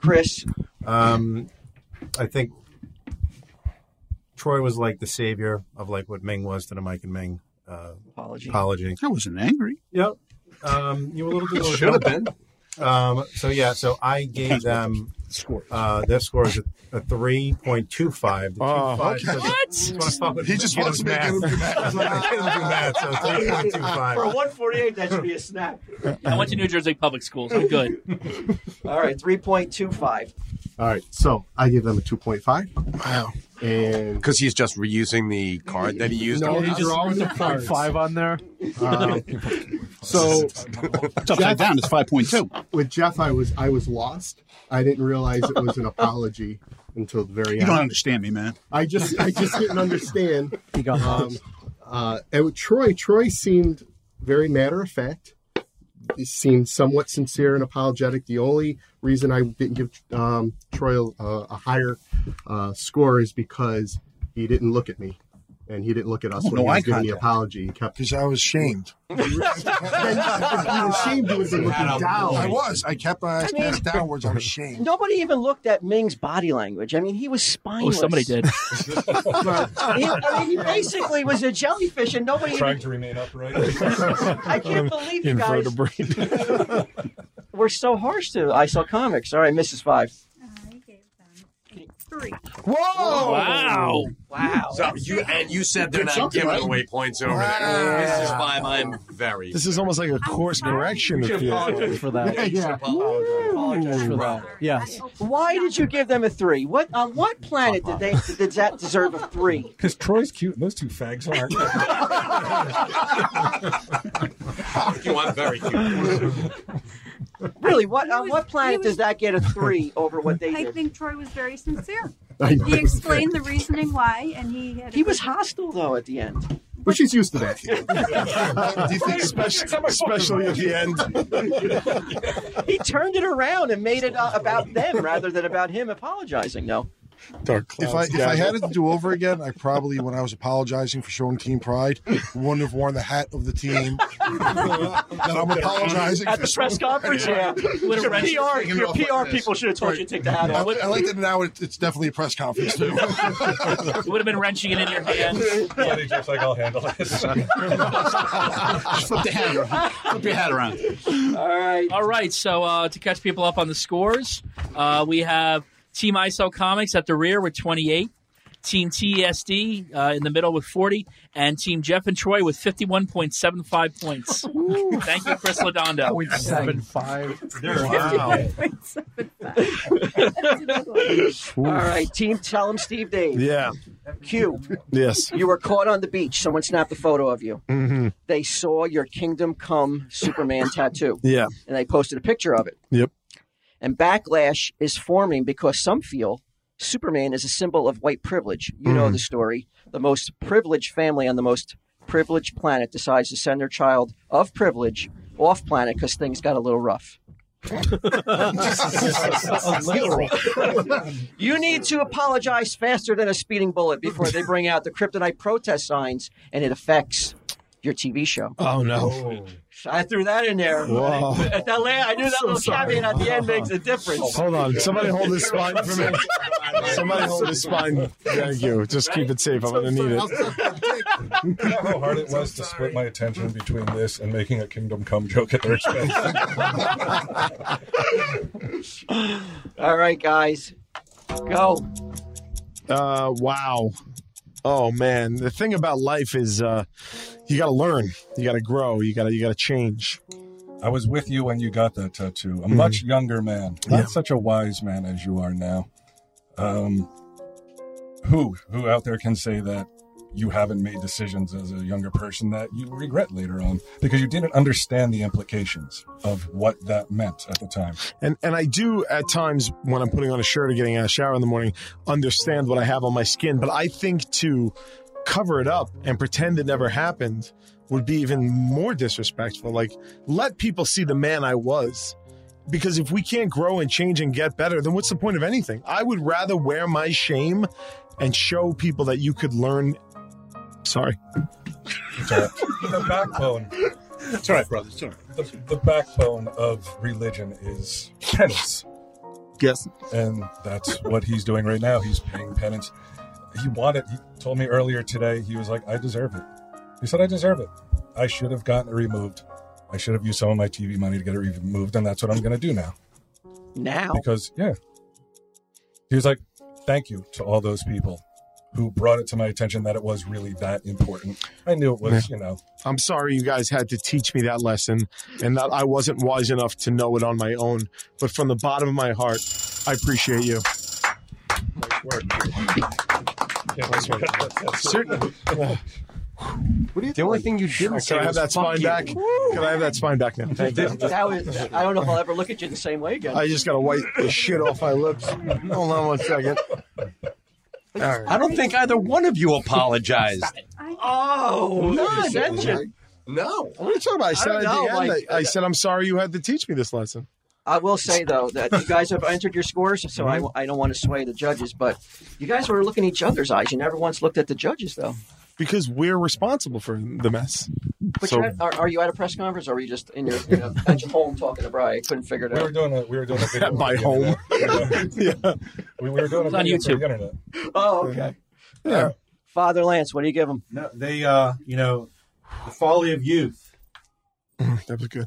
Speaker 7: Chris.
Speaker 5: Um, I think Troy was like the savior of like what Ming was to the Mike and Ming uh,
Speaker 7: apology.
Speaker 5: apology.
Speaker 1: I wasn't angry.
Speaker 5: Yep. Um, you were a little bit.
Speaker 1: Should have been.
Speaker 5: Um, so yeah, so I gave them
Speaker 1: score.
Speaker 5: Uh, their score is a, a three point two five.
Speaker 8: Oh, okay.
Speaker 6: What?
Speaker 8: He just wants me to get him to
Speaker 6: For a
Speaker 7: 148, that should be a snap.
Speaker 6: I went to New Jersey public schools. I'm good.
Speaker 7: All right, 3.25.
Speaker 11: All right, so I give them a two point five. Wow. And
Speaker 3: Because he's just reusing the card that he used.
Speaker 11: No,
Speaker 3: on
Speaker 11: he
Speaker 3: us.
Speaker 11: just-
Speaker 2: Always a point five on there.
Speaker 11: Um, so
Speaker 1: It's upside down. It's five point two.
Speaker 11: with Jeff, I was I was lost. I didn't realize it was an apology until the very
Speaker 1: You
Speaker 11: end.
Speaker 1: don't understand me, man.
Speaker 11: I just I just didn't understand.
Speaker 2: He got
Speaker 11: um, uh, and with Troy Troy seemed very matter of fact. He seemed somewhat sincere and apologetic. The only reason I didn't give um, Troy a, a higher uh, score is because he didn't look at me. And he didn't look at us
Speaker 9: Oh,
Speaker 11: when
Speaker 9: no
Speaker 11: he was
Speaker 9: eye
Speaker 11: giving the
Speaker 9: contact.
Speaker 11: apology. He kept.
Speaker 9: Because I was shamed.
Speaker 11: Then if you were ashamed, you would have been looking down.
Speaker 9: I was. I kept my eyes
Speaker 7: I mean-
Speaker 9: cast downwards. I was shamed.
Speaker 7: Nobody even looked at Ming's body language. I mean, he was spineless.
Speaker 4: But-
Speaker 7: He- I mean, he basically was a jellyfish, and nobody.
Speaker 4: Trying
Speaker 7: Even,
Speaker 4: to remain upright. Um,
Speaker 7: I can't believe you guys were so harsh to I saw comics. All right, Mrs. Five.
Speaker 12: Three.
Speaker 11: Whoa!
Speaker 6: Wow.
Speaker 7: Wow.
Speaker 3: So you and you said they're
Speaker 8: Did
Speaker 3: not
Speaker 8: something,
Speaker 3: giving
Speaker 8: right?
Speaker 3: away points over
Speaker 8: Wow.
Speaker 3: there. This is five. I'm very.
Speaker 8: This is almost like a course correction.
Speaker 2: We should
Speaker 8: if you-
Speaker 2: apologize for that.
Speaker 8: Yeah, yeah.
Speaker 2: For that. Yes.
Speaker 7: Why did you give them a three? What on what planet did they did that deserve a three?
Speaker 4: Because Troy's cute and those two fags aren't.
Speaker 3: you, I'm very cute.
Speaker 7: Really, what on
Speaker 12: was-
Speaker 7: what
Speaker 12: he
Speaker 7: planet
Speaker 12: was-
Speaker 7: does that get a three over what they
Speaker 12: I
Speaker 7: did?
Speaker 12: think Troy was very sincere.
Speaker 11: I know.
Speaker 12: He explained the reasoning why, and he had. a
Speaker 7: He was
Speaker 12: good-
Speaker 7: hostile though at the end.
Speaker 11: But she's used to that.
Speaker 8: Do you think especially, especially at the end?
Speaker 7: He turned it around and made it uh, about them rather than about him apologizing. No,
Speaker 8: Dark
Speaker 9: If I if I had it to do over again, I probably, when I was apologizing for showing team pride, wouldn't have worn the hat of the team that I'm apologizing
Speaker 7: at
Speaker 9: for.
Speaker 7: the press conference, yeah.
Speaker 6: Would
Speaker 7: Your
Speaker 6: have wrenched-
Speaker 7: PR, your
Speaker 9: off like
Speaker 7: PR
Speaker 9: this.
Speaker 7: people should have told you to take the hat
Speaker 9: I,
Speaker 7: off.
Speaker 9: I like that now. It, it's definitely a press conference too.
Speaker 6: It would have been wrenching it in your hand.
Speaker 4: Funny, just like I'll handle this.
Speaker 1: Just flip the hat around. Flip your hat around.
Speaker 7: All right.
Speaker 6: All right, so uh, to catch people up on the scores, uh, we have Team ISO Comics at the rear with 28, Team TESD uh, in the middle with 40, and Team Jeff and Troy with 51.75 points. Thank you, Chris Lodondo.
Speaker 2: Point seven five.
Speaker 5: Wow.
Speaker 7: All right, team. Tell him, Steve Dave.
Speaker 8: Yeah.
Speaker 7: Q.
Speaker 8: Yes.
Speaker 7: You were caught on the beach. Someone snapped a photo of you.
Speaker 8: hmm
Speaker 7: They saw your Kingdom Come Superman tattoo,
Speaker 8: Yeah.
Speaker 7: and they posted a picture of it.
Speaker 8: Yep.
Speaker 7: And backlash is forming because some feel Superman is a symbol of white privilege. You know the story. The most privileged family on the most privileged planet decides to send their child of privilege off planet because things got a little rough. You need to apologize faster than a speeding bullet before they bring out the kryptonite protest signs and it affects your TV show.
Speaker 8: Oh no.
Speaker 7: I threw that in there.
Speaker 8: Whoa.
Speaker 7: At that la- I knew that little caveat at the end makes a difference.
Speaker 8: Hold on. Somebody hold this spine for me. Somebody hold this spine. Thank you. Just keep it safe. I'm gonna need it.
Speaker 4: You know how hard it was to split my attention between this and making a Kingdom Come joke at their expense.
Speaker 7: All right, guys. Go.
Speaker 8: Uh, wow. Oh man, the thing about life is uh, you got to learn, you got to grow, you got to you got to change.
Speaker 4: I was with you when you got that tattoo. A much younger man, not such a wise man as you are now. Um, who who out there can say that you haven't made decisions as a younger person that you regret later on because you didn't understand the implications of what that meant at the time?
Speaker 8: And and I do at times when I'm putting on a shirt or getting out of the shower in the morning, understand what I have on my skin. But I think to cover it up and pretend it never happened would be even more disrespectful. Like let people see the man I was. Because if we can't grow and change and get better, then what's the point of anything? I would rather wear my shame and show people that you could learn. Sorry.
Speaker 4: So the backbone,
Speaker 1: It's all right, brother. It's all right.
Speaker 4: the, the backbone of religion is penance.
Speaker 8: Yes.
Speaker 4: and that's what he's doing right now. He's paying penance. he wanted. He told me earlier today. He was like, "I deserve it." He said, "I deserve it. I should have gotten it removed. I should have used some of my TV money to get it removed, and that's what I'm going to do now."
Speaker 7: Now,
Speaker 4: because yeah, he was like, "Thank you to all those people who brought it to my attention that it was really that important." I knew it was,
Speaker 8: Yeah.
Speaker 4: you know.
Speaker 8: I'm sorry you guys had to teach me that lesson and that I wasn't wise enough to know it on my own. But from the bottom of my heart, I appreciate you. Certain-
Speaker 3: the only thing you
Speaker 8: Can
Speaker 3: didn't say
Speaker 8: I have
Speaker 3: was
Speaker 8: that
Speaker 3: fuck
Speaker 8: spine
Speaker 3: you.
Speaker 8: back? Can I have that spine back now? Thank you.
Speaker 7: Now is- I don't know if I'll ever look at you the same way again.
Speaker 8: I just got to wipe the shit off my lips. Hold on one second.
Speaker 3: I don't think either one of you apologized.
Speaker 7: Oh,
Speaker 8: No,
Speaker 7: look at
Speaker 8: I
Speaker 7: that
Speaker 8: didn't.
Speaker 7: shit.
Speaker 3: No.
Speaker 8: What are you talking about? I said
Speaker 7: I
Speaker 8: I
Speaker 7: don't know,
Speaker 8: at the end,
Speaker 7: like-
Speaker 8: I, I said, I'm sorry you had to teach me this lesson.
Speaker 7: I will say though that you guys have entered your scores, so
Speaker 4: Mm-hmm.
Speaker 7: I, I don't want to sway the judges, but you guys were looking at each other's eyes. You never once looked at the judges though.
Speaker 8: Because we're responsible for the mess.
Speaker 7: But
Speaker 8: So-
Speaker 7: you're at- are, are you at a press conference, or are you just in your you know, at your home talking to Brian? I couldn't figure it
Speaker 4: We were
Speaker 7: out.
Speaker 4: doing a we were doing a video
Speaker 8: By
Speaker 4: for the
Speaker 8: home.
Speaker 4: internet. we, we were doing a
Speaker 6: It's on
Speaker 4: video for
Speaker 6: YouTube.
Speaker 4: the internet.
Speaker 7: Oh, okay.
Speaker 8: Yeah.
Speaker 7: Father Lance, what do you give him?
Speaker 10: No, they, uh, you know, the folly of youth,
Speaker 8: That was good.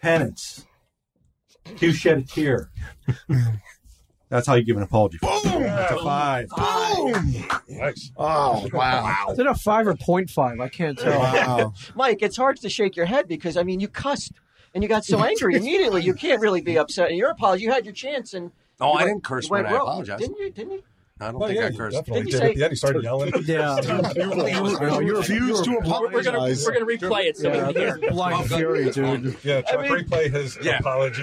Speaker 10: penance, two shed a tear. That's how you give an apology. That's a five.
Speaker 4: Nice.
Speaker 8: Oh, wow.
Speaker 2: Is it a five or point five? I can't tell.
Speaker 8: Wow.
Speaker 7: Mike, it's hard to shake your head because I mean you cussed and you got so angry immediately. You can't really be upset. And your apology, you had your chance, and you
Speaker 3: No, Oh, I
Speaker 7: went-
Speaker 3: didn't curse
Speaker 7: you went
Speaker 3: when I
Speaker 7: rogue.
Speaker 3: apologized.
Speaker 7: Didn't you? Didn't you?
Speaker 3: I don't
Speaker 4: Well,
Speaker 3: think
Speaker 4: yeah,
Speaker 3: I
Speaker 4: you
Speaker 3: cursed.
Speaker 4: definitely
Speaker 7: Did
Speaker 4: did.
Speaker 7: you
Speaker 4: At
Speaker 7: say-
Speaker 4: the end, he started yelling.
Speaker 2: Yeah.
Speaker 8: You refuse to
Speaker 6: We're gonna
Speaker 8: apologize.
Speaker 6: we're gonna replay it so we
Speaker 2: Yeah,
Speaker 6: can hear.
Speaker 2: that's blind fury, dude.
Speaker 4: Yeah, Chuck, replay his
Speaker 3: Yeah.
Speaker 4: apology.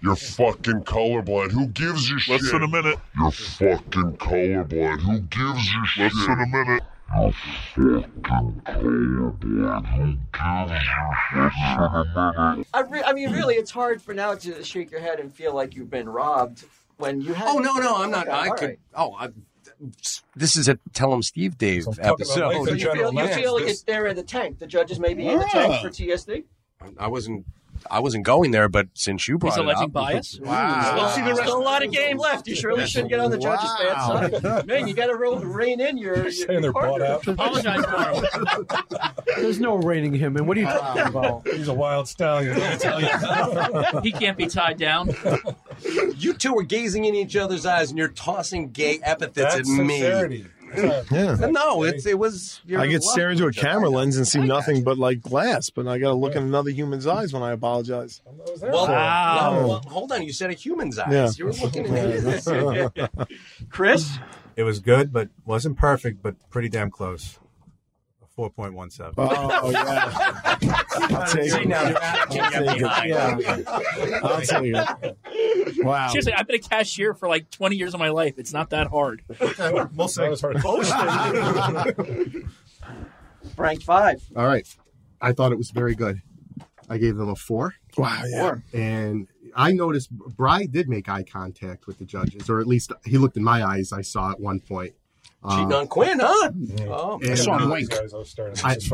Speaker 13: You're fucking colorblind. Who gives you shit?
Speaker 14: Less than a minute.
Speaker 13: You're fucking colorblind. Who gives you shit? Less than a minute. You're fucking colorblind. Who gives you shit? Less than a minute.
Speaker 7: I, re- I mean, really, it's hard for now to shake your head and feel like you've been robbed when you had.
Speaker 3: Oh no, no, I'm not.
Speaker 7: Okay,
Speaker 3: I
Speaker 7: all
Speaker 3: could.
Speaker 7: right.
Speaker 3: Oh, I, this is a tell him Steve Dave
Speaker 4: So I'm talking about
Speaker 3: episode.
Speaker 4: Lakes
Speaker 7: So
Speaker 4: in
Speaker 7: you feel,
Speaker 4: general.
Speaker 7: you
Speaker 4: Lance,
Speaker 7: feel like
Speaker 4: this-
Speaker 7: it's there in the tank. The judges may be in the tank for TSD.
Speaker 3: I wasn't. I wasn't going there, but since you brought
Speaker 6: He's
Speaker 3: it
Speaker 6: alleging
Speaker 3: up,
Speaker 6: bias.
Speaker 3: wow.
Speaker 7: Still a lot of game left. You surely shouldn't get on the judges' bad side. Man, you got to rein in your, your,
Speaker 4: saying they're bought
Speaker 7: partner.
Speaker 4: out.
Speaker 6: Apologize for him.
Speaker 2: There's no reining him in. What are you talking about?
Speaker 4: He's a wild stallion.
Speaker 6: He can't be tied down.
Speaker 3: You two are gazing in each other's eyes, and you're tossing gay epithets
Speaker 4: That's
Speaker 3: at me.
Speaker 4: sincerity.
Speaker 8: Yeah.
Speaker 3: No, it's, it was.
Speaker 8: I
Speaker 3: you're
Speaker 8: could stare into a
Speaker 3: lucky.
Speaker 8: camera lens and see
Speaker 3: I got
Speaker 8: nothing but like glass, but I got to look in another human's eyes when I apologize.
Speaker 3: Well,
Speaker 6: Wow.
Speaker 3: well, well, hold on. You said a human's eyes.
Speaker 8: Yeah.
Speaker 3: You were looking at
Speaker 7: Chris,
Speaker 5: It was good, but wasn't perfect, but pretty damn close. Four point one seven.
Speaker 8: Oh, yeah. I'll take
Speaker 3: Right
Speaker 8: it.
Speaker 3: now, you're
Speaker 8: I'll
Speaker 3: acting
Speaker 8: take it.
Speaker 3: behind.
Speaker 8: Yeah. I'll take it. Wow.
Speaker 6: Seriously, I've been a cashier for like 20 years of my life. It's not that hard.
Speaker 4: Most that was hard.
Speaker 7: rank five.
Speaker 11: All right. I thought it was very good. I gave them a four.
Speaker 8: Wow. Yeah.
Speaker 7: Four.
Speaker 11: And I noticed Bry did make eye contact with the judges, or at least he looked in my eyes. I saw at one point. Um,
Speaker 3: Cheating on Quinn, huh? Oh,
Speaker 11: and,
Speaker 1: saw him
Speaker 11: uh,
Speaker 1: wink.
Speaker 4: Guys, I was staring at
Speaker 11: I-
Speaker 4: this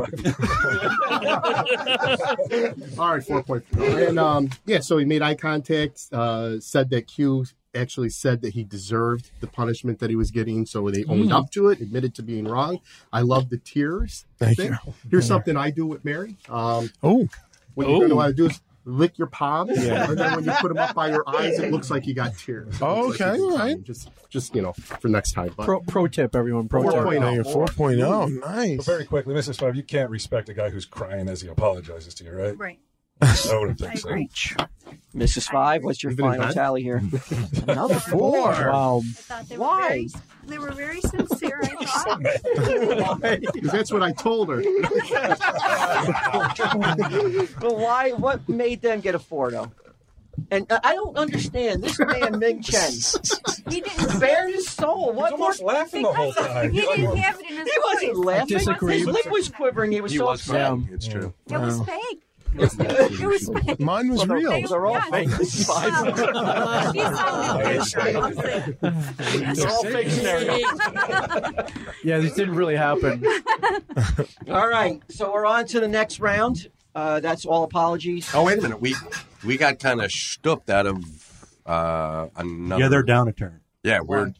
Speaker 4: fucking-
Speaker 11: all right, four point four. And um, yeah, so he made eye contact. Uh, said that Q actually said that he deserved the punishment that he was getting, so
Speaker 8: Mm.
Speaker 11: they owned up to it, admitted to being wrong. I love the tears.
Speaker 8: Thank
Speaker 11: thing. Here's something I do with Mary. Um,
Speaker 8: Oh,
Speaker 11: what you're going to want to do is lick your palms, and then when you put them up by your eyes, it looks like you got tears. It
Speaker 8: Oh,
Speaker 11: looks like
Speaker 8: okay,
Speaker 11: you got
Speaker 8: all right.
Speaker 11: tears. Just, just you know, for next time. But
Speaker 2: Pro, pro tip, everyone. Pro tip.
Speaker 3: oh.
Speaker 11: 4.0.
Speaker 8: Dang,
Speaker 2: oh.
Speaker 8: 4.0. Nice.
Speaker 4: oh Very quickly, Mrs. Five, you can't respect a guy who's crying as he apologizes to you, right?
Speaker 12: Right.
Speaker 4: I wouldn't
Speaker 12: I
Speaker 4: think so.
Speaker 12: agree.
Speaker 7: Mrs. Five, what's your
Speaker 11: Even in
Speaker 7: final
Speaker 11: time?
Speaker 7: tally here? Another
Speaker 8: Four.
Speaker 2: Wow.
Speaker 12: I thought they
Speaker 7: Why?
Speaker 12: Were very, they were very sincere. I thought.
Speaker 11: because that's what I told her.
Speaker 7: But why? What made them get a four though? And I- I don't understand this man Ming Chen.
Speaker 12: He didn't.
Speaker 7: Bare his soul. What?
Speaker 4: He's almost
Speaker 7: more-
Speaker 4: laughing the whole time.
Speaker 12: He
Speaker 4: He's like,
Speaker 12: didn't have it in his
Speaker 7: He wasn't
Speaker 12: voice.
Speaker 7: laughing.
Speaker 2: disagree.
Speaker 7: His lip was quivering. He was
Speaker 3: He
Speaker 7: so
Speaker 3: was
Speaker 7: upset.
Speaker 3: crying. It's true.
Speaker 12: It was fake. It was fake.
Speaker 8: Mine was
Speaker 7: Well,
Speaker 8: real.
Speaker 7: those are all fake. This is fine.
Speaker 12: Um, she sounded fake. I'll say it.
Speaker 7: They're all fake scenarios.
Speaker 2: Yeah, this didn't really happen.
Speaker 7: All right, so we're on to the next round. Uh, that's all apologies.
Speaker 3: Oh, wait a minute. We we got kind of stooped out of uh, another.
Speaker 10: Yeah, they're down a turn.
Speaker 3: Yeah, we're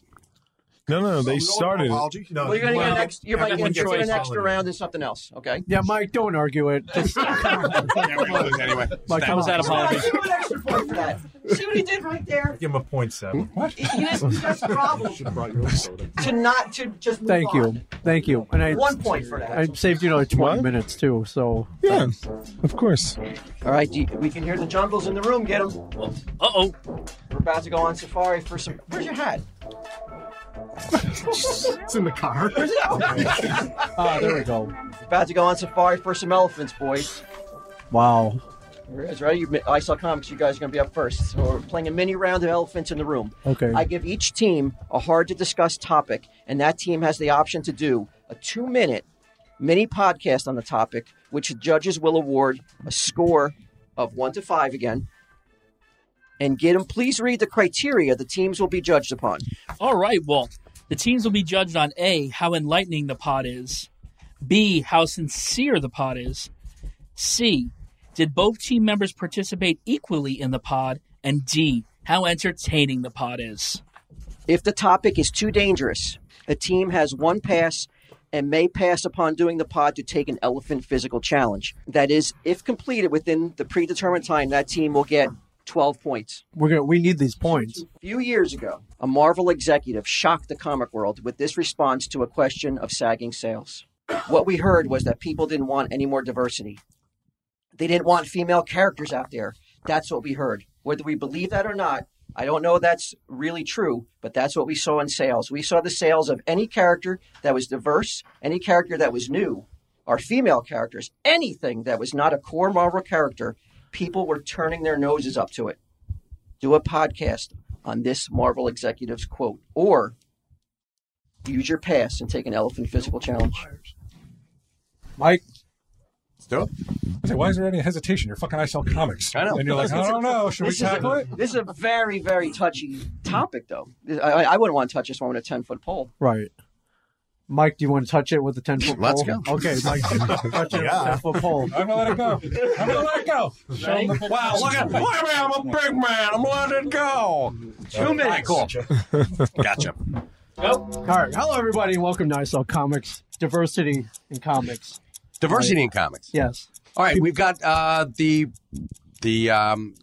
Speaker 8: No, no, no. They
Speaker 9: So we all
Speaker 8: started.
Speaker 9: apology?
Speaker 8: it.
Speaker 9: No,
Speaker 7: Well, you're gonna
Speaker 9: well,
Speaker 7: get next. You're gonna
Speaker 9: everyone
Speaker 7: get
Speaker 9: choice
Speaker 7: an extra
Speaker 9: holiday.
Speaker 7: round and something else. Okay.
Speaker 2: Yeah, Mike, don't argue it. Just,
Speaker 3: anyway.
Speaker 7: Oh,
Speaker 2: Mike,
Speaker 3: That
Speaker 2: come
Speaker 3: was
Speaker 2: on.
Speaker 3: out of
Speaker 7: I give him an extra point for that. See what he did right there?
Speaker 5: Give him a point seven.
Speaker 7: What? That's a problem. to not to just move
Speaker 2: Thank
Speaker 7: on.
Speaker 2: you, thank you. And I
Speaker 7: One point for that.
Speaker 2: I saved you another twenty minutes too. So
Speaker 8: yeah, of course.
Speaker 7: All right, we can hear the jungles in the room. Get them. Uh
Speaker 6: oh.
Speaker 7: We're about to go on safari for some. Where's your hat?
Speaker 11: it's in the car.
Speaker 7: Where's it? Ah,
Speaker 2: there we go.
Speaker 7: About to go on safari for some elephants, boys.
Speaker 2: Wow.
Speaker 7: There is, right? You, I saw comics. You guys are going to be up first. So we're playing a mini round of elephants in the room.
Speaker 2: Okay.
Speaker 7: I give each team a hard to discuss topic, and that team has the option to do a two minute mini podcast on the topic, which judges will award a score of one to five again. And get them. Please read the criteria the teams will be judged upon.
Speaker 6: All right, Walt. The teams will be judged on A, how enlightening the pod is, B, how sincere the pod is, C, did both team members participate equally in the pod, and D, how entertaining the pod is.
Speaker 7: If the topic is too dangerous, a team has one pass and may pass upon doing the pod to take an elephant physical challenge. That is, if completed within the predetermined time, that team will get 12 points.
Speaker 2: we're gonna we need these points.
Speaker 7: A few years ago, a Marvel executive shocked the comic world with this response to a question of sagging sales. What we heard was that people didn't want any more diversity. They didn't want female characters out there. That's what we heard. Whether we believe that or not, I don't know that's really true, but that's what we saw in sales. We saw the sales of any character that was diverse, any character that was new, our female characters, anything that was not a core Marvel character, people were turning their noses up to it do a podcast on this Marvel executive's quote, or use your pass and take an elephant physical challenge.
Speaker 2: Mike,
Speaker 3: Let's
Speaker 4: I say, why is there any hesitation? You're fucking. I sell comics.
Speaker 7: I know.
Speaker 4: And you're like, I don't know. Should we
Speaker 7: This is a-
Speaker 4: tackle it?
Speaker 7: This is a very, very touchy topic, though. I, I I wouldn't want to touch this one with a ten foot pole.
Speaker 2: Right. Mike, do you want to touch it with a 10 foot pole?
Speaker 7: Let's go.
Speaker 2: Okay, Mike, touch it with a 10 foot pole.
Speaker 4: I'm gonna let it go. I'm gonna let it go. Show him the-
Speaker 3: Wow, look at look at me. I'm a big man. I'm letting it go.
Speaker 2: Two
Speaker 3: All right, cool. Gotcha.
Speaker 2: All right. Hello, everybody, and welcome to ISO Comics Diversity in Comics.
Speaker 3: Diversity in comics.
Speaker 2: Yes.
Speaker 3: All right, we've got uh, the the um,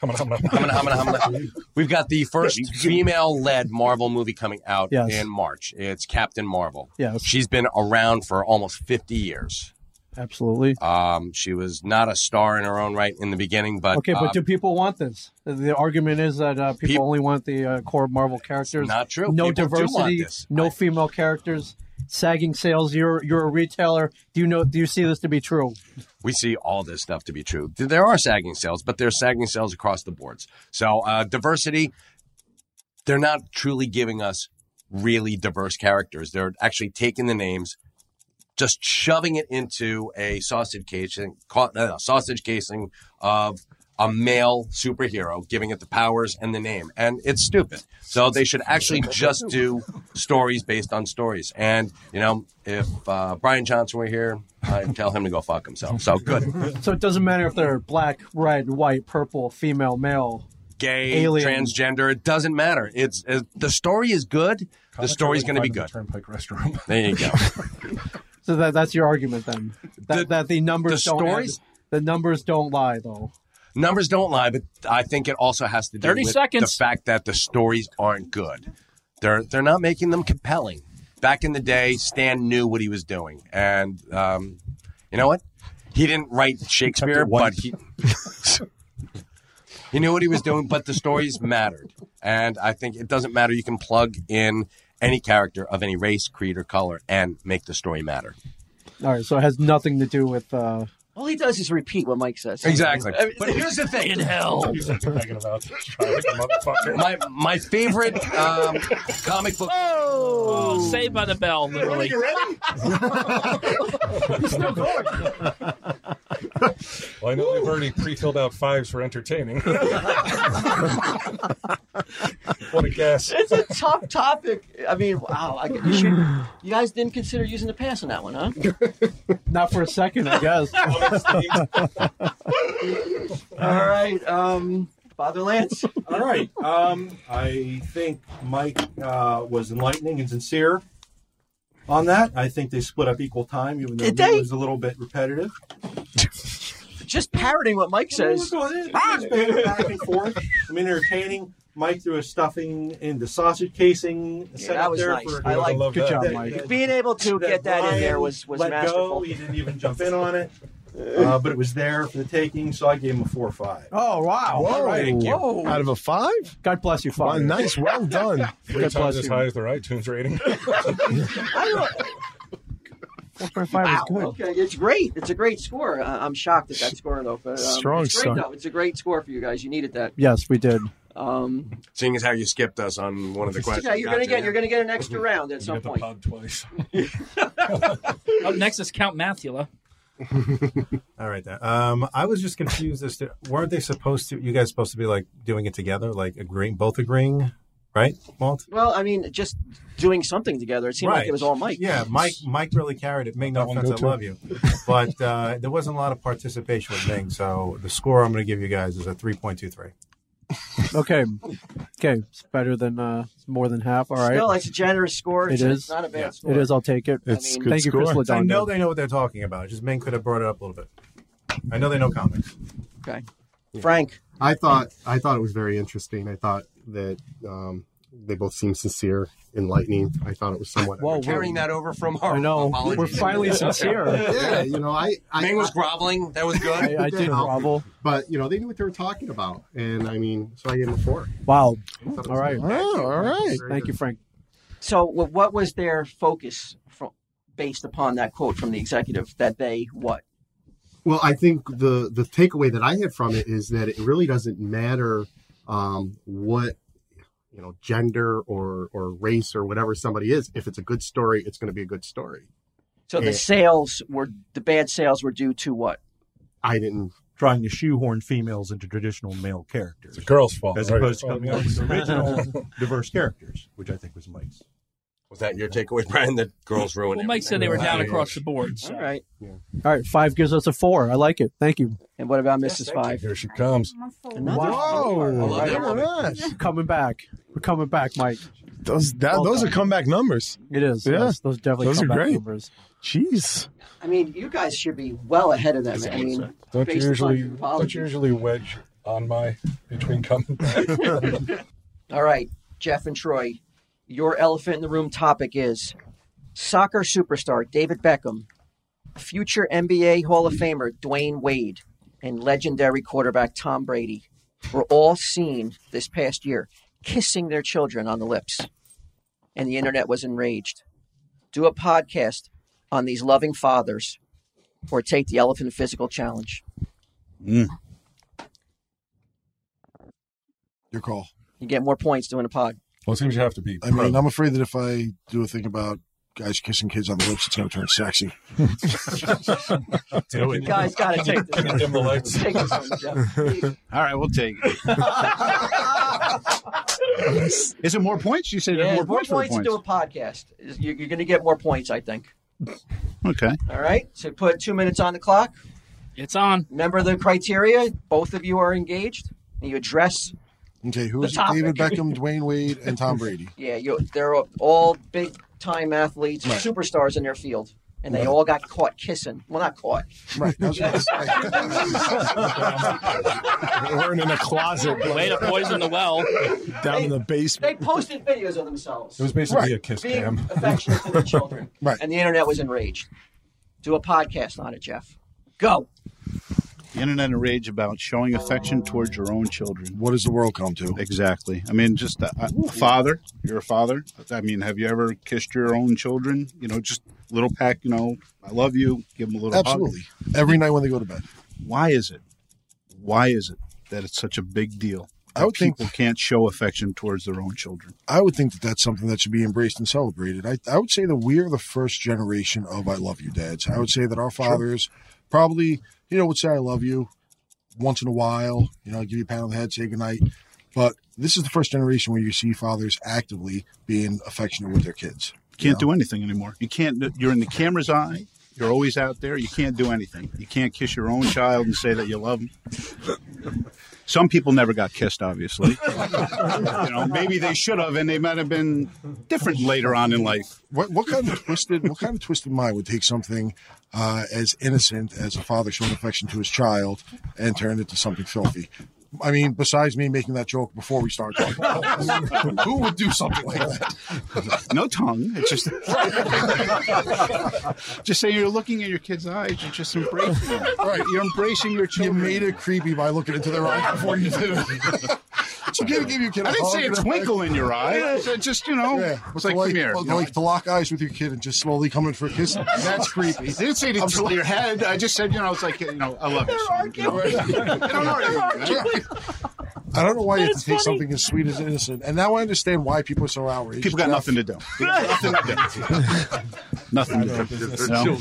Speaker 3: Humana, humana, humana. we've got the first female-led Marvel movie coming out
Speaker 2: Yes.
Speaker 3: in March. It's Captain Marvel.
Speaker 2: Yes.
Speaker 3: she's been around for almost fifty years.
Speaker 2: Absolutely.
Speaker 3: Um, she was not a star in her own right in the beginning, but
Speaker 2: Okay,
Speaker 3: uh,
Speaker 2: but do people want this? The argument is that uh, people only want the uh, core Marvel characters.
Speaker 3: Not true.
Speaker 2: No
Speaker 3: People do want
Speaker 2: diversity.
Speaker 3: this.
Speaker 2: No female characters. Sagging sales. You're you're a retailer. Do you know? Do you see this to be true?
Speaker 3: we see all this stuff to be true. There are sagging sales, but there's sagging sales across the boards. So uh, diversity, they're not truly giving us really diverse characters. They're actually taking the names, just shoving it into a sausage casing, ca- uh, sausage casing of a male superhero, giving it the powers and the name, and it's stupid. So they should actually just do stories based on stories. And you know, if uh, Brian Johnson were here, I'd tell him to go fuck himself. So good.
Speaker 2: So it doesn't matter if they're black, red, white, purple, female, male.
Speaker 3: gay,
Speaker 2: Alien.
Speaker 3: transgender. It doesn't matter. It's uh, the story is good. the story's going to be good.
Speaker 4: Turnpike restroom.
Speaker 3: There you go.
Speaker 2: So that that's your argument then. That the, that the numbers
Speaker 3: the
Speaker 2: don't
Speaker 3: stories-
Speaker 2: the numbers don't lie though.
Speaker 3: Numbers don't lie, but I think it also has to do
Speaker 2: 30
Speaker 3: with the
Speaker 2: seconds.
Speaker 3: fact that the stories aren't good. They're they're not making them compelling. Back in the day, Stan knew what he was doing, and um, you know what? He didn't write Shakespeare, but he he knew what he was doing. But the stories mattered, and I think it doesn't matter. You can plug in any character of any race, creed, or color, and make the story matter.
Speaker 2: All right, so it has nothing to do with. Uh,
Speaker 7: All he does is repeat what Mike says.
Speaker 3: Exactly.
Speaker 7: I mean,
Speaker 3: But here's the thing.
Speaker 7: In hell.
Speaker 3: my my favorite um, comic book. Um,
Speaker 6: Oh, saved by the bell, literally.
Speaker 4: still going. well, I know they've already pre-filled out fives for entertaining. what a guess.
Speaker 7: It's a tough topic. I mean, wow. I, you, should, you guys didn't consider using the pass on that one, huh?
Speaker 2: not for a second, I guess.
Speaker 7: All right. Um, Father Lance.
Speaker 10: All right. Um, I think Mike uh, was enlightening and sincere on that. I think they split up equal time, even though
Speaker 7: Did
Speaker 10: it
Speaker 7: they?
Speaker 10: was a little bit repetitive.
Speaker 7: Just parroting what Mike says. Ah!
Speaker 10: back and forth. I'm entertaining. Mike threw a stuffing in the sausage casing.
Speaker 7: Yeah,
Speaker 10: set
Speaker 7: that
Speaker 10: up
Speaker 7: was
Speaker 10: there
Speaker 7: nice.
Speaker 10: for-
Speaker 7: I like
Speaker 10: love that. That- that-
Speaker 7: Being able to get that in there
Speaker 10: Ryan
Speaker 7: was was
Speaker 10: let go.
Speaker 7: masterful.
Speaker 10: He didn't even jump in on it, uh, but it was there for the taking. So I gave him a four or five.
Speaker 2: Oh wow!
Speaker 10: Whoa.
Speaker 2: All right.
Speaker 10: Thank you. Whoa.
Speaker 8: Out of a five?
Speaker 2: God bless you,
Speaker 8: Wow,
Speaker 2: Father.
Speaker 8: nice. Well done.
Speaker 4: Three
Speaker 8: God
Speaker 4: times
Speaker 8: bless
Speaker 4: as
Speaker 8: you.
Speaker 4: high as the iTunes rating.
Speaker 7: Wow. Okay, it's great. It's a great score. I- I'm shocked at that score though. But, um,
Speaker 2: Strong
Speaker 7: it's great,
Speaker 2: start.
Speaker 7: though. It's a great score for you guys. You needed that.
Speaker 2: Yes, we did.
Speaker 7: Um,
Speaker 3: Seeing as how you skipped us on one of the questions.
Speaker 7: yeah, you're gonna
Speaker 3: Gotcha.
Speaker 7: get you're gonna get an extra round at some point.
Speaker 4: twice.
Speaker 6: Up next is Count Mathula.
Speaker 5: All right, then. Um, I was just confused as to weren't they supposed to? You guys supposed to be like doing it together, like agreeing, both agreeing, right? Walt.
Speaker 7: Well, I mean, just doing something together. It seemed like it was all Mike.
Speaker 5: Yeah, Mike. Mike really carried it. Ming, no
Speaker 7: one
Speaker 5: offense, I
Speaker 7: go too.
Speaker 5: love you, but uh, there wasn't a lot of participation with Ming. So the score I'm going to give you guys is a three point two three.
Speaker 2: Okay. Okay. It's better than uh, it's more than half. All right.
Speaker 7: Still, it's a generous score.
Speaker 2: It
Speaker 7: It's-
Speaker 2: is.
Speaker 7: it's not a bad
Speaker 2: Yeah.
Speaker 7: score.
Speaker 2: It is. I'll take it. Thank you, Chris
Speaker 5: I
Speaker 2: Ladondo.
Speaker 5: know they know what they're talking about. Just Ming could have brought it up a little bit. I know they know comics.
Speaker 7: Okay. Frank.
Speaker 11: I thought I thought it was very interesting. I thought that um, they both seemed sincere, enlightening. I thought it was somewhat.
Speaker 3: Well,
Speaker 11: entertaining.
Speaker 3: carrying that over from our.
Speaker 11: I know.
Speaker 3: apologies.
Speaker 11: We're finally sincere. Yeah, you know, I- I-
Speaker 3: Ming was groveling. That was good.
Speaker 11: You know, but you know they knew what they were talking about, and I mean, so I gave them a four.
Speaker 2: Wow.
Speaker 11: All right.
Speaker 8: Oh, all right.
Speaker 2: Thank you, Frank.
Speaker 7: So, wh- what was their focus from, based upon that quote from the executive that they what?
Speaker 11: Well, I think the the takeaway that I had from it is that it really doesn't matter um, what you know gender or or race or whatever somebody is. If it's a good story, it's going to be a good story.
Speaker 7: So
Speaker 11: Yeah.
Speaker 7: the sales were the bad sales were due to what?
Speaker 11: I didn't
Speaker 14: trying to shoehorn females into traditional male characters. It's a
Speaker 4: girl's fault,
Speaker 14: as
Speaker 4: right?
Speaker 14: opposed to coming up with
Speaker 4: Oh, yeah.
Speaker 14: original diverse characters, which I think was Mike's.
Speaker 3: Was that your takeaway, Brian? That girls ruined
Speaker 6: Well, Mike said they were down
Speaker 3: everything.
Speaker 6: across the board. So.
Speaker 7: All right.
Speaker 2: All right. Five gives us a four. I like it. Thank you.
Speaker 7: And what about
Speaker 2: Mrs.
Speaker 7: Five?
Speaker 4: Here she comes.
Speaker 2: Another
Speaker 8: Whoa.
Speaker 2: four.
Speaker 8: Look at that.
Speaker 2: Coming back. We're coming back, Mike.
Speaker 8: Those that,
Speaker 2: Well
Speaker 8: those
Speaker 2: done.
Speaker 8: are comeback numbers.
Speaker 2: It is.
Speaker 8: Yeah.
Speaker 2: Yes, those definitely
Speaker 8: Those are
Speaker 2: comeback
Speaker 8: great.
Speaker 2: numbers.
Speaker 8: Jeez.
Speaker 7: I mean, you guys should be well ahead of them. I mean,
Speaker 4: Don't you
Speaker 7: based upon
Speaker 4: usually
Speaker 7: your
Speaker 4: don't
Speaker 7: apology.
Speaker 4: you usually wedge on my between coming back?
Speaker 7: All right, Jeff and Troy, your elephant in the room topic is soccer superstar David Beckham, future NBA Hall of Famer Dwayne Wade, and legendary quarterback Tom Brady were all seen this past year kissing their children on the lips. And the internet was enraged. Do a podcast on these loving fathers or take the elephant physical challenge.
Speaker 9: Your call.
Speaker 7: You get more points doing a pod.
Speaker 4: Well, it seems you have to be.
Speaker 9: I mean, I'm afraid that if I do a thing about guys kissing kids on the lips, it's going to turn sexy.
Speaker 4: Do it.
Speaker 7: Guys, gotta take this.
Speaker 4: Give him the legs.
Speaker 7: Take this one, Jeff.
Speaker 1: All right, we'll take it. Is it more points? You said
Speaker 7: Yeah,
Speaker 1: more,
Speaker 7: more,
Speaker 1: points. for the
Speaker 7: points, to do a podcast. Is- You're, you're going to get more points, I think.
Speaker 1: Okay.
Speaker 7: All right. So put two minutes on the clock.
Speaker 6: It's on.
Speaker 7: Remember the criteria. Both of you are engaged. And you address.
Speaker 9: Okay,
Speaker 7: The
Speaker 9: who's
Speaker 7: topic.
Speaker 9: David Beckham, Dwayne Wade, and Tom Brady?
Speaker 7: Yeah, you, they're all big time athletes,
Speaker 9: Right.
Speaker 7: superstars in their field, and they
Speaker 9: Right.
Speaker 7: all got caught kissing. Well, not caught.
Speaker 9: Right. That's what I was-
Speaker 8: We're in a closet.
Speaker 6: Way to poison the well.
Speaker 8: Down in the basement.
Speaker 7: They posted videos of themselves.
Speaker 8: It was basically a kiss
Speaker 7: being
Speaker 8: cam.
Speaker 7: affectionate to their children.
Speaker 8: Right.
Speaker 7: And the internet was enraged. Do a podcast on it, Jeff. Go.
Speaker 1: The internet and rage about showing affection towards your own children. What
Speaker 9: does the world come to?
Speaker 1: Exactly. I mean, just a, a father. You're a father. I mean, have you ever kissed your own children? You know, just little pack. You know, I love you. Give them a little. hug.
Speaker 9: Absolutely. Every night when they go to bed.
Speaker 1: Why is it? Why is it that it's such a big deal?
Speaker 9: I would
Speaker 1: that
Speaker 9: think-
Speaker 1: people can't show affection towards their own children.
Speaker 9: I would think that that's something that should be embraced and celebrated. I, I would say that we're the first generation of I love you dads. I would say that our fathers probably, you know, would say I love you once in a while, you know, give you a pat on the head, say goodnight. But this is the first generation where you see fathers actively being affectionate with their kids.
Speaker 1: Can't do anything anymore. You can't. You're in the camera's eye. You're always out there. You can't do anything. You can't kiss your own child and say that you love them. Some people never got kissed, obviously. you know, maybe they should have, and they might have been different later on in life.
Speaker 9: What, what kind of twisted what kind of twisted mind would take something uh, as innocent as a father showing affection to his child and turn it to something filthy? I mean, besides me making that joke before we start talking, who- who would do something like that?
Speaker 1: No tongue. It's just just say you're looking at your kid's eyes. You're just embracing them. Right. You're embracing your children.
Speaker 9: You made it creepy by looking into their eyes before you did it. So give, give your kid. a
Speaker 1: I didn't
Speaker 9: hug
Speaker 1: say a
Speaker 9: and
Speaker 1: twinkle
Speaker 9: hug.
Speaker 1: in your eye. I said just, you know, it's
Speaker 9: but
Speaker 1: like,
Speaker 9: to
Speaker 1: come here.
Speaker 9: but Like to lock eyes with your kid and just slowly come in for a kiss.
Speaker 1: That's creepy. I didn't say to
Speaker 9: I'm
Speaker 1: tilt
Speaker 9: sorry.
Speaker 1: your head. I just said, you know, it's like, you know, I love you. son, you. know. They don't argue, right?
Speaker 9: I don't know why you have to take something as sweet as innocent. And now I understand why people are so outraged.
Speaker 1: People got nothing to do. Nothing. to do. No.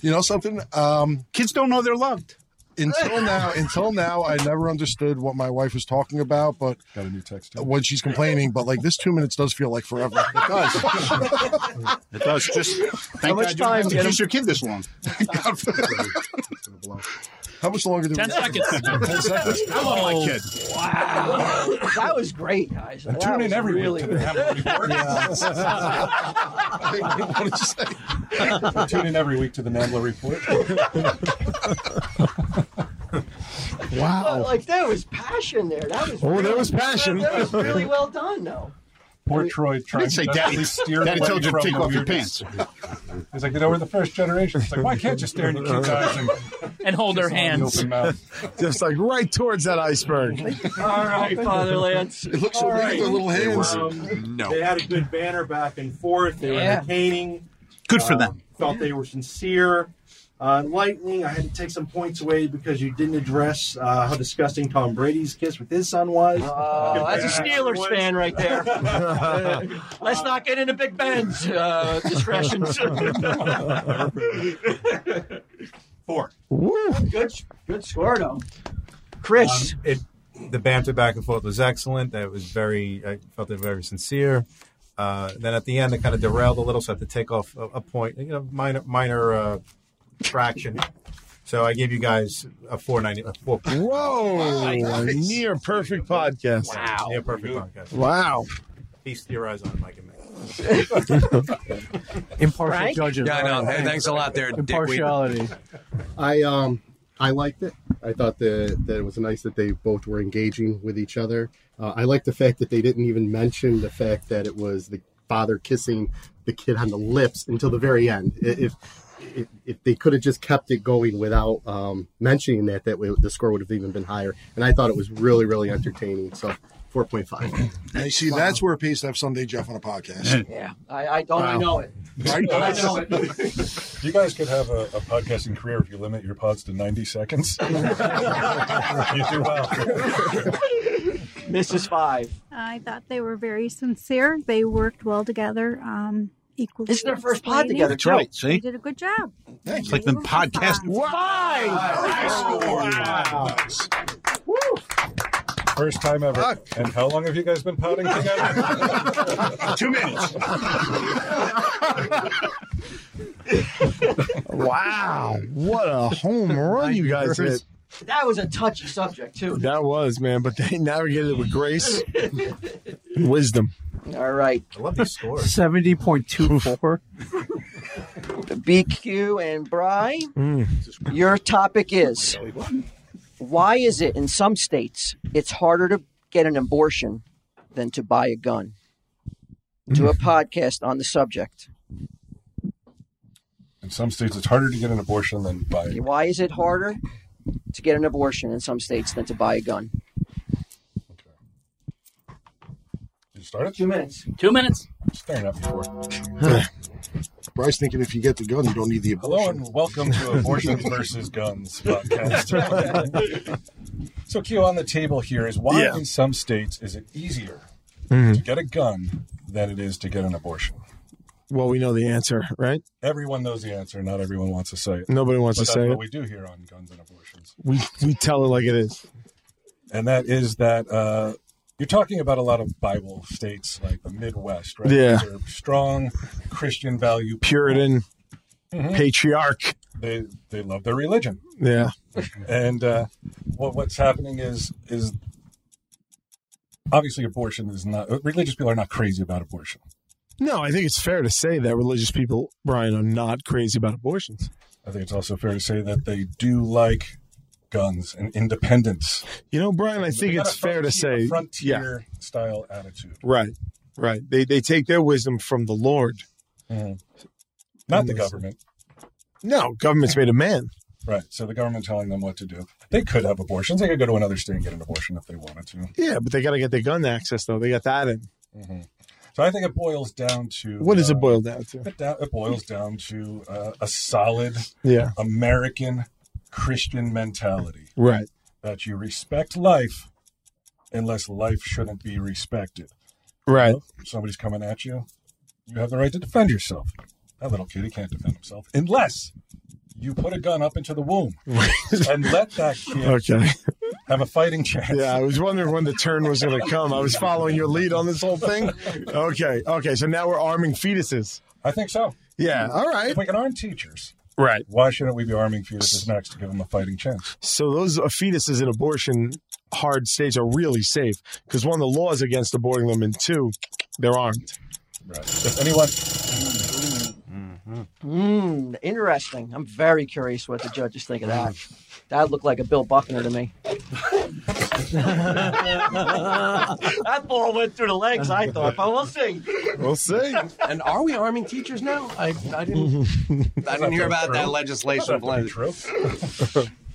Speaker 9: You know something? Um,
Speaker 1: Kids don't know they're loved.
Speaker 9: Until now, until now, I never understood what my wife was talking about, but
Speaker 4: Got a new text.
Speaker 9: when she's complaining, but like this two minutes does feel like forever. It does.
Speaker 1: It does. Just thank God you don't
Speaker 9: much time,
Speaker 1: have to
Speaker 9: Jim?
Speaker 1: kiss your kid this long.
Speaker 9: How much longer do
Speaker 7: Ten
Speaker 9: we have?
Speaker 7: seconds.
Speaker 9: Ten seconds.
Speaker 1: I love my kid.
Speaker 7: Wow. that was great, guys.
Speaker 4: And
Speaker 7: That
Speaker 4: tune in
Speaker 7: was
Speaker 4: every week
Speaker 7: really
Speaker 4: to the Hamlet Report. Tune in every week to the Nambla Report.
Speaker 7: Well, like there was passion there. That was.
Speaker 4: Oh, there
Speaker 7: really-
Speaker 4: was passion.
Speaker 7: That, was really well done, though.
Speaker 4: Poor Troy trying
Speaker 1: say
Speaker 4: to
Speaker 1: daddy-
Speaker 4: definitely steer
Speaker 1: daddy
Speaker 4: away
Speaker 1: told you to
Speaker 4: from
Speaker 1: take
Speaker 4: the
Speaker 1: off your
Speaker 4: weirdness. He's like, you know, we're the first generation. It's like, why can't you stare in your kids' eyes and
Speaker 6: and hold their
Speaker 4: kiss on the
Speaker 6: hands.
Speaker 4: Open mouth.
Speaker 8: Just like right towards that iceberg.
Speaker 7: All right, Father Lance.
Speaker 9: It looks so
Speaker 10: All
Speaker 9: big,
Speaker 10: right.
Speaker 9: their little hands.
Speaker 10: Um,
Speaker 3: No.
Speaker 10: They had a good banner back and forth. They were
Speaker 7: Yeah.
Speaker 10: entertaining.
Speaker 1: Good for
Speaker 10: Uh,
Speaker 1: them.
Speaker 10: Felt they were sincere. Uh, lightning, I had to take some points away because you didn't address uh, how disgusting Tom Brady's kiss with his son was.
Speaker 7: Oh, that's a Steelers fan right there. Uh, let's not get into Big Ben's uh, discretions.
Speaker 10: Four.
Speaker 7: Good, good score, though. Chris.
Speaker 5: Um, it, the banter back and forth was excellent. That was very, I felt it very sincere. Uh, then at the end, it kind of derailed a little, so I had to take off a, a point, you know, minor, minor uh, fraction. So I gave you guys a four ninety, a four
Speaker 8: Whoa! a Near perfect podcast.
Speaker 5: wow, near perfect podcast.
Speaker 8: Wow.
Speaker 5: Feast your eyes on it, Mike and Mick.
Speaker 2: Impartial
Speaker 7: Frank?
Speaker 2: judges.
Speaker 3: Yeah, no,
Speaker 2: Alright.
Speaker 3: thanks a lot there, Dickweed.
Speaker 2: Impartiality.
Speaker 11: I um I liked it. I thought that that it was nice that they both were engaging with each other. Uh, I liked the fact that they didn't even mention the fact that it was the father kissing the kid on the lips until the very end. I- If if, if they could have just kept it going without um, mentioning that, that way the score would have even been higher. And I thought it was really really entertaining. So four point five.
Speaker 9: Now, you see, that's where it pays to have someday Jeff on a podcast.
Speaker 7: Yeah, I, I don't I
Speaker 11: Wow.
Speaker 7: know it. I know it.
Speaker 4: You guys could have a, a podcasting career if you limit your pods to 90 seconds. you do well.
Speaker 7: Mrs. Five.
Speaker 12: I thought they were very sincere. They worked well together. Um, equally.
Speaker 7: This is their first pod
Speaker 12: explaining.
Speaker 7: together,
Speaker 1: That's right, see?
Speaker 12: They did a good job.
Speaker 1: It's like the podcast.
Speaker 4: First time ever. And how long have you guys been potting together?
Speaker 1: Two minutes.
Speaker 8: Wow. What a home run you guys hit.
Speaker 7: That was a touchy subject, too.
Speaker 8: That was, man, but they navigated it with grace and wisdom.
Speaker 7: All right.
Speaker 5: I love these scores.
Speaker 2: Seventy point two four.
Speaker 7: BQ and Bry, your topic is
Speaker 5: Oh
Speaker 7: why is it in some states it's harder to get an abortion than to buy a gun? Do
Speaker 4: Mm.
Speaker 7: a podcast on the subject.
Speaker 4: In some states, it's harder to get an abortion than by.
Speaker 7: Why is it harder to get an abortion in some states than to buy a gun?
Speaker 4: You started?
Speaker 7: Two minutes.
Speaker 6: Two minutes.
Speaker 4: Staring at me for.
Speaker 9: Bryce thinking if you get the gun, you don't need the
Speaker 4: Hello
Speaker 9: abortion.
Speaker 4: and welcome to Abortion versus Guns podcast. so, Q, on the table here is why
Speaker 8: Yeah. Hmm.
Speaker 4: in some states is it easier to get a gun than it is to get an abortion?
Speaker 8: Well, we know the answer, right?
Speaker 4: Everyone knows the answer. Not everyone wants to say it.
Speaker 8: Nobody wants to
Speaker 4: But that's
Speaker 8: say
Speaker 4: what
Speaker 8: it.
Speaker 4: we do here on Guns and Abortions.
Speaker 8: We we tell it like it is.
Speaker 4: And that is that uh, you're talking about a lot of Bible states like the Midwest, right?
Speaker 8: Yeah.
Speaker 4: These are strong Christian value. Mm-hmm.
Speaker 8: Puritan, patriarch.
Speaker 4: They they love their religion.
Speaker 8: Yeah.
Speaker 4: and uh, what what's happening is is obviously abortion is not religious people are not crazy about abortion.
Speaker 8: No, I think it's fair to say that religious people, Brian, are not crazy about abortions.
Speaker 4: I think it's also fair to say that they do like guns and independence.
Speaker 8: You know, Brian, I
Speaker 4: They
Speaker 8: think
Speaker 4: got
Speaker 8: it's
Speaker 4: a
Speaker 8: fair to
Speaker 4: frontier-
Speaker 8: say,
Speaker 4: a frontier style attitude.
Speaker 8: right, right. They they take their wisdom from the Lord,
Speaker 4: Mm. Not the government.
Speaker 8: No, Oh, government's made a man.
Speaker 4: Right. So the government telling them what to do. They could have abortions. They could go to another state and get an abortion if they wanted to.
Speaker 8: Yeah, but they got to get their gun access though. They got that in.
Speaker 4: Mhm. So I think it boils down to uh,
Speaker 8: What does it boil down to?
Speaker 4: It, down, it boils down to uh, a solid
Speaker 8: Yeah.
Speaker 4: American Christian mentality
Speaker 8: Right.
Speaker 4: that you respect life unless life shouldn't be respected.
Speaker 8: Right.
Speaker 4: If somebody's coming at you, you have the right to defend yourself. That little kitty can't defend himself unless you put a gun up into the womb and let that kid
Speaker 8: Okay.
Speaker 4: have a fighting chance.
Speaker 8: Yeah, I was wondering when the turn was going to come. I was following your lead on this whole thing. Okay. Okay. So now we're arming fetuses.
Speaker 4: I think so.
Speaker 8: Yeah. All right.
Speaker 4: If we can arm teachers,
Speaker 8: Right.
Speaker 4: why shouldn't we be arming fetuses next to give them a fighting chance?
Speaker 8: So those uh, fetuses in abortion hard states are really safe because one, the law is against aborting them, and two, they're armed.
Speaker 4: Right. If anyone,
Speaker 7: Mm, interesting. I'm very curious what the judges think of that. That looked like a Bill Buckner to me. that ball went through the legs, I thought, but we'll see.
Speaker 8: We'll see.
Speaker 3: And are we arming teachers now? I, I didn't I didn't hear about that legislation.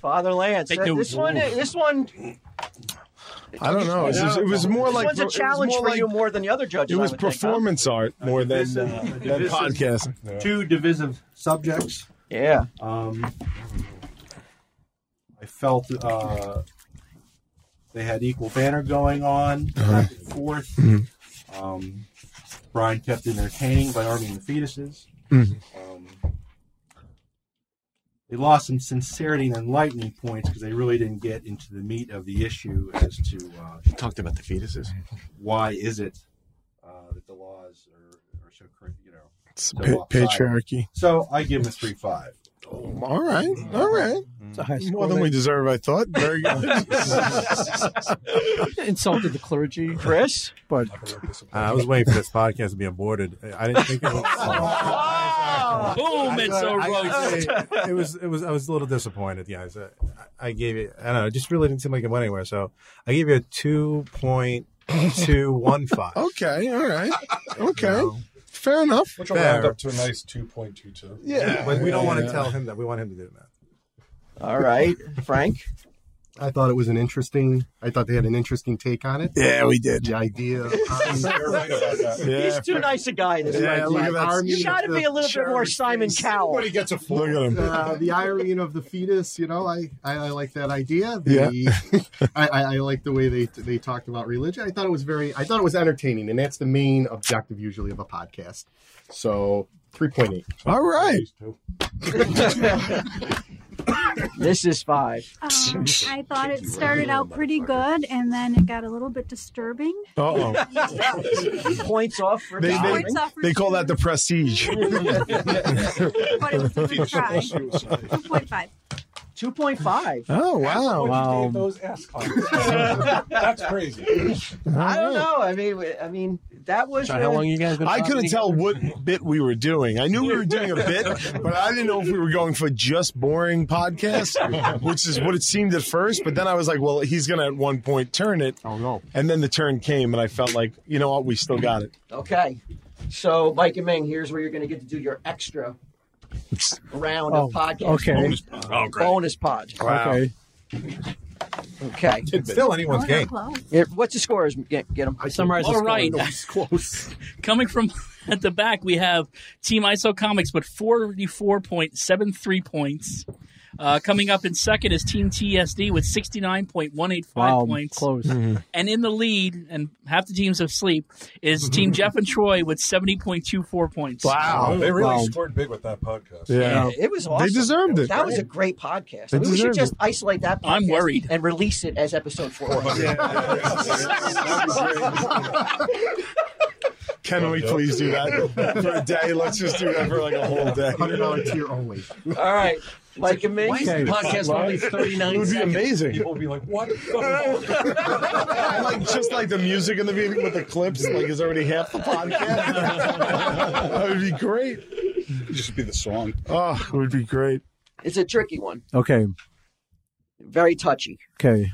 Speaker 7: Father Lance,
Speaker 3: Take
Speaker 7: uh,
Speaker 3: the-
Speaker 7: this one, this one,
Speaker 8: I don't know. It was, it was more
Speaker 7: this
Speaker 8: like
Speaker 7: one's
Speaker 8: it
Speaker 7: a
Speaker 8: was
Speaker 7: challenge
Speaker 8: more
Speaker 7: for
Speaker 8: like-
Speaker 7: you more than the other judges.
Speaker 8: It was
Speaker 7: I would think, huh?
Speaker 8: performance art more than
Speaker 10: This,
Speaker 8: than
Speaker 10: uh, this is
Speaker 8: podcasting.
Speaker 10: Two divisive subjects.
Speaker 7: Yeah.
Speaker 10: Um, I felt uh, they had equal banner going on
Speaker 3: Uh-huh.
Speaker 10: back and forth.
Speaker 8: Mhm.
Speaker 3: Mm-hmm.
Speaker 10: Um, Brian kept entertaining by arming the fetuses.
Speaker 8: Mhm.
Speaker 3: Mm-hmm.
Speaker 10: Um, they lost some sincerity and enlightening points because they really didn't get into the meat of the issue as to uh,
Speaker 3: talked about the fetuses.
Speaker 10: why is it uh, that the laws are, are so cra- you know
Speaker 8: It's
Speaker 10: so
Speaker 8: pa-
Speaker 10: lopsided.
Speaker 8: patriarchy.
Speaker 10: So I give him a three five.
Speaker 8: Oh, All right, all right. More than we deserve, I thought. Very good.
Speaker 2: Insulted the clergy,
Speaker 7: Chris.
Speaker 2: But
Speaker 5: I was waiting for this podcast to be aborted. I didn't think it was.
Speaker 6: Boom! It's a
Speaker 5: I-
Speaker 6: roast.
Speaker 5: it was it was I was a little disappointed, guys. I, I gave it I don't know, it just really didn't seem like it went anywhere. So I gave you a two point two one five.
Speaker 8: okay, all right, okay. Fair enough.
Speaker 4: which will round
Speaker 5: Fair.
Speaker 4: up to a nice 2.22.
Speaker 8: Yeah,
Speaker 5: But we don't want to tell him that. We want him to do that.
Speaker 7: All right, Frank.
Speaker 11: I thought it was an interesting. I thought they had an interesting take on it.
Speaker 8: Yeah, we did.
Speaker 11: The idea. Of,
Speaker 4: You're right about that.
Speaker 7: He's too nice a guy. This
Speaker 8: Yeah,
Speaker 7: Frank
Speaker 8: look
Speaker 7: Black.
Speaker 8: at that.
Speaker 7: You got to be a little bit more Simon Cowell.
Speaker 1: Everybody gets a four.
Speaker 8: Look at him.
Speaker 11: uh, the irony of the fetus, you know, I, I, I like that idea. The, I, I, I like the way they they talked about religion. I thought it was very, I thought it was entertaining, and that's the main objective usually of a podcast. So three point eight.
Speaker 8: All right.
Speaker 7: This is five.
Speaker 12: Um, I thought it started out pretty good, and then it got a little bit disturbing.
Speaker 8: Uh oh.
Speaker 7: Points off for
Speaker 8: They, they,
Speaker 12: Points off for
Speaker 8: they call that the prestige.
Speaker 12: But it was a good try. Two point five.
Speaker 7: two point five.
Speaker 8: Oh wow.
Speaker 4: Wow. Those ass claps. That's crazy.
Speaker 7: I don't know. I mean, I mean, that was.
Speaker 3: John, how
Speaker 7: uh,
Speaker 3: long you guys been?
Speaker 8: I couldn't
Speaker 3: talking?
Speaker 8: tell what bit we were doing. I knew we were doing a bit, but I didn't know if we were going for just boring podcasts, which is what it seemed at first. But then I was like, well, he's going to at one point turn it.
Speaker 11: Oh no.
Speaker 8: And then the turn came, and I felt like, you know what? We still got it.
Speaker 7: Okay. So, Mike and Ming, here's where you're going to get to do your extra round
Speaker 2: Oh,
Speaker 7: of podcast.
Speaker 2: okay. Bonus
Speaker 3: Oh, great.
Speaker 7: Bonus pod.
Speaker 2: okay.
Speaker 7: Okay.
Speaker 5: It's still anyone's
Speaker 12: Oh, they're
Speaker 5: game.
Speaker 12: close.
Speaker 7: Yeah, what's the scores? Get, get 'em.
Speaker 2: I summarize the
Speaker 6: All
Speaker 2: score.
Speaker 6: right.
Speaker 11: close.
Speaker 6: Coming from at the back, we have Team ISO Comics with 44.73 points. Uh, coming up in second is Team TSD with 69.185
Speaker 2: Wow,
Speaker 6: points.
Speaker 2: close.
Speaker 14: Mm-hmm.
Speaker 6: And in the lead, and half the teams have sleep,
Speaker 14: Mm-hmm.
Speaker 6: is Team Jeff and Troy with 70.24 points.
Speaker 8: Wow.
Speaker 4: They really
Speaker 2: Wow.
Speaker 4: scored big with that podcast.
Speaker 8: Yeah.
Speaker 7: It was awesome.
Speaker 8: They deserved it.
Speaker 7: That was a great podcast.
Speaker 8: They
Speaker 7: we should
Speaker 8: deserved
Speaker 7: just
Speaker 8: it.
Speaker 7: isolate that podcast
Speaker 6: I'm worried.
Speaker 7: and release it as episode four.
Speaker 8: Can we please do that for a day? Let's just do that for like a whole day.
Speaker 11: $100 tier only.
Speaker 7: All right. Like a
Speaker 3: Why is the podcast only 39
Speaker 8: It would be
Speaker 3: seconds?
Speaker 8: amazing.
Speaker 3: People would be like, what?
Speaker 8: I like just like the music in the beginning with the clips, like is already half the podcast. that would be great.
Speaker 1: Just be the song.
Speaker 8: Oh, it would be great.
Speaker 7: It's a tricky one.
Speaker 2: Okay.
Speaker 7: Very touchy.
Speaker 2: Okay.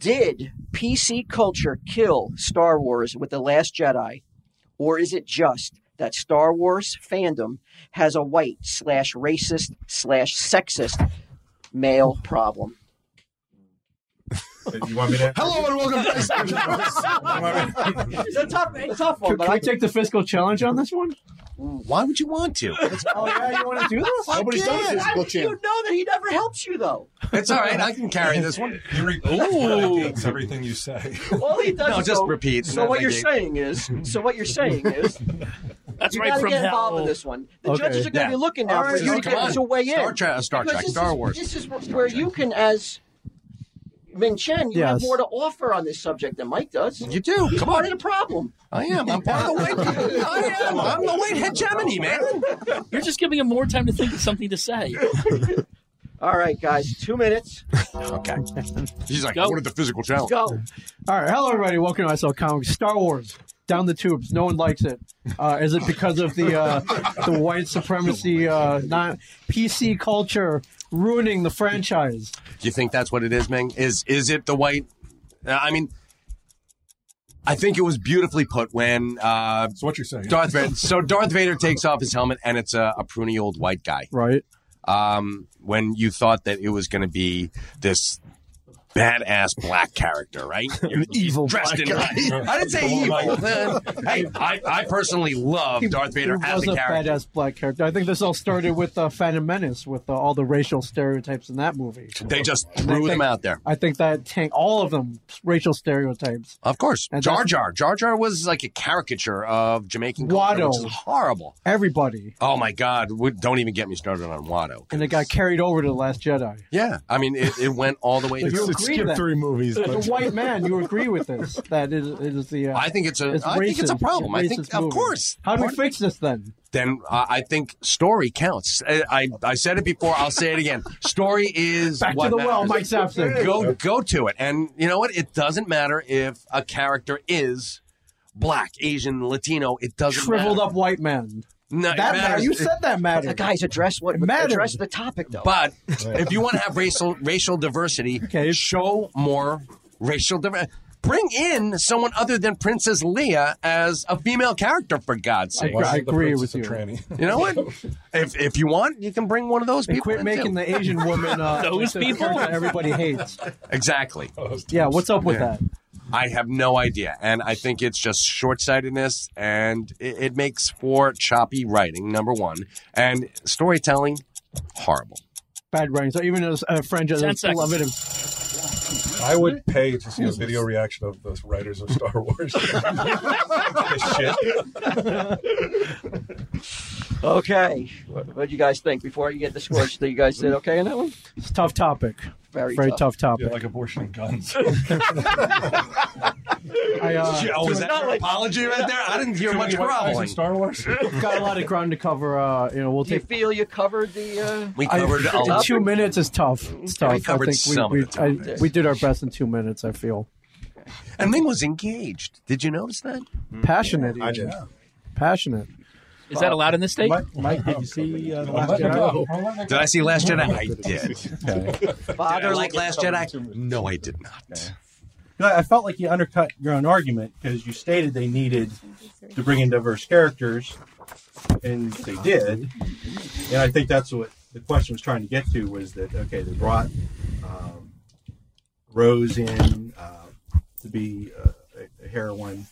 Speaker 7: Did PC culture kill Star Wars with The Last Jedi? Or is it just that Star Wars fandom has a white slash racist slash sexist male problem?
Speaker 5: You want me to?
Speaker 8: Hello and welcome to
Speaker 7: it's a tough, it's a tough one,
Speaker 2: Can,
Speaker 7: Oh, but
Speaker 2: can
Speaker 7: I
Speaker 2: we take the fiscal challenge on this one?
Speaker 3: Why would you want to?
Speaker 2: oh yeah, you want to do this?
Speaker 1: Nobody's done this.
Speaker 7: How
Speaker 1: Well,
Speaker 7: did you
Speaker 1: Chan.
Speaker 7: know that he never helps you though?
Speaker 3: It's all right. I can carry this one.
Speaker 4: You repeat everything you say.
Speaker 7: All he does
Speaker 3: No,
Speaker 7: is
Speaker 3: just
Speaker 7: go,
Speaker 3: repeat.
Speaker 7: So what you're saying is, so what you're saying is,
Speaker 6: That's
Speaker 7: you
Speaker 6: right
Speaker 7: gotta
Speaker 6: from
Speaker 7: get involved
Speaker 6: hell.
Speaker 7: in this one. The
Speaker 2: Okay.
Speaker 7: judges are going to
Speaker 3: Yeah.
Speaker 7: be looking now
Speaker 3: All
Speaker 7: for
Speaker 3: right,
Speaker 7: you to
Speaker 3: come
Speaker 7: get
Speaker 3: on.
Speaker 7: to weigh in.
Speaker 3: Star Trek- Star
Speaker 7: Because
Speaker 3: Trek,
Speaker 7: this
Speaker 3: Star
Speaker 7: is-
Speaker 3: Wars.
Speaker 7: This is wh- where you can, as Ming Chen, you have
Speaker 2: Yes.
Speaker 7: more to offer on this subject than Mike does.
Speaker 3: You do.
Speaker 7: He's
Speaker 3: Come
Speaker 7: part
Speaker 3: on.
Speaker 7: of the problem.
Speaker 3: I am. I'm part of the white. I am. I'm the white hegemony, man.
Speaker 6: You're just giving him more time to think of something to say.
Speaker 7: All right, guys, two minutes.
Speaker 3: Okay. He's like,
Speaker 6: Go.
Speaker 3: what are the physical challenge?
Speaker 7: Go.
Speaker 2: All right, hello everybody. Welcome to ISL Comics. Star Wars down the tubes. No one likes it. Uh, is it because of the uh, the white supremacy, uh, not PC culture ruining the franchise?
Speaker 3: Do you think that's what it is, Ming? Is is it the white? Uh, I mean, I think it was beautifully put when uh,
Speaker 4: That's what you're saying.
Speaker 3: Darth Vader. So Darth Vader takes off his helmet, and it's a, a pruny old white guy.
Speaker 2: Right.
Speaker 3: Um, when you thought that it was going to be this badass black character, right? You're
Speaker 8: evil
Speaker 3: dressed in black. I didn't say evil. hey, I, I personally love Darth Vader
Speaker 2: He
Speaker 3: as
Speaker 2: was
Speaker 3: a
Speaker 2: a
Speaker 3: character.
Speaker 2: badass black character. I think this all started with uh, Phantom Menace, with uh, all the racial stereotypes in that movie.
Speaker 3: They just
Speaker 2: I
Speaker 3: threw them
Speaker 2: think-
Speaker 3: out there.
Speaker 2: I think that tank all of them racial stereotypes.
Speaker 3: Of course,
Speaker 2: And
Speaker 3: Jar
Speaker 2: that's-
Speaker 3: Jar. Jar Jar was like a caricature of Jamaican culture,
Speaker 2: Watto.
Speaker 3: which is horrible.
Speaker 2: Everybody,
Speaker 3: Oh my God! we- Don't even get me started on Watto.
Speaker 2: and it got carried over to the Last Jedi.
Speaker 3: Yeah, I mean, it, it went all the way.
Speaker 2: But
Speaker 8: It's,
Speaker 2: you
Speaker 3: to
Speaker 8: it
Speaker 2: agree
Speaker 8: skipped
Speaker 2: that-
Speaker 8: three movies.
Speaker 2: As
Speaker 8: But
Speaker 2: a white man, you agree with this? That it, it is the. Uh,
Speaker 3: I think it's a. I
Speaker 2: it's
Speaker 3: think it's a
Speaker 2: racist.
Speaker 3: problem. I
Speaker 2: It's
Speaker 3: think,
Speaker 2: racist
Speaker 3: of
Speaker 2: movie.
Speaker 3: course.
Speaker 2: How do we
Speaker 3: Part-
Speaker 2: fix this then?
Speaker 3: then uh, I think story counts. I, I I said it before. I'll say it again. Story is
Speaker 2: Back to
Speaker 3: what
Speaker 2: the well,
Speaker 3: matters.
Speaker 2: Mike's absent.
Speaker 3: Go go to it, and you know what? It doesn't matter if a character is black, Asian, Latino. It doesn't
Speaker 2: Shriveled
Speaker 3: matter.
Speaker 2: up white man.
Speaker 3: No, it
Speaker 2: That matter.
Speaker 3: matters.
Speaker 2: You said that matter.
Speaker 7: The guys address what
Speaker 2: Matters.
Speaker 7: address the topic though.
Speaker 3: But if you want to have racial racial diversity,
Speaker 2: Okay.
Speaker 3: show more racial diversity. Bring in someone other than Princess Leia as a female character, for God's
Speaker 2: I,
Speaker 3: sake.
Speaker 2: I agree with you.
Speaker 3: You know what? If if you want, you can bring one of those
Speaker 2: They
Speaker 3: people.
Speaker 2: quit
Speaker 3: in,
Speaker 2: making
Speaker 3: too.
Speaker 2: the Asian woman uh,
Speaker 6: Those
Speaker 2: like the
Speaker 6: people?
Speaker 2: character everybody hates.
Speaker 3: exactly.
Speaker 2: Yeah, what's up with
Speaker 3: Yeah.
Speaker 2: that?
Speaker 3: I have no idea, and I think it's just short sightedness, and it, it makes for choppy writing. Number one, and storytelling horrible.
Speaker 2: Bad writing. So even as a friend,
Speaker 6: Ten
Speaker 2: that's
Speaker 6: seconds.
Speaker 2: beloved.
Speaker 4: I would pay to see a video reaction of those writers of Star Wars. This shit.
Speaker 7: okay, what what do you guys think before you get the score? Do you guys did okay on that one?
Speaker 2: It's a tough topic.
Speaker 7: Very
Speaker 2: Very
Speaker 7: tough.
Speaker 2: tough, topic.
Speaker 4: Yeah, like abortion and guns.
Speaker 2: I uh,
Speaker 3: oh, was that your apology right there? I didn't hear much
Speaker 4: White guys in
Speaker 3: groveling.
Speaker 4: Star Wars.
Speaker 2: got a lot of ground to cover. Uh, you know, we'll
Speaker 7: Do you
Speaker 2: take.
Speaker 7: feel you covered the? Uh,
Speaker 3: We
Speaker 2: I-
Speaker 3: covered a
Speaker 2: in
Speaker 3: lot.
Speaker 2: two minutes is tough. It's tough.
Speaker 3: covered
Speaker 2: I think
Speaker 3: some
Speaker 2: we,
Speaker 3: of the
Speaker 2: we, I,
Speaker 7: topics.
Speaker 2: we did our best in two minutes. I feel
Speaker 3: And Ming was engaged. Did you notice that?
Speaker 2: passionate.
Speaker 5: Mm. I
Speaker 2: even.
Speaker 5: did.
Speaker 2: Passionate.
Speaker 6: Is that allowed in this state?
Speaker 14: Mike, Mike, did you see uh, the last
Speaker 4: Let me
Speaker 14: Jedi?
Speaker 4: go. I'll let it
Speaker 3: Did I see Last Jedi? I did. Did I
Speaker 7: father
Speaker 3: like Last Jedi? No, I did not.
Speaker 10: I I felt like you undercut your own argument because you stated they needed to bring in diverse characters, and they did. And I think that's what the question was trying to get to was that okay, they brought um, Rose in uh, to be uh, a, a heroine.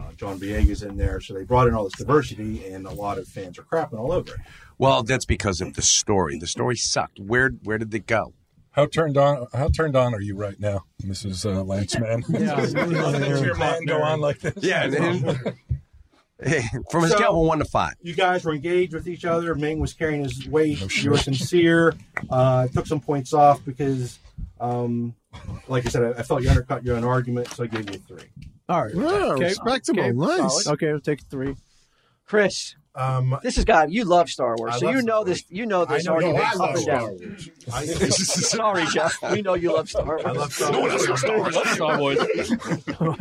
Speaker 10: Uh, John Viegas in there, so they brought in all this diversity, and a lot of fans are crapping all over it.
Speaker 3: Well, that's because of the story. The story sucked. Where where did it go?
Speaker 4: How turned on? How turned on are you right now, Mrs. Uh, Lanceman? Let your man go on like this.
Speaker 3: Yeah, and- and- Hey, from a scale of one to five.
Speaker 10: you guys were engaged with each other. Ming was carrying his weight. you were sincere. Uh, I took some points off because, um, like I said, I, I felt you undercut your own argument, so I gave you a three.
Speaker 2: All right.
Speaker 8: Yeah,
Speaker 2: Okay.
Speaker 8: respectable.
Speaker 2: Okay.
Speaker 8: Nice.
Speaker 2: Solid. Okay, we'll take three.
Speaker 7: Chris.
Speaker 5: Um,
Speaker 7: this is guy. You love Star Wars,
Speaker 5: I
Speaker 7: so
Speaker 5: love
Speaker 7: you
Speaker 5: Star
Speaker 7: know this. You know this.
Speaker 5: I know-
Speaker 7: argument
Speaker 5: no, I
Speaker 7: up
Speaker 5: love
Speaker 7: and
Speaker 5: Star
Speaker 7: down.
Speaker 5: Wars.
Speaker 7: Sorry, Jeff. We know you love Star Wars. I love Star Wars.
Speaker 1: Star Wars.
Speaker 7: more,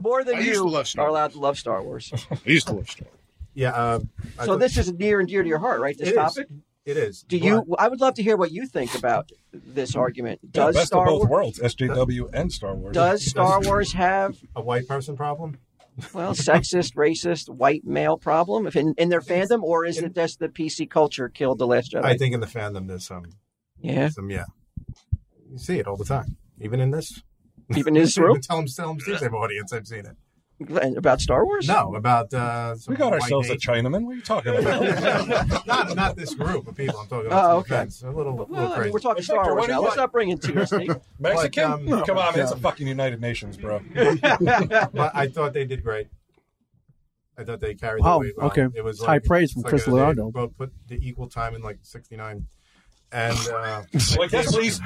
Speaker 7: more than
Speaker 1: I used to
Speaker 7: you
Speaker 1: love Star
Speaker 7: are allowed to love Star Wars.
Speaker 1: I used to love Star Wars.
Speaker 5: Yeah. Uh, I
Speaker 7: So
Speaker 5: thought-
Speaker 7: this is near and dear to your heart, right? This
Speaker 5: It is.
Speaker 7: topic.
Speaker 5: It is.
Speaker 7: Do you? I would love to hear what you think about this argument.
Speaker 4: Yeah,
Speaker 7: Does
Speaker 4: best
Speaker 7: Star
Speaker 4: of both
Speaker 7: Wars?
Speaker 4: worlds, SJW and Star Wars.
Speaker 7: Does Star Wars have
Speaker 5: a white person problem?
Speaker 7: Well, sexist, racist, white male problem if in, in their fandom, or is it just the PC culture killed the Last Jedi?
Speaker 5: I think in the um, fandom there's some.
Speaker 7: Yeah.
Speaker 5: Some yeah. You see it all the time, even in this.
Speaker 7: Even in this room?
Speaker 5: tell them, tell them, Tuesday audience, I've seen it.
Speaker 7: Glenn, about Star Wars.
Speaker 5: No, about uh,
Speaker 4: We got ourselves a Chinaman. What are you talking
Speaker 5: about? not not this group of people. I'm talking about.
Speaker 7: Oh,
Speaker 5: Oh,
Speaker 7: okay.
Speaker 5: okay. A little, little
Speaker 7: Well, I mean,
Speaker 5: crazy.
Speaker 7: we're talking
Speaker 4: Star Wars now. Let's
Speaker 7: not bring in TSD.
Speaker 4: Mexican?
Speaker 5: But, um,
Speaker 4: Come on, man. It's a
Speaker 5: um,
Speaker 4: fucking United Nations, bro.
Speaker 5: but I thought they did great. I thought they carried.
Speaker 2: Wow,
Speaker 5: The weight well.
Speaker 2: Oh, okay.
Speaker 5: It was
Speaker 2: It's high
Speaker 5: like-
Speaker 2: praise
Speaker 5: it's
Speaker 2: from
Speaker 5: like
Speaker 2: Chris
Speaker 5: a-
Speaker 2: Leonardo.
Speaker 5: They both put the equal time in like '69, and uh,
Speaker 4: Like, yes, please.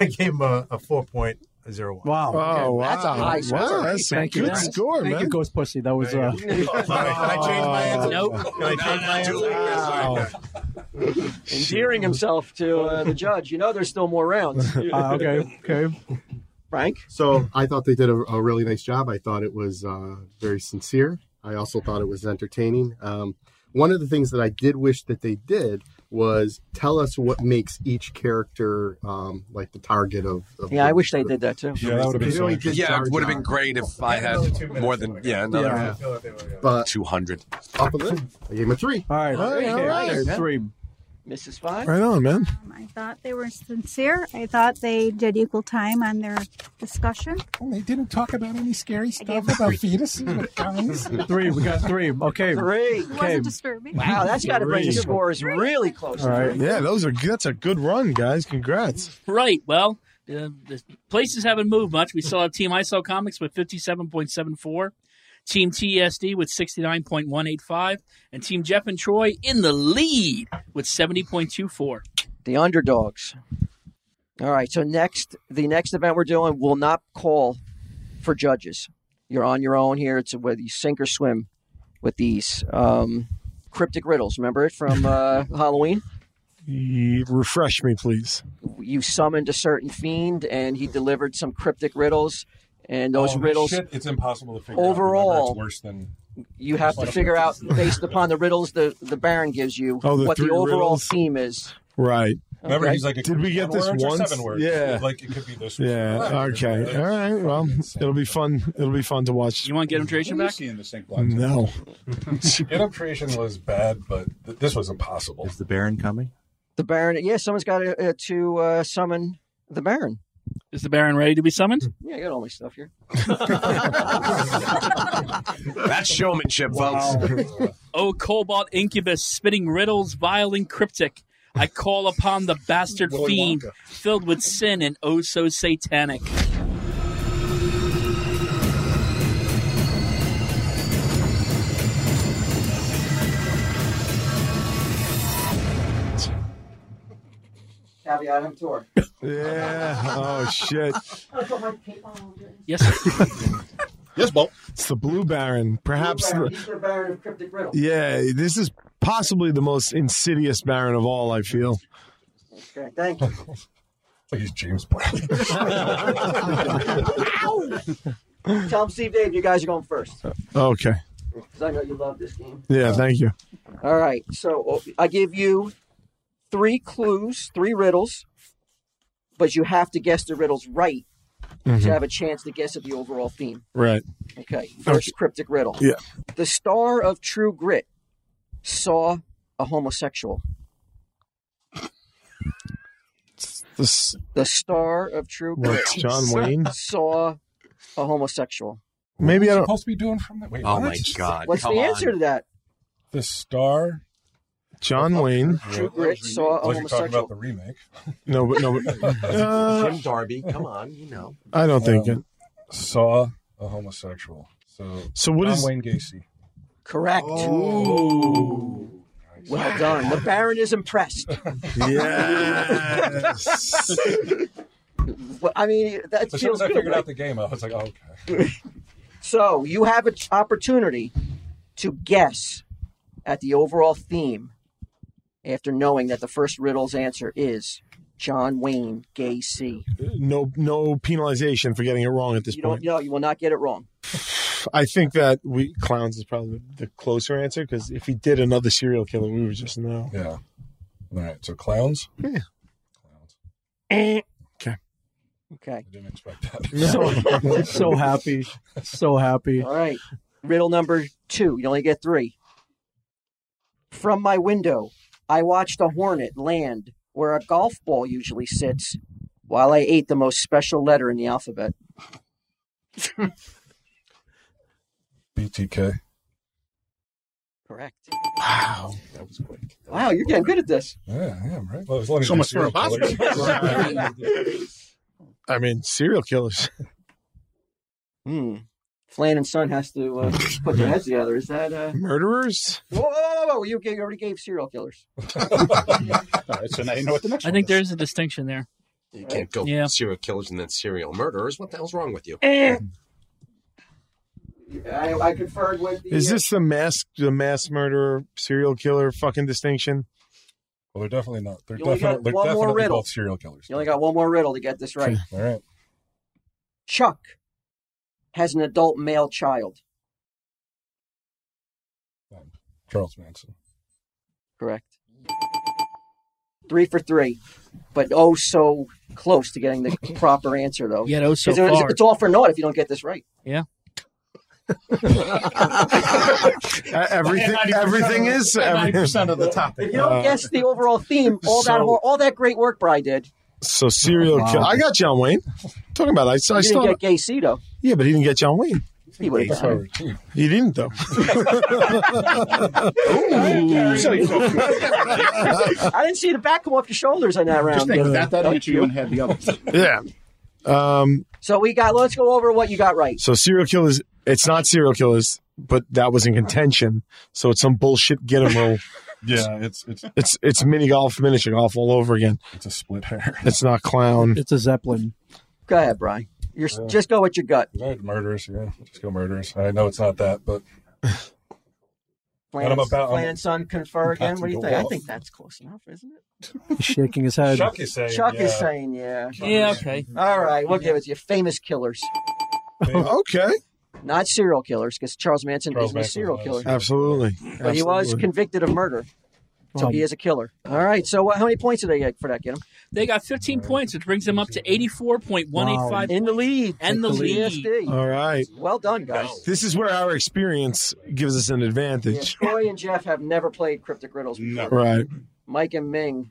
Speaker 5: I gave him a, a four point zero one.
Speaker 2: Wow.
Speaker 5: Oh,
Speaker 2: Okay.
Speaker 5: That's a wow. high score. Wow, that's a
Speaker 2: Thank you.
Speaker 5: good score,
Speaker 2: Thank you,
Speaker 5: man.
Speaker 2: Ghost Pussy. That was. Uh,
Speaker 5: I changed my answer? Nope. Uh, Can I change my answer? Wow.
Speaker 7: endearing himself to uh, the judge. You know, there's still more rounds.
Speaker 5: Uh,
Speaker 2: Okay.
Speaker 7: Frank.
Speaker 11: So I thought they did a, a really nice job. I thought it was uh, very sincere. I also thought it was entertaining. Um, one of the things that I did wish that they did was tell us what makes each character um, like the target of. of
Speaker 7: Yeah, I wish they did that too.
Speaker 11: Yeah, that would've been so
Speaker 7: They
Speaker 11: interesting.
Speaker 3: Yeah,
Speaker 11: Jar
Speaker 3: it would have been
Speaker 11: Jar.
Speaker 3: great if I had more than yeah another
Speaker 11: But
Speaker 3: two hundred.
Speaker 11: off of it, I gave him a three.
Speaker 2: All right,
Speaker 11: all right,
Speaker 2: all right. Three.
Speaker 7: Mrs. Five.
Speaker 8: Right on, man.
Speaker 12: I thought they were sincere. I thought they did equal time on their discussion.
Speaker 15: And Oh, they didn't talk about any scary stuff
Speaker 12: gave it
Speaker 15: about fetuses with guns.
Speaker 2: Three. We got three. Okay.
Speaker 7: Three.
Speaker 12: It
Speaker 2: Okay.
Speaker 12: wasn't disturbing.
Speaker 7: Wow, that's got to bring the
Speaker 8: Three.
Speaker 7: scores really close.
Speaker 8: All right. Yeah, those are that's a good run, guys. Congrats.
Speaker 6: Right. Well, the, the places haven't moved much. We still have Team ISO Comics with 57.74, Team TSD with 69.185, and Team Jeff and Troy in the lead with 70.24.
Speaker 7: The underdogs. All right. So next, the next event we're doing will not call for judges. You're on your own here. It's whether you sink or swim with these um, cryptic riddles. Remember it from uh, Halloween.
Speaker 8: Ye- Refresh me, please.
Speaker 7: You summoned a certain fiend, and he delivered some cryptic riddles. And those
Speaker 4: Holy
Speaker 7: riddles,
Speaker 4: Oh, shit, it's impossible to figure out.
Speaker 7: Overall,
Speaker 4: Remember, it's worse than
Speaker 7: you have to figure out based upon the riddles the the Baron gives you
Speaker 8: Oh, the
Speaker 7: what the
Speaker 8: three
Speaker 7: overall
Speaker 8: riddles?
Speaker 7: theme is.
Speaker 8: Right.
Speaker 4: Remember, he's like, it
Speaker 8: did
Speaker 4: could
Speaker 8: we
Speaker 4: be
Speaker 8: get
Speaker 4: one
Speaker 8: this
Speaker 4: word or
Speaker 8: once?
Speaker 4: seven words.
Speaker 8: Yeah.
Speaker 4: Like it could be this.
Speaker 8: Yeah. Okay. All right. Well, it'll be fun. It'll be fun to watch.
Speaker 6: You want to get him Trajan back?
Speaker 4: in the sink
Speaker 8: No.
Speaker 4: Integration was bad, but th- this was impossible.
Speaker 14: Is the Baron coming?
Speaker 7: The Baron, yeah, someone's got to, uh, to uh, summon the Baron. Hmm.
Speaker 6: Is the Baron ready to be summoned?
Speaker 7: Yeah, I got all my stuff here.
Speaker 3: That's showmanship, folks.
Speaker 6: Oh, Cobalt Incubus, spitting riddles, vile and cryptic. I call upon the bastard
Speaker 3: Willy
Speaker 6: fiend, filled with sin and oh so satanic.
Speaker 7: Caveat emptor.
Speaker 8: Yeah. Oh shit.
Speaker 7: Oh,
Speaker 6: Yes.
Speaker 8: yes, Bob. It's the Blue Baron. Perhaps.
Speaker 7: Baron,
Speaker 8: The,
Speaker 7: he's the Baron of cryptic riddles.
Speaker 8: yeah. This is possibly the most insidious Baron of all. I feel.
Speaker 7: Okay, thank you.
Speaker 4: He's James Brown.
Speaker 7: Tell him, Steve, Dave, you guys are going first
Speaker 8: Okay.
Speaker 7: because I know you love this game.
Speaker 8: Yeah. Thank you.
Speaker 7: All right, so uh, I give you three clues, three riddles, but you have to guess the riddles right to
Speaker 8: Mhm.
Speaker 7: have a chance to guess at the overall theme.
Speaker 8: Right.
Speaker 7: Okay, first cryptic riddle.
Speaker 8: Yeah.
Speaker 7: The star of True Grit saw a homosexual.
Speaker 8: This.
Speaker 7: The star of True
Speaker 8: What,
Speaker 7: Grit.
Speaker 8: John Wayne?
Speaker 7: saw a homosexual.
Speaker 8: Maybe I don't.
Speaker 4: supposed to be doing from that. Wait,
Speaker 3: Oh
Speaker 4: what?
Speaker 3: my god!
Speaker 7: What's
Speaker 3: Come
Speaker 7: the
Speaker 3: on.
Speaker 7: answer to that?
Speaker 4: The star.
Speaker 8: John Wayne.
Speaker 7: True Grit saw a
Speaker 4: Unless you're talking
Speaker 7: homosexual.
Speaker 4: about the remake.
Speaker 8: No, but no. But, uh,
Speaker 3: Jim Darby, come on, you know.
Speaker 8: I don't think it.
Speaker 4: Um, Saw a homosexual. So.
Speaker 8: So what
Speaker 4: John
Speaker 8: is-
Speaker 4: Wayne Gacy?
Speaker 7: Correct.
Speaker 3: Oh.
Speaker 7: Well done. The Baron is impressed.
Speaker 8: Yes.
Speaker 7: Well, I mean, that
Speaker 4: As soon
Speaker 7: feels
Speaker 4: as I
Speaker 7: good.
Speaker 4: figured
Speaker 7: right?
Speaker 4: out the game, I was like, oh, okay.
Speaker 7: So you have an opportunity to guess at the overall theme after knowing that the first riddle's answer is John Wayne Gacy.
Speaker 8: No, no penalization for getting it wrong at this
Speaker 7: You
Speaker 8: point.
Speaker 7: don't know, you will not get it wrong.
Speaker 8: I think that we clowns is probably the closer answer because if we did another serial killer, we would just know.
Speaker 4: Yeah. All right. So clowns.
Speaker 8: Yeah.
Speaker 7: okay.
Speaker 4: I didn't expect
Speaker 2: So,
Speaker 4: that.
Speaker 2: so happy. So happy.
Speaker 7: All right. Riddle number two. You only get three. From my window, I watched a hornet land where a golf ball usually sits while I ate the most special letter in the alphabet.
Speaker 4: BTK.
Speaker 7: Correct.
Speaker 4: Wow. That was quick.
Speaker 7: Wow, you're getting good at this.
Speaker 4: Yeah, I am, right? Well, as long as
Speaker 8: It's almost
Speaker 4: they're serial
Speaker 8: impossible.
Speaker 4: killers.
Speaker 8: I mean, serial killers.
Speaker 7: Hmm. Flan and Son has to uh, put their heads together. Is that uh...
Speaker 8: murderers?
Speaker 7: Whoa, whoa, whoa, whoa! You, gave, you already gave serial killers.
Speaker 16: All right, so now you know what the next
Speaker 6: I
Speaker 16: one
Speaker 6: think
Speaker 16: is.
Speaker 6: there's a distinction there.
Speaker 16: You can't go
Speaker 6: Yeah.
Speaker 16: serial killers and then serial murderers. What the hell's wrong with you?
Speaker 7: Eh. I, I conferred with the. uh,
Speaker 8: Is this the mass the mass murderer serial killer fucking distinction?
Speaker 4: Well, they're definitely not. They're
Speaker 7: You only got
Speaker 4: definitely,
Speaker 7: one
Speaker 4: they're
Speaker 7: more
Speaker 4: definitely
Speaker 7: riddle.
Speaker 4: both serial killers.
Speaker 7: You only got one more riddle to get this right.
Speaker 4: All right.
Speaker 7: Chuck has an adult male child.
Speaker 4: Charles Manson.
Speaker 7: Correct. Three for three, but oh so close to getting the proper answer though.
Speaker 6: Yet oh so
Speaker 7: 'Cause it's-
Speaker 6: far.
Speaker 7: It's all for naught if you don't get this right.
Speaker 6: Yeah.
Speaker 4: E-,
Speaker 8: everything- everything is-
Speaker 16: ninety percent of the
Speaker 7: If
Speaker 16: topic.
Speaker 7: you
Speaker 4: Uh,
Speaker 7: don't guess the overall theme, all that
Speaker 8: so-
Speaker 7: whole, all that great work Bry did.
Speaker 8: So serial
Speaker 7: Wow.
Speaker 8: killer. I got John Wayne. Talking about I, I
Speaker 7: you
Speaker 8: still
Speaker 7: didn't get Gacy though.
Speaker 8: yeah, but he didn't get John Wayne.
Speaker 7: He would've That's gotten
Speaker 8: He didn't though.
Speaker 7: I didn't see the back come off your shoulders on that round.
Speaker 16: Just think that that
Speaker 7: Don't
Speaker 16: answer you wouldn't have the others.
Speaker 8: yeah. Um.
Speaker 7: So we got. Let's go over what you got right.
Speaker 8: So serial killers. It's not serial killers, but that was in contention. So it's some bullshit get 'em roll.
Speaker 4: Yeah, it's it's
Speaker 8: It's it's mini golf, miniature golf all over again.
Speaker 4: It's a split hair.
Speaker 8: It's not clown.
Speaker 2: It's a zeppelin.
Speaker 7: Go ahead, Brian. You're
Speaker 4: Yeah.
Speaker 7: just go with your gut.
Speaker 4: Right, murderers. Yeah, just go murderers. I know it's not that, but And I'm about- um,
Speaker 7: Plan and son confer
Speaker 4: about
Speaker 7: again.
Speaker 4: to
Speaker 7: What do you
Speaker 4: go
Speaker 7: think? I
Speaker 4: off.
Speaker 7: think that's close enough, isn't it?
Speaker 2: He's shaking his head.
Speaker 4: Chuck is saying.
Speaker 7: Chuck
Speaker 4: yeah.
Speaker 7: is saying, yeah.
Speaker 6: Yeah, okay.
Speaker 7: All right, we'll give it to you. Famous killers.
Speaker 8: okay.
Speaker 7: Not serial killers, because Charles Manson
Speaker 8: Charles
Speaker 7: isn't a
Speaker 8: Manson
Speaker 7: serial
Speaker 8: was.
Speaker 7: killer.
Speaker 8: Absolutely.
Speaker 7: But he was
Speaker 8: Absolutely.
Speaker 7: convicted of murder. So
Speaker 8: Well,
Speaker 7: he is a killer. All right. So what, how many points did they get for that? Get him
Speaker 6: They got 15 points, which brings them up to 84.185
Speaker 7: in the lead.
Speaker 6: and the lead.
Speaker 8: All right.
Speaker 7: Well done, guys.
Speaker 8: This is where our experience gives us an
Speaker 7: Yeah,
Speaker 8: advantage.
Speaker 7: Troy and Jeff have never played cryptic riddles. Before.
Speaker 8: Right.
Speaker 7: Mike and Ming.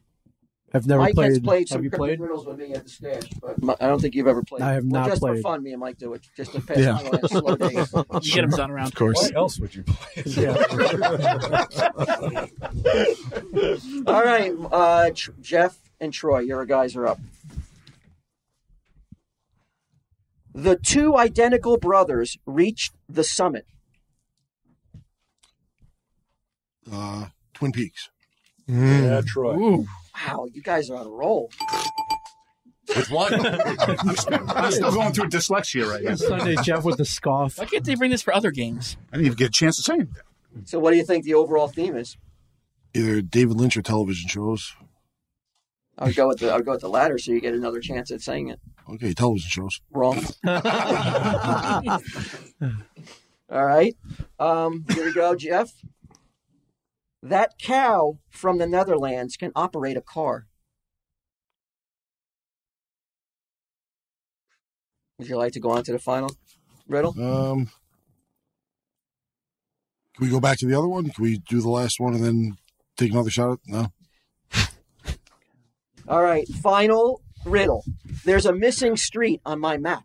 Speaker 2: I've never
Speaker 7: Mike
Speaker 2: played.
Speaker 7: has played
Speaker 2: have
Speaker 7: some
Speaker 2: you
Speaker 7: cryptic
Speaker 2: played?
Speaker 7: riddles with me at the stash, but m- I don't think you've ever played.
Speaker 2: I have
Speaker 7: Well,
Speaker 2: not
Speaker 7: just for
Speaker 2: played.
Speaker 7: fun. Me and Mike do it just to pass
Speaker 2: Yeah.
Speaker 7: my last slow days.
Speaker 2: You get 'em done around. Of course.
Speaker 4: Why else would you play?
Speaker 7: All right, uh, Tr- Jeff and Troy, your guys are up. The two identical brothers reached the summit.
Speaker 9: Uh, Twin Peaks. Mm.
Speaker 4: Yeah, Troy.
Speaker 7: Wow, you guys are on a roll.
Speaker 16: With one, I'm, still,
Speaker 1: I'm still going through dyslexia right now.
Speaker 2: Sunday Jeff with the scoff.
Speaker 6: Why can't they bring this for other games?
Speaker 1: I didn't even get a chance to say anything.
Speaker 7: So, what do you think the overall theme is?
Speaker 9: Either David Lynch or television shows.
Speaker 7: I would go with the I would go with the latter, so you get another chance at saying it
Speaker 9: Okay, television shows.
Speaker 7: wrong. All right, um, here we go, Jeff. That cow from the Netherlands can operate a car. Would you like to go on to the final riddle?
Speaker 9: Um, can we go back to the other one? Can we do the last one and then take another shot at No.
Speaker 7: All right, final riddle. There's a missing street on my map.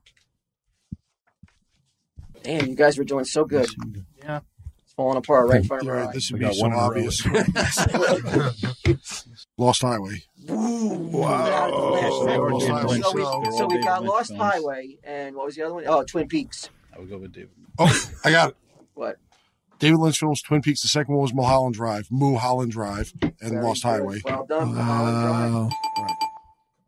Speaker 7: Damn, you guys were doing so good.
Speaker 6: Yeah.
Speaker 7: It's falling apart right in front of our eyes.
Speaker 9: This would be so obvious. Lost Highway.
Speaker 7: Lost
Speaker 9: Highway.
Speaker 7: So we,
Speaker 9: So-
Speaker 7: so we got Lost Highway, and what was the other one? Oh, Twin Peaks.
Speaker 16: I would go with David.
Speaker 9: Oh, I got it.
Speaker 7: What?
Speaker 9: David Lynch films Twin Peaks. The second one was Mulholland Drive, Mulholland Drive, and Lost Highway.
Speaker 7: Well done.
Speaker 9: Wow. Uh,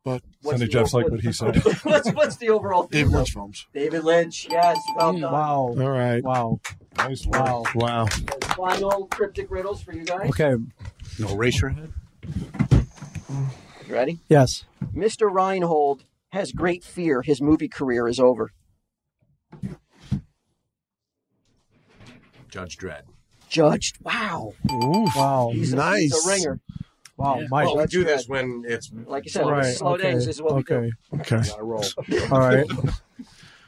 Speaker 9: But
Speaker 4: Sounded just like what he said.
Speaker 7: what's, what's the overall?
Speaker 9: David
Speaker 7: feel?
Speaker 9: Lynch films.
Speaker 7: David Lynch. Yes. Well done.
Speaker 2: Mm, Wow.
Speaker 8: All right.
Speaker 2: Wow.
Speaker 4: Nice
Speaker 2: wow.
Speaker 8: Wow.
Speaker 7: Final cryptic riddles for you guys.
Speaker 2: Okay.
Speaker 1: No Eraserhead.
Speaker 7: You ready?
Speaker 2: Yes.
Speaker 7: Mr. Reinhold has great fear his movie career is over.
Speaker 3: Judge Dredd.
Speaker 7: Judged. Wow.
Speaker 2: Wow.
Speaker 7: He's a, He's a ringer.
Speaker 2: Wow,
Speaker 7: Yeah.
Speaker 2: Mike.
Speaker 3: Well, we do this when it's
Speaker 7: Like you said, slow
Speaker 2: okay,
Speaker 7: days is what we
Speaker 2: okay.
Speaker 7: do.
Speaker 8: Okay.
Speaker 7: Gotta roll.
Speaker 2: All right.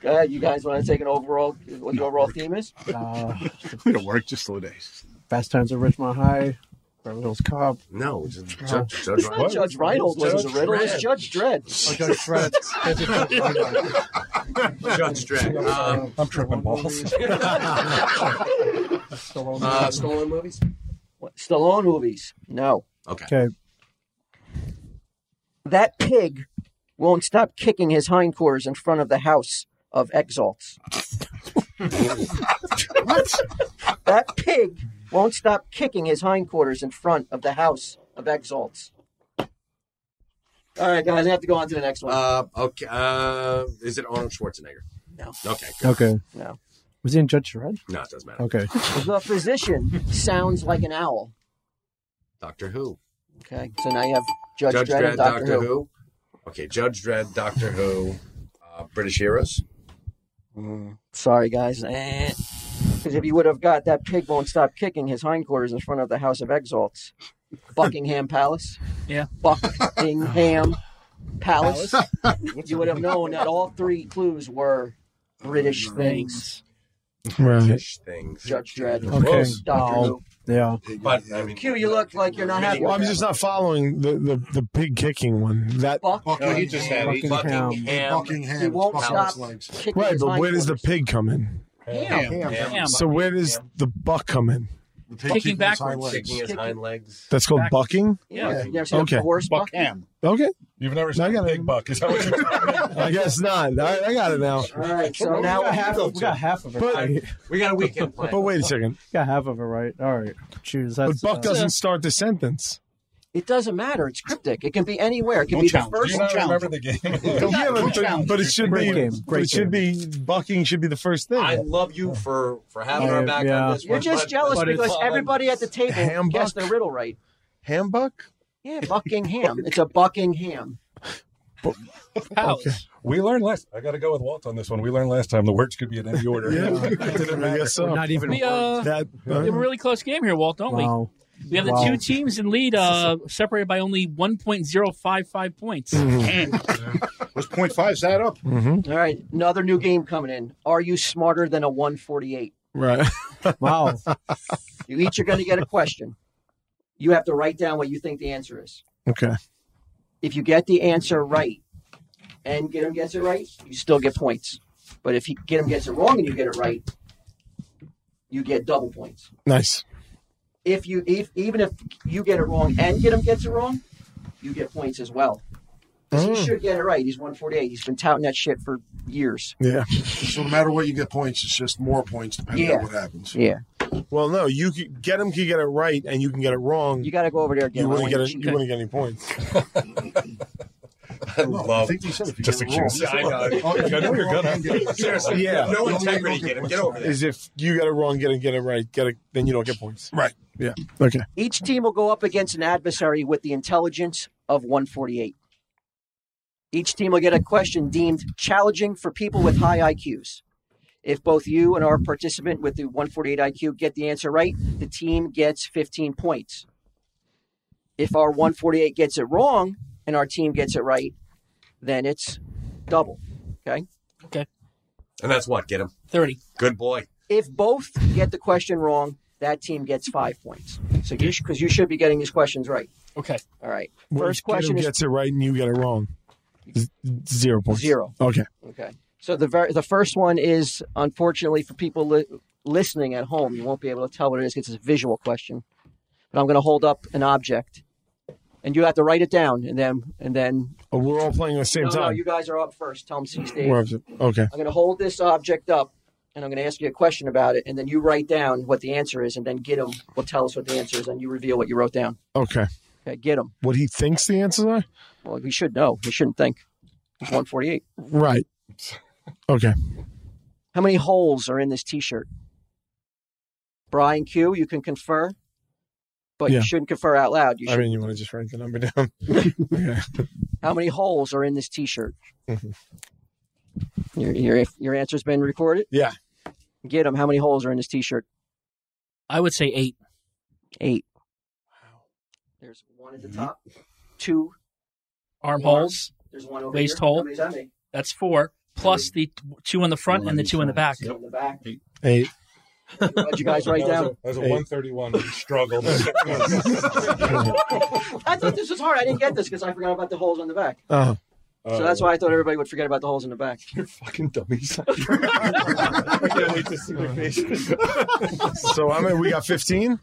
Speaker 7: Go ahead. You guys want to take an overall? What the overall theme is?
Speaker 2: Uh,
Speaker 1: we don't work just slow days.
Speaker 2: Fast Times at Richmond High, Beverly Hills Cop.
Speaker 3: No, Judge,
Speaker 7: It's not Judge Reinhold was a riddle. It's Judge Dredd.
Speaker 2: Oh, Judge Dredd.
Speaker 3: Judge Dredd. Um,
Speaker 4: I'm tripping balls.
Speaker 7: Stallone, uh, Stallone movies? What? Stallone movies. No.
Speaker 3: Okay.
Speaker 2: Okay.
Speaker 7: That pig won't stop kicking his hindquarters in front of the house of exalts. what? That pig won't stop kicking his hindquarters in front of the house of exalts. All right, guys, I have to go on to the next one.
Speaker 3: Uh, okay. Uh, is it Arnold Schwarzenegger?
Speaker 7: No.
Speaker 3: Okay. Good.
Speaker 2: Okay.
Speaker 7: No.
Speaker 2: Was he in Judge Dredd?
Speaker 3: No, it doesn't matter.
Speaker 2: Okay.
Speaker 7: the physician sounds like an owl.
Speaker 3: Doctor Who.
Speaker 7: Okay, so now you have Judge, Dredd, and Doctor, Who.
Speaker 3: Okay, Judge Dredd, Doctor Who, uh, British Heroes.
Speaker 9: Mm-hmm.
Speaker 7: Mm, sorry, guys. Because if you would have got that pig won't stop kicking his hindquarters in front of the House of Exalts, Buckingham Palace.
Speaker 6: Yeah.
Speaker 7: Buckingham Palace. you would have known that all three clues were British things.
Speaker 8: Right.
Speaker 3: Things.
Speaker 7: Judge Dredd.
Speaker 8: Okay.
Speaker 7: Doctor Who.
Speaker 2: Yeah.
Speaker 3: But I mean,
Speaker 7: Q, you look like you're not happy.
Speaker 8: Well,
Speaker 7: with
Speaker 8: I'm
Speaker 7: that.
Speaker 8: just not following the, the, the pig kicking one. That
Speaker 7: Buckingham.
Speaker 1: he just had
Speaker 8: Buckingham. Buckingham.
Speaker 9: Buckingham.
Speaker 7: He won't
Speaker 9: Buckingham's
Speaker 7: stop
Speaker 9: legs.
Speaker 7: kicking
Speaker 8: right,
Speaker 7: his
Speaker 8: but where does the
Speaker 7: hindquarters.
Speaker 8: pig come in?
Speaker 7: Ham.
Speaker 9: Ham.
Speaker 7: Ham.
Speaker 8: So where does the buck come in?
Speaker 9: The pig
Speaker 6: Kicking
Speaker 9: kicking his hind
Speaker 6: backwards.
Speaker 9: legs.
Speaker 3: kicking his hind legs.
Speaker 8: That's called
Speaker 6: Back-
Speaker 8: bucking.
Speaker 7: Yeah. You ever seen
Speaker 8: Okay.
Speaker 7: a horse buck?
Speaker 1: Buckham.
Speaker 8: Okay,
Speaker 4: You've never seen a big buck. Is that what you're
Speaker 8: I guess not. All right, I got it now.
Speaker 7: All right, so now
Speaker 2: we got half of, we got half of it.
Speaker 8: But-
Speaker 2: right.
Speaker 3: We got a weekend plan.
Speaker 8: But wait a second.
Speaker 2: We got half of it right. All right. Choose.
Speaker 8: But
Speaker 2: That's,
Speaker 8: buck
Speaker 2: uh,
Speaker 8: doesn't start the sentence.
Speaker 7: It doesn't matter. It's cryptic. It can be anywhere. It can
Speaker 1: Don't
Speaker 7: be the
Speaker 1: challenge.
Speaker 7: first.
Speaker 4: Do you not remember the game?
Speaker 8: Yeah, but, but- but it should
Speaker 2: Great
Speaker 8: be.
Speaker 2: game,
Speaker 8: but
Speaker 2: great
Speaker 8: it should be bucking. Should be the first thing.
Speaker 3: I love you for for having our back
Speaker 2: Yeah.
Speaker 3: on this.
Speaker 7: You're
Speaker 3: one,
Speaker 7: just
Speaker 3: but-
Speaker 7: jealous
Speaker 2: but it's-
Speaker 7: because everybody at the table
Speaker 8: Ham
Speaker 7: guessed
Speaker 8: buck?
Speaker 7: the riddle right.
Speaker 8: Ham buck.
Speaker 7: Yeah, Buckingham. it's a Buckingham.
Speaker 6: House.
Speaker 4: We learned last. I got to go with Walt on this one. We learned last time the words could be in any order.
Speaker 8: Yeah, I guess so.
Speaker 2: Not even.
Speaker 6: We uh,
Speaker 8: That-
Speaker 6: we have a really close game here, Walt, don't
Speaker 2: wow.
Speaker 6: we? We have the
Speaker 2: Wow.
Speaker 6: two teams in lead, uh, separated by only 1.055 points.
Speaker 7: Mm-hmm.
Speaker 1: Was point five that up?
Speaker 8: Mhm.
Speaker 7: All right, another new game coming in. Are you smarter than a 148?
Speaker 8: Right.
Speaker 2: Wow.
Speaker 7: You each are going to get a question. You have to write down what you think the answer is.
Speaker 8: Okay.
Speaker 7: If you get the answer right, and Gidim gets it right, you still get points. But if he, Gidim gets it wrong and you get it right, you get double points.
Speaker 8: Nice.
Speaker 7: If you, if even if you get it wrong and Gidim gets it wrong, you get points as well. 'Cause He
Speaker 8: Mm.
Speaker 7: should get it right. He's 148. He's been touting that shit for years.
Speaker 8: Yeah.
Speaker 9: So no matter what you get points, it's just more points depending
Speaker 7: Yeah.
Speaker 9: on what happens.
Speaker 7: Yeah,
Speaker 8: Well, no. You could, get him. Can get it right, and you can get it wrong.
Speaker 7: you
Speaker 8: You,
Speaker 7: got to go over there again.
Speaker 8: wouldn't get. A,
Speaker 7: I wanna
Speaker 8: you
Speaker 7: cheat.
Speaker 8: wouldn't get any points.
Speaker 3: I
Speaker 9: Well, I
Speaker 3: love.
Speaker 9: think he said if you
Speaker 4: Just
Speaker 9: get
Speaker 4: in
Speaker 9: it wrong-
Speaker 4: case.
Speaker 3: I know.
Speaker 9: Oh,
Speaker 4: I know
Speaker 9: if you get it
Speaker 4: you're
Speaker 9: wrong,
Speaker 4: gonna.
Speaker 9: you get it right.
Speaker 3: Seriously,
Speaker 8: Yeah.
Speaker 3: no
Speaker 9: You only
Speaker 3: integrity.
Speaker 9: don't
Speaker 3: Get him.
Speaker 9: points
Speaker 3: Get over there.
Speaker 8: Is if you get it wrong, get it, get it right, get it, then you don't get points.
Speaker 9: Right.
Speaker 8: Yeah. Okay.
Speaker 7: Each team will go up against an adversary with the intelligence of 148. Each team will get a question deemed challenging for people with high IQs. If both you and our participant with the 148 IQ get the answer right, the team gets 15 points. If our 148 gets it wrong and our team gets it right, then it's double. Okay?
Speaker 3: And that's what. Get him.
Speaker 6: 30.
Speaker 3: Good boy.
Speaker 7: If both get the question wrong, that team gets five points. So you because you should be getting these questions right.
Speaker 6: Okay.
Speaker 7: All right.
Speaker 8: Well,
Speaker 7: First
Speaker 8: if Tatum
Speaker 7: question is
Speaker 8: gets it right and you get it wrong. Z- zero points.
Speaker 7: Zero.
Speaker 8: Okay.
Speaker 7: Okay. So the ver- the first one is unfortunately for people li- listening at home, you won't be able to tell what it is 'cause it's a visual question. But I'm going to hold up an object, and you have to write it down, and then and then.
Speaker 8: Oh, we're all playing at the same
Speaker 7: no, no,
Speaker 8: time.
Speaker 7: you guys are up first. Tell them C Dave.
Speaker 8: We're up to- okay.
Speaker 7: I'm going to hold this object up, and I'm going to ask you a question about it, and then you write down what the answer is, and then Gidim will tell us what the answer is, and you reveal what you wrote down.
Speaker 8: Okay.
Speaker 7: Okay, get him.
Speaker 8: What he thinks the answers are?
Speaker 7: Well, he should know. He shouldn't think. He's 148.
Speaker 8: Right. Okay.
Speaker 7: How many holes are in this T-shirt? Brian Q, you can confer, but
Speaker 8: Yeah.
Speaker 7: you shouldn't confer out loud. You
Speaker 8: I
Speaker 7: should-
Speaker 8: mean, you want to just write the number down? yeah.
Speaker 7: How many holes are in this T-shirt?
Speaker 8: Mhm.
Speaker 7: Your, your, your answer's been recorded?
Speaker 8: Yeah.
Speaker 7: Get him. How many holes are in this T-shirt?
Speaker 6: I would say eight.
Speaker 7: Eight. There's one at the top. Two
Speaker 6: armholes.
Speaker 7: There's one over
Speaker 6: waist
Speaker 7: here. How
Speaker 6: hole.
Speaker 7: many's that make?
Speaker 6: That's four. Plus the t- two in the front and the two in the back.
Speaker 7: in the back.
Speaker 8: Eight.
Speaker 7: What'd you guys write
Speaker 4: That was
Speaker 7: down?
Speaker 4: a- That was a
Speaker 8: Eight.
Speaker 4: 131 struggle.
Speaker 7: I thought this was hard. I didn't get this because I forgot about the holes on the back.
Speaker 8: Oh.
Speaker 7: So that's why I thought everybody would forget about the holes in the back.
Speaker 16: You're fucking dummies.
Speaker 7: I
Speaker 16: can't wait to see
Speaker 8: Uh-huh.
Speaker 16: their faces.
Speaker 8: So I mean, we got 15?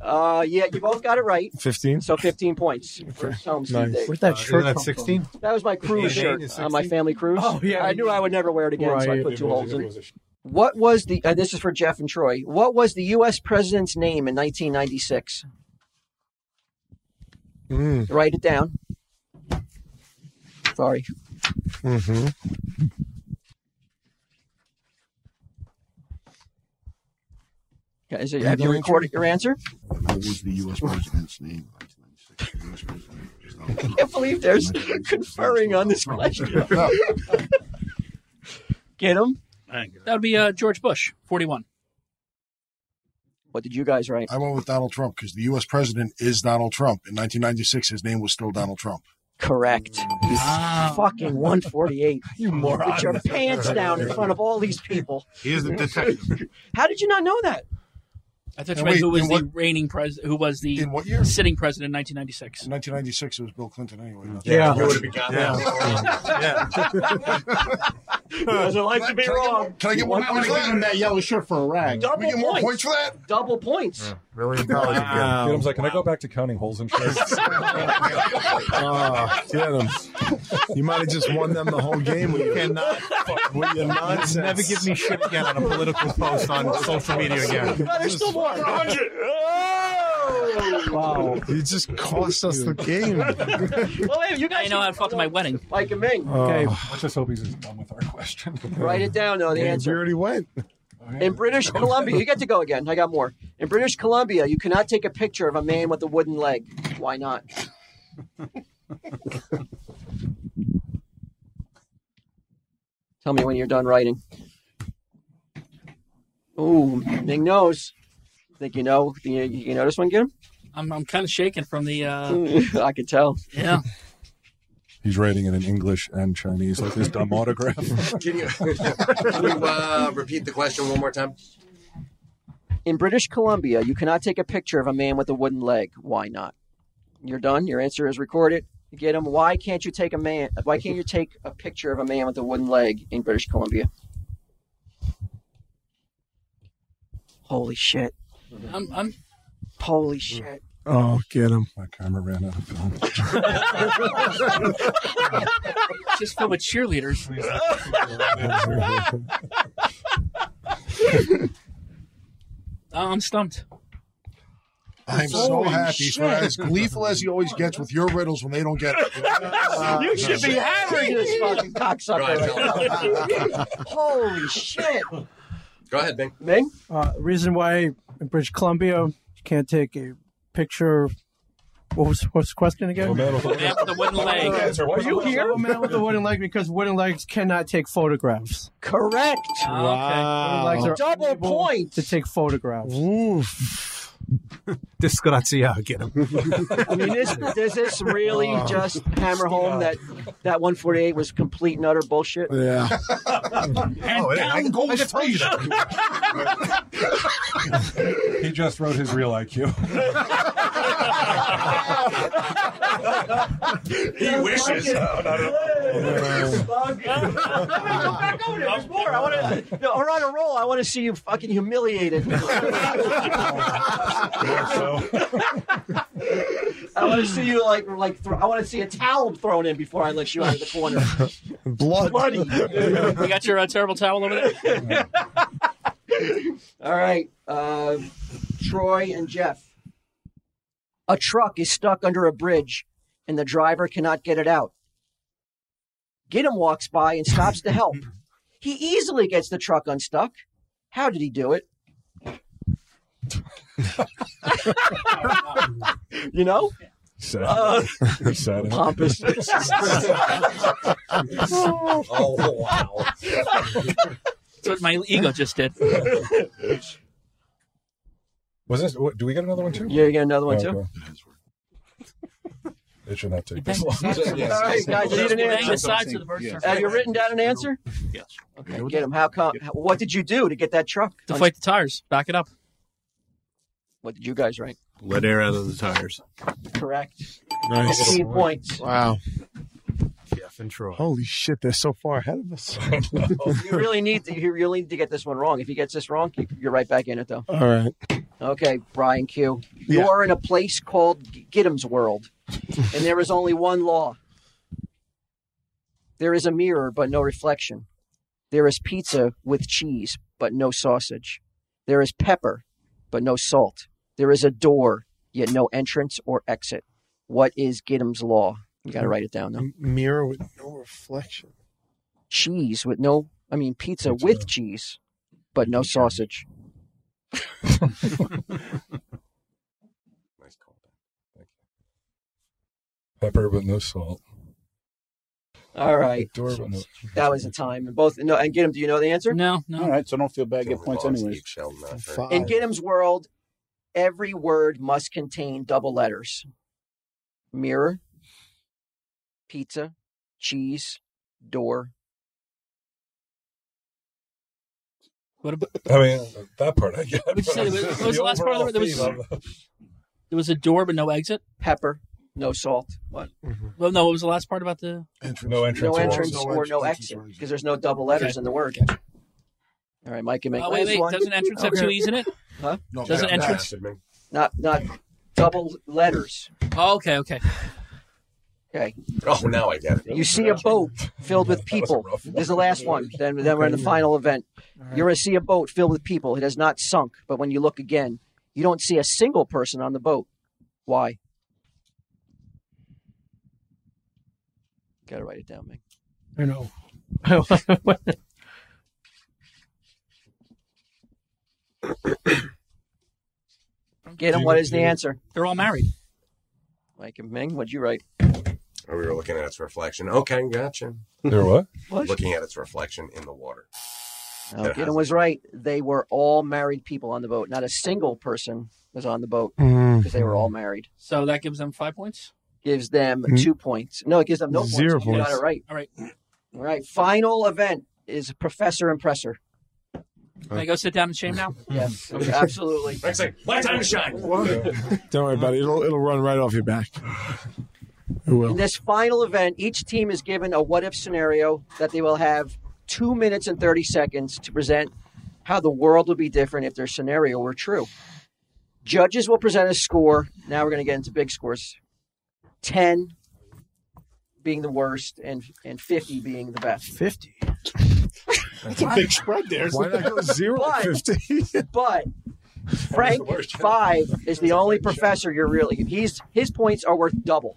Speaker 7: Uh, yeah, you both got it right.
Speaker 8: 15?
Speaker 7: So 15 points. for Helms
Speaker 8: Nice.
Speaker 7: Steve Dave.
Speaker 8: Where'd that Uh, shirt isn't that come from? 16?
Speaker 7: That was
Speaker 8: Eight,
Speaker 7: my
Speaker 8: eight
Speaker 7: cruise shirt
Speaker 8: is
Speaker 7: on my
Speaker 8: 16?
Speaker 7: family cruise.
Speaker 8: Oh, yeah.
Speaker 7: I knew I would never wear it again, so I
Speaker 8: Right.
Speaker 7: put two holes in.
Speaker 8: It was a sh-
Speaker 7: What was the? Uh, this is for Jeff and Troy. What was the U.S. president's name in 1996?
Speaker 8: Mm.
Speaker 7: Write it down. Sorry.
Speaker 8: hmm
Speaker 4: Mm-hmm.
Speaker 7: Okay, so
Speaker 9: Read
Speaker 7: have
Speaker 9: the
Speaker 7: you
Speaker 9: answer.
Speaker 7: recorded your answer?
Speaker 9: What was the U.S. president's name? in 1996? The US
Speaker 7: I
Speaker 9: president
Speaker 7: can't believe there's conferring on this question. Get him.
Speaker 6: That would be uh, George Bush, 41.
Speaker 7: What did you guys write?
Speaker 9: I went with Donald Trump because the U.S. president is Donald Trump. In 1996, his name was still Donald Trump.
Speaker 7: Correct. You fucking 148. Ah. You moron. Put your pants down in front of all these people.
Speaker 9: He is the detective.
Speaker 7: How did you not know that?
Speaker 6: I thought you
Speaker 9: Now,
Speaker 6: meant
Speaker 9: wait,
Speaker 6: who was
Speaker 9: in
Speaker 6: the reigning president, who was the sitting president in 1996.
Speaker 9: 1996, it was Bill Clinton anyway.
Speaker 6: Yeah.
Speaker 9: You
Speaker 6: would've gotten
Speaker 7: Doesn't like to be wrong.
Speaker 16: Can I get one
Speaker 9: Why would
Speaker 16: point for
Speaker 9: I give
Speaker 16: that?
Speaker 9: him
Speaker 16: that yellow shirt for a rag?
Speaker 7: Double
Speaker 16: we get more
Speaker 7: points.
Speaker 16: points for that?
Speaker 7: Double points.
Speaker 5: Really
Speaker 4: intelligent. Wow. Get him, like, can I go back to counting holes in shirts?
Speaker 8: Ah, get 'em. You might have just won them the whole game. with your- With your nonsense.
Speaker 5: Never give me shit again on a political post on social media again.
Speaker 7: there's still more.
Speaker 8: Wow. You just cost us the game.
Speaker 7: well, hey, you guys.
Speaker 6: I know I fucked my wedding.
Speaker 7: Mike and Ming.
Speaker 9: Oh.
Speaker 8: Okay.
Speaker 4: Let's just hope he's done with our question.
Speaker 7: Write it down, though, the
Speaker 8: We-
Speaker 7: answer.
Speaker 8: We already went.
Speaker 7: In British Columbia, you get to go again. I got more. In British Columbia, you cannot take a picture of a man with a wooden leg. Why not? Tell me when you're done writing. Ooh, Ming knows. Think you know? You, you know this one, Jim?
Speaker 6: I'm, I'm kind of shaking from the. Uh,
Speaker 7: I can tell.
Speaker 6: yeah.
Speaker 4: He's writing it in English and Chinese, like his dumb autograph.
Speaker 3: Can you, can you uh, repeat the question one more time?
Speaker 7: In British Columbia, you cannot take a picture of a man with a wooden leg. Why not? You're done. Your answer is recorded. You get him. Why can't you take a man? Why can't you take a picture of a man with a wooden leg in British Columbia? Holy shit!
Speaker 6: I'm, I'm,
Speaker 7: Holy shit!
Speaker 8: Oh, get him.
Speaker 4: My camera ran out of film.
Speaker 6: just filled with cheerleaders. Uh, I'm stumped.
Speaker 9: I'm so
Speaker 6: Holy
Speaker 9: happy. So
Speaker 6: shit.
Speaker 9: as gleeful as he always gets with your riddles when they don't get it.
Speaker 7: you should be hammering this fucking cocksucker. right now. Holy shit!
Speaker 3: Go ahead, Bing.
Speaker 7: Ming?
Speaker 2: Uh, reason why in British Columbia you can't take a picture. What was what's the question again?
Speaker 6: Man with a wooden leg.
Speaker 2: Are you here? A man with a wooden leg because wooden legs cannot take photographs.
Speaker 7: Correct.
Speaker 2: Wooden legs are
Speaker 7: Double
Speaker 2: unable
Speaker 7: point.
Speaker 2: to take photographs.
Speaker 5: Disgraziato, get him.
Speaker 7: I mean, this does this really just hammer home that that 148 was complete and utter bullshit?
Speaker 8: Yeah. Oh,
Speaker 16: And down goes Frazier.
Speaker 4: He just wrote his real IQ.
Speaker 16: He wishes.
Speaker 7: There's more. I want to. No, we're on a roll. I want to see you fucking humiliated. I want to see you like like. Thro- I want to see a towel thrown in before I let you out of the corner.
Speaker 8: Blood.
Speaker 7: Bloody.
Speaker 6: You got your uh, terrible towel over there?
Speaker 7: All right, uh, Troy and Jeff. A truck is stuck under a bridge and the driver cannot get it out. Gidim walks by and stops to help. He easily gets the truck unstuck. How did he do it? you know?
Speaker 4: Sad.
Speaker 7: Uh,
Speaker 4: Sad.
Speaker 7: Pompous.
Speaker 16: Oh,
Speaker 6: wow. That's what my ego just did.
Speaker 4: Was this? What, do we get another one too? Oh,
Speaker 7: Yeah, you get another one, too.
Speaker 4: It should not take this long.
Speaker 7: All right, guys, I need an
Speaker 6: That's
Speaker 7: answer.
Speaker 6: the size of the bird circle.
Speaker 7: Have you written down an answer?
Speaker 6: Yes.
Speaker 7: Okay, get him. How come? how- What did you do to get that truck?
Speaker 6: Deflate the tires. Back it up.
Speaker 7: What did you guys write?
Speaker 17: Let air out of the tires.
Speaker 7: Correct.
Speaker 8: Nice.
Speaker 7: 15 points.
Speaker 8: Wow.
Speaker 5: Jeff and Troy.
Speaker 8: Holy shit, they're so far ahead of us.
Speaker 7: You really need to. You really need to get this one wrong. If he gets this wrong, you- you're right back in it, though.
Speaker 8: All right.
Speaker 7: Okay, Brian Q. You
Speaker 8: Yeah.
Speaker 7: are in a place called G- Giddim's World, and there is only one law. There is a mirror, but no reflection. There is pizza with cheese, but no sausage. There is pepper, but no salt. There is a door, yet no entrance or exit. What is Giddim's law? You got to write it down, though.
Speaker 8: M- Mirror with no reflection.
Speaker 7: Cheese with no, I mean, pizza, with cheese, but no sausage.
Speaker 4: Pepper with no salt.
Speaker 7: All right.
Speaker 4: Door with no-
Speaker 7: That was the time. And both no and Gidim, do you know the answer?
Speaker 6: No, no.
Speaker 1: All right, so don't feel bad. Get points anyways.
Speaker 7: In Giddim's world, every word must contain double letters. Mirror, pizza, cheese, door.
Speaker 6: What about?
Speaker 4: I mean, that part I get.
Speaker 6: What'd you say? What was the last part of it? There was, there was a door but no exit.
Speaker 7: Pepper, no salt. What?
Speaker 6: Well, no. What was the last part about the?
Speaker 4: No entrance.
Speaker 7: no
Speaker 4: or
Speaker 7: Mm-hmm. entrance
Speaker 4: exit.
Speaker 7: or no exit because there's no double letters
Speaker 6: Okay.
Speaker 7: in the word. All right, Mike can make
Speaker 6: Oh, wait,
Speaker 7: last
Speaker 6: wait.
Speaker 7: one.
Speaker 6: Doesn't entrance have two
Speaker 7: Okay.
Speaker 6: E's in it?
Speaker 7: Huh?
Speaker 6: No, Doesn't no, entrance-
Speaker 7: Not not double letters.
Speaker 6: Oh, okay, okay.
Speaker 7: Okay.
Speaker 3: Oh, now I get it.
Speaker 7: You see a boat filled with people. This is the last one. Then, then we're in the final event. You're going to see a boat filled with people. It has not sunk, but when you look again, you don't see a single person on the boat. Why? Got to write it down, man.
Speaker 2: I know.
Speaker 7: Get him. What is the answer?
Speaker 6: They're all married.
Speaker 7: Mike and Ming, what'd you write?
Speaker 3: Oh, we were looking at its reflection. Okay, gotcha.
Speaker 4: There what?
Speaker 3: Looking at its reflection in the water.
Speaker 7: No, Gideon was right. They were all married people on the boat. Not a single person was on the boat
Speaker 8: Mhm.
Speaker 7: because they were all married.
Speaker 6: So that gives them five points.
Speaker 7: Gives them
Speaker 8: Mm.
Speaker 7: two points. No, it gives them no points.
Speaker 8: Zero
Speaker 7: You got
Speaker 8: points.
Speaker 7: it right.
Speaker 6: All right.
Speaker 7: All right. Final event is Professor Impressor.
Speaker 6: Can I go sit down in shame now?
Speaker 7: yes, absolutely.
Speaker 3: Next thing, my time to shine.
Speaker 8: Don't worry about it. It'll it'll run right off your back. It
Speaker 7: In
Speaker 8: will.
Speaker 7: this final event, each team is given a what if scenario that they will have two minutes and 30 seconds to present how the world would be different if their scenario were true. Judges will present a score. Now we're going to get into big scores 10 being the worst, and, and 50 being the best.
Speaker 2: 50.
Speaker 7: That's
Speaker 16: a big spread there.
Speaker 8: Why not go zero
Speaker 7: but,
Speaker 8: to 50?
Speaker 7: But Frank Five is the only professor you're really. He's his points are worth double.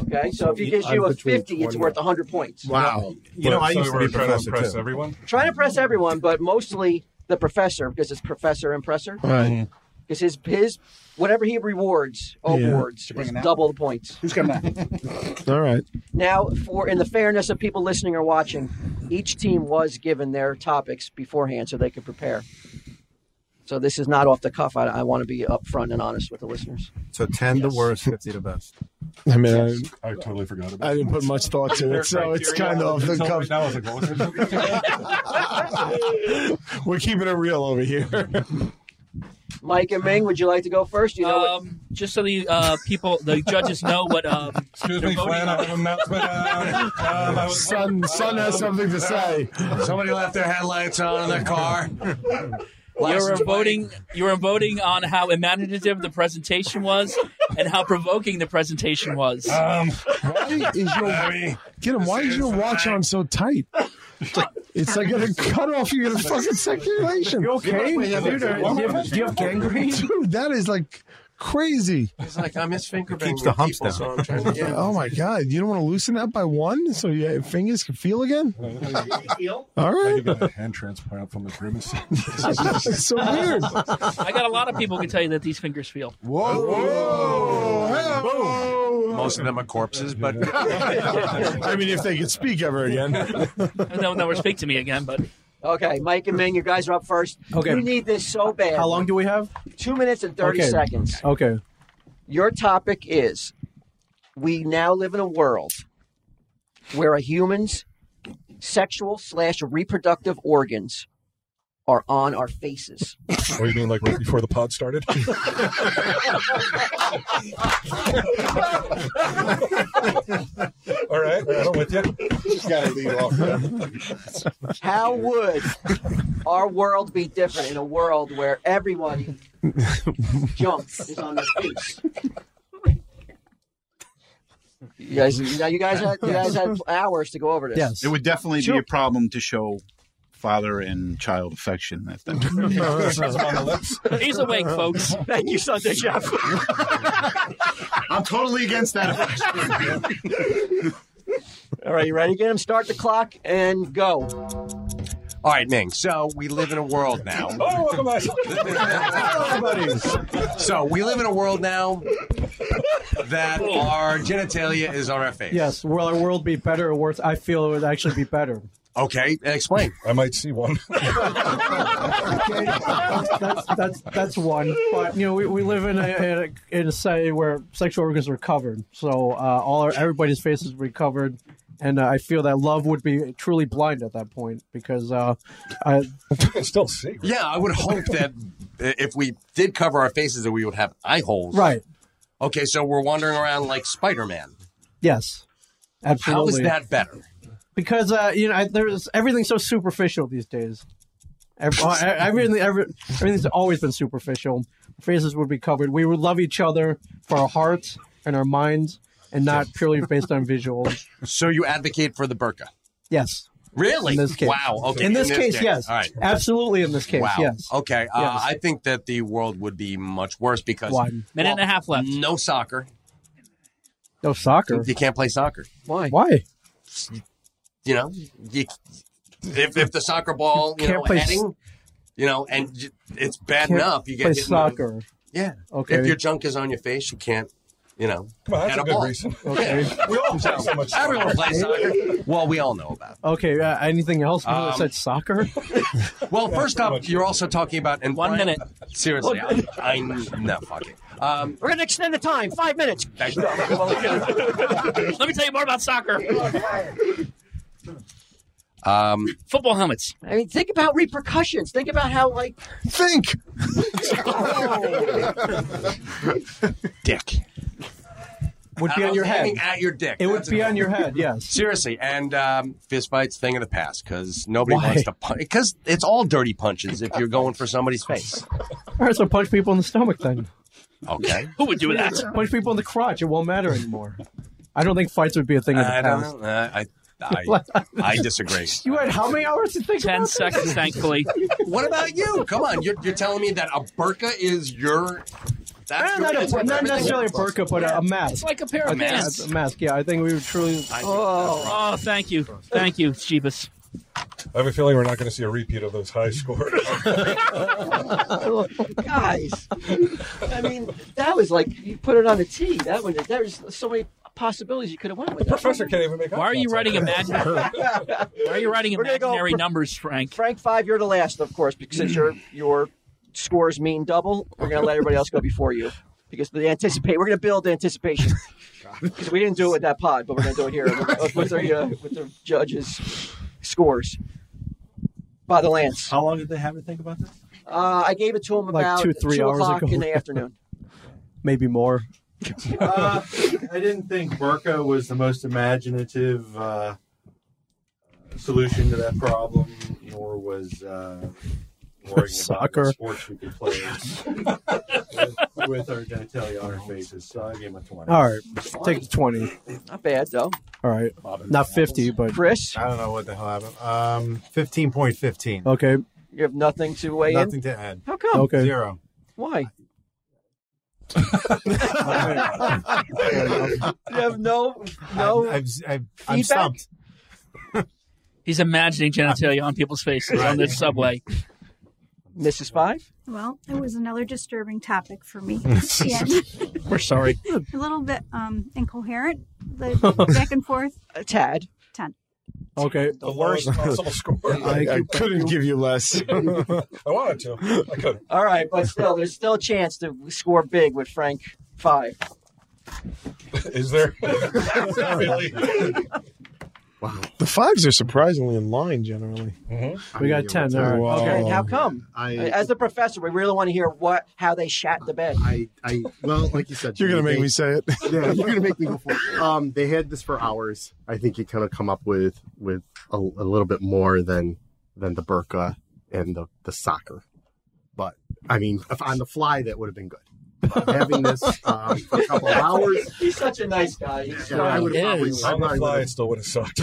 Speaker 7: Okay, so if he gives you
Speaker 5: I'm
Speaker 7: a
Speaker 5: between
Speaker 7: 50, it's
Speaker 5: 20.
Speaker 7: worth 100 points.
Speaker 5: Wow. You know, I used to be a professor too.
Speaker 4: everyone.
Speaker 7: Trying to impress everyone, but mostly the professor because it's professor impressor.
Speaker 8: Right.
Speaker 7: Because his his whatever he rewards
Speaker 8: Yeah.
Speaker 7: awards
Speaker 8: Should bring
Speaker 7: is
Speaker 8: it out.
Speaker 7: double the points. Who's coming out?
Speaker 8: All right.
Speaker 7: Now, for in the fairness of people listening or watching, each team was given their topics beforehand so they could prepare. So this is not off the cuff. I, I want to be upfront and honest with the listeners.
Speaker 5: So 10 the worst, 50 the best.
Speaker 8: I mean, I,
Speaker 4: I totally forgot about
Speaker 8: I didn't put much thought to it, so it's kind of off the
Speaker 4: Until
Speaker 8: cuff.
Speaker 4: right now, I was like, what was it?
Speaker 8: We're keeping it real over here.
Speaker 7: Mike and Ming, would you like to go first? You know what-
Speaker 6: um, just so the uh, people, the judges know what. Um,
Speaker 4: Excuse
Speaker 6: they're
Speaker 4: me,
Speaker 6: voting
Speaker 4: Flan, I
Speaker 6: on.
Speaker 4: have an announcement. Uh, um, I was-
Speaker 8: Son, son has something to say.
Speaker 17: Somebody left their headlights on in their car.
Speaker 6: You were
Speaker 17: License plate.
Speaker 6: voting. You were voting on how imaginative the presentation was, and how provoking the presentation was.
Speaker 4: Um,
Speaker 8: Why is your get him? Why is your watch on so tight? It's like gonna cut off your fucking circulation.
Speaker 2: You okay? Dude, do you have- do you have gangrene?
Speaker 8: Dude, that is like crazy.
Speaker 3: He's like, I miss finger
Speaker 8: Keeps
Speaker 3: banging
Speaker 8: the humps
Speaker 3: people,
Speaker 8: down.
Speaker 3: so I'm trying to get.
Speaker 8: oh my god! You don't want to loosen that by one, so your fingers can feel again. All right.
Speaker 4: I got a hand transplant from the grimace.
Speaker 8: It's so weird.
Speaker 6: I got a lot of people who can tell you that these fingers feel.
Speaker 3: Most of them are corpses, but
Speaker 8: I mean, if they could speak ever again.
Speaker 6: Um, They'll never speak to me again, but
Speaker 7: Okay, Mike and Ming, you guys are up first.
Speaker 2: Okay.
Speaker 7: You need this so bad.
Speaker 2: How long do we have?
Speaker 7: Two minutes and 30
Speaker 2: okay.
Speaker 7: seconds.
Speaker 2: Okay.
Speaker 7: Your topic is we now live in a world where a human's sexual slash reproductive organs are on our faces.
Speaker 4: Oh, you mean like right before the pod started? All right, I'm with you.
Speaker 9: Just gotta lead off.
Speaker 7: How would our world be different in a world where everybody jumps is on their face? You guys, now you guys had you guys had hours to go over this.
Speaker 1: It would definitely be a problem to show father and child affection. At that
Speaker 6: he's awake, folks.
Speaker 7: Thank you, Sunday Jeff.
Speaker 16: I'm totally against that.
Speaker 7: All right, you ready? Get him. Start the clock and go.
Speaker 3: All right, Ning. So we live in a world now.
Speaker 4: Oh, welcome back.
Speaker 3: So we live in a world now that our genitalia is on our face.
Speaker 2: Yes. Will our world be better or worse? I feel it would actually be better.
Speaker 3: Okay, explain.
Speaker 4: I might see one.
Speaker 2: that's, that's that's one. But you know, we, we live in a, in a in a society where sexual organs are covered, so uh, all our, everybody's faces were covered, and uh, I feel that love would be truly blind at that point because uh, I
Speaker 4: can still see.
Speaker 3: Yeah, I would hope that if we did cover our faces, that we would have eye holes.
Speaker 2: Right.
Speaker 3: Okay, so we're wandering around like Spider Man.
Speaker 2: Yes,
Speaker 3: How
Speaker 2: absolutely.
Speaker 3: is that better?
Speaker 2: Because uh, you know, I, there's everything's so superficial these days. Every, uh, everything, every, everything's always been superficial. Faces would be covered. We would love each other for our hearts and our minds, and not purely based on visuals.
Speaker 3: So you advocate for the burqa?
Speaker 2: Yes.
Speaker 3: Really?
Speaker 2: In this case.
Speaker 3: Wow. Okay.
Speaker 2: In this, case, yes.
Speaker 3: All right.
Speaker 2: Absolutely. In this case,
Speaker 3: wow.
Speaker 2: yes.
Speaker 3: Okay. Uh,
Speaker 2: Yes.
Speaker 3: I think that the world would be much worse because
Speaker 2: Why?
Speaker 6: Minute and a half left.
Speaker 3: No soccer.
Speaker 2: No soccer.
Speaker 3: You can't play soccer.
Speaker 7: Why?
Speaker 2: Why?
Speaker 3: You know, you, if if the soccer ball, you
Speaker 2: Can't
Speaker 3: know,
Speaker 2: play s-
Speaker 3: heading, you know, and j- it's bad
Speaker 2: Can't
Speaker 3: enough. You get
Speaker 2: play
Speaker 3: hit in the-
Speaker 2: soccer.
Speaker 3: yeah.
Speaker 2: Okay.
Speaker 3: If your junk is on your face, you can't. You know,
Speaker 2: Come on, that's
Speaker 3: hit
Speaker 2: a good
Speaker 3: ball.
Speaker 2: reason. Okay.
Speaker 3: Yeah.
Speaker 2: We all play so much soccer.
Speaker 3: Everyone plays soccer. Well, we all know about. it.
Speaker 2: Okay. Uh, anything else? Um,
Speaker 3: Um,
Speaker 2: said soccer.
Speaker 3: Well, first up, you're also talking about in one minute. Seriously, I, I no fucking. Um,
Speaker 7: We're gonna extend the time. Five minutes.
Speaker 3: Thank
Speaker 6: Let me tell you more about soccer.
Speaker 3: um,
Speaker 6: Football helmets.
Speaker 7: I mean, think about repercussions. Think about how like
Speaker 8: think.
Speaker 3: dick.
Speaker 2: Would be
Speaker 3: I
Speaker 2: on your
Speaker 3: was
Speaker 2: head.
Speaker 3: aiming At your dick.
Speaker 2: It would
Speaker 3: That's
Speaker 2: be
Speaker 3: it.
Speaker 2: on your head, yes.
Speaker 3: Seriously, and um, fist fights thing of the past because nobody
Speaker 2: Why?
Speaker 3: wants to punch because it's all dirty punches if you're going for somebody's face.
Speaker 2: All right. So punch people in the stomach then.
Speaker 3: Okay.
Speaker 6: Who would do that?
Speaker 2: Punch people in the crotch. It won't matter anymore. I don't think fights would be a thing of the
Speaker 3: I don't
Speaker 2: past.
Speaker 3: know. Uh, I, I, I disagree.
Speaker 2: You had how many hours to think?
Speaker 6: Ten seconds, thankfully.
Speaker 3: What about you? Come on, you're, you're telling me that a burqa is your. That's
Speaker 2: Eh, not,
Speaker 3: your-
Speaker 2: a, not necessarily a burqa, but a, a mask.
Speaker 6: It's like a pair of
Speaker 2: I think
Speaker 6: pants.
Speaker 2: a mask. Yeah, I think we would truly.
Speaker 6: Oh, oh, thank you, thank you, Jeebus.
Speaker 4: I have a feeling we're not going to see a repeat of those high scores.
Speaker 7: guys. I mean, that was like you put it on a T. That one. There's so many possibilities you could have went with. That.
Speaker 4: Professor can't even make
Speaker 6: Why are you writing imaginary? Why are you writing
Speaker 7: We're gonna go
Speaker 6: imaginary
Speaker 7: for-
Speaker 6: numbers, Frank?
Speaker 7: Frank five, you're the last, of course, because since your your scores mean double, we're gonna let everybody else go before you because the anticipate. We're gonna build anticipation because we didn't do it with that pod, but we're gonna do it here with, with the uh, with the judges' scores by the lance.
Speaker 10: How long did they have to think about this?
Speaker 7: Uh, I gave it to him
Speaker 2: Like
Speaker 7: about
Speaker 2: two, three hours
Speaker 7: o'clock
Speaker 2: ago.
Speaker 7: in the afternoon.
Speaker 2: Maybe more.
Speaker 10: Uh, I didn't think Burka was the most imaginative uh, solution to that problem, nor was uh, worrying
Speaker 2: Soccer.
Speaker 10: about what sports we could play with, with our genitalia on our faces. So I gave him a 20.
Speaker 2: All right, take the twenty.
Speaker 7: Not bad though.
Speaker 2: All right, not fifty, but
Speaker 7: Chris,
Speaker 5: I don't know what the hell happened. Um, fifteen point fifteen.
Speaker 2: okay.
Speaker 7: you have nothing to weigh in. Oh,
Speaker 5: Nothing to add.
Speaker 7: How come?
Speaker 2: Okay.
Speaker 5: Zero.
Speaker 7: Why? you have no no
Speaker 5: I've, I've,
Speaker 7: I'm stumped.
Speaker 6: He's imagining genitalia on people's faces on this subway.
Speaker 7: Mrs. Five?
Speaker 12: Well, it was another disturbing topic for me. That's the end.
Speaker 6: We're sorry.
Speaker 12: a little bit um, incoherent, the back and forth.
Speaker 7: A tad.
Speaker 12: Ten.
Speaker 2: Okay.
Speaker 4: The worst possible score.
Speaker 8: I, I couldn't give you less.
Speaker 4: I wanted to. I could.
Speaker 7: All right, but still, there's still a chance to score big with Frank Five.
Speaker 4: Is there? really?
Speaker 8: The fives are surprisingly in line generally.
Speaker 4: Mm-hmm.
Speaker 2: We got 10. All right.
Speaker 8: Wow.
Speaker 7: Okay, and how come? As the professor, we really want to hear what how they shat the bed.
Speaker 11: I, I well, like you said,
Speaker 8: You're gonna make
Speaker 11: they-
Speaker 8: me say it.
Speaker 11: yeah, you're gonna make me go for it. Um, they had this for hours. I think you kind of come up with with a, a little bit more than than the burqa and the the soccer. But I mean, if on the fly, that would have been good. But having this um, for a couple of hours,
Speaker 7: He's such a nice guy. He's
Speaker 11: Yeah, I
Speaker 7: so-
Speaker 11: would probably. I
Speaker 4: On the
Speaker 11: probably
Speaker 4: fly,
Speaker 11: would've-
Speaker 4: it still would have sucked.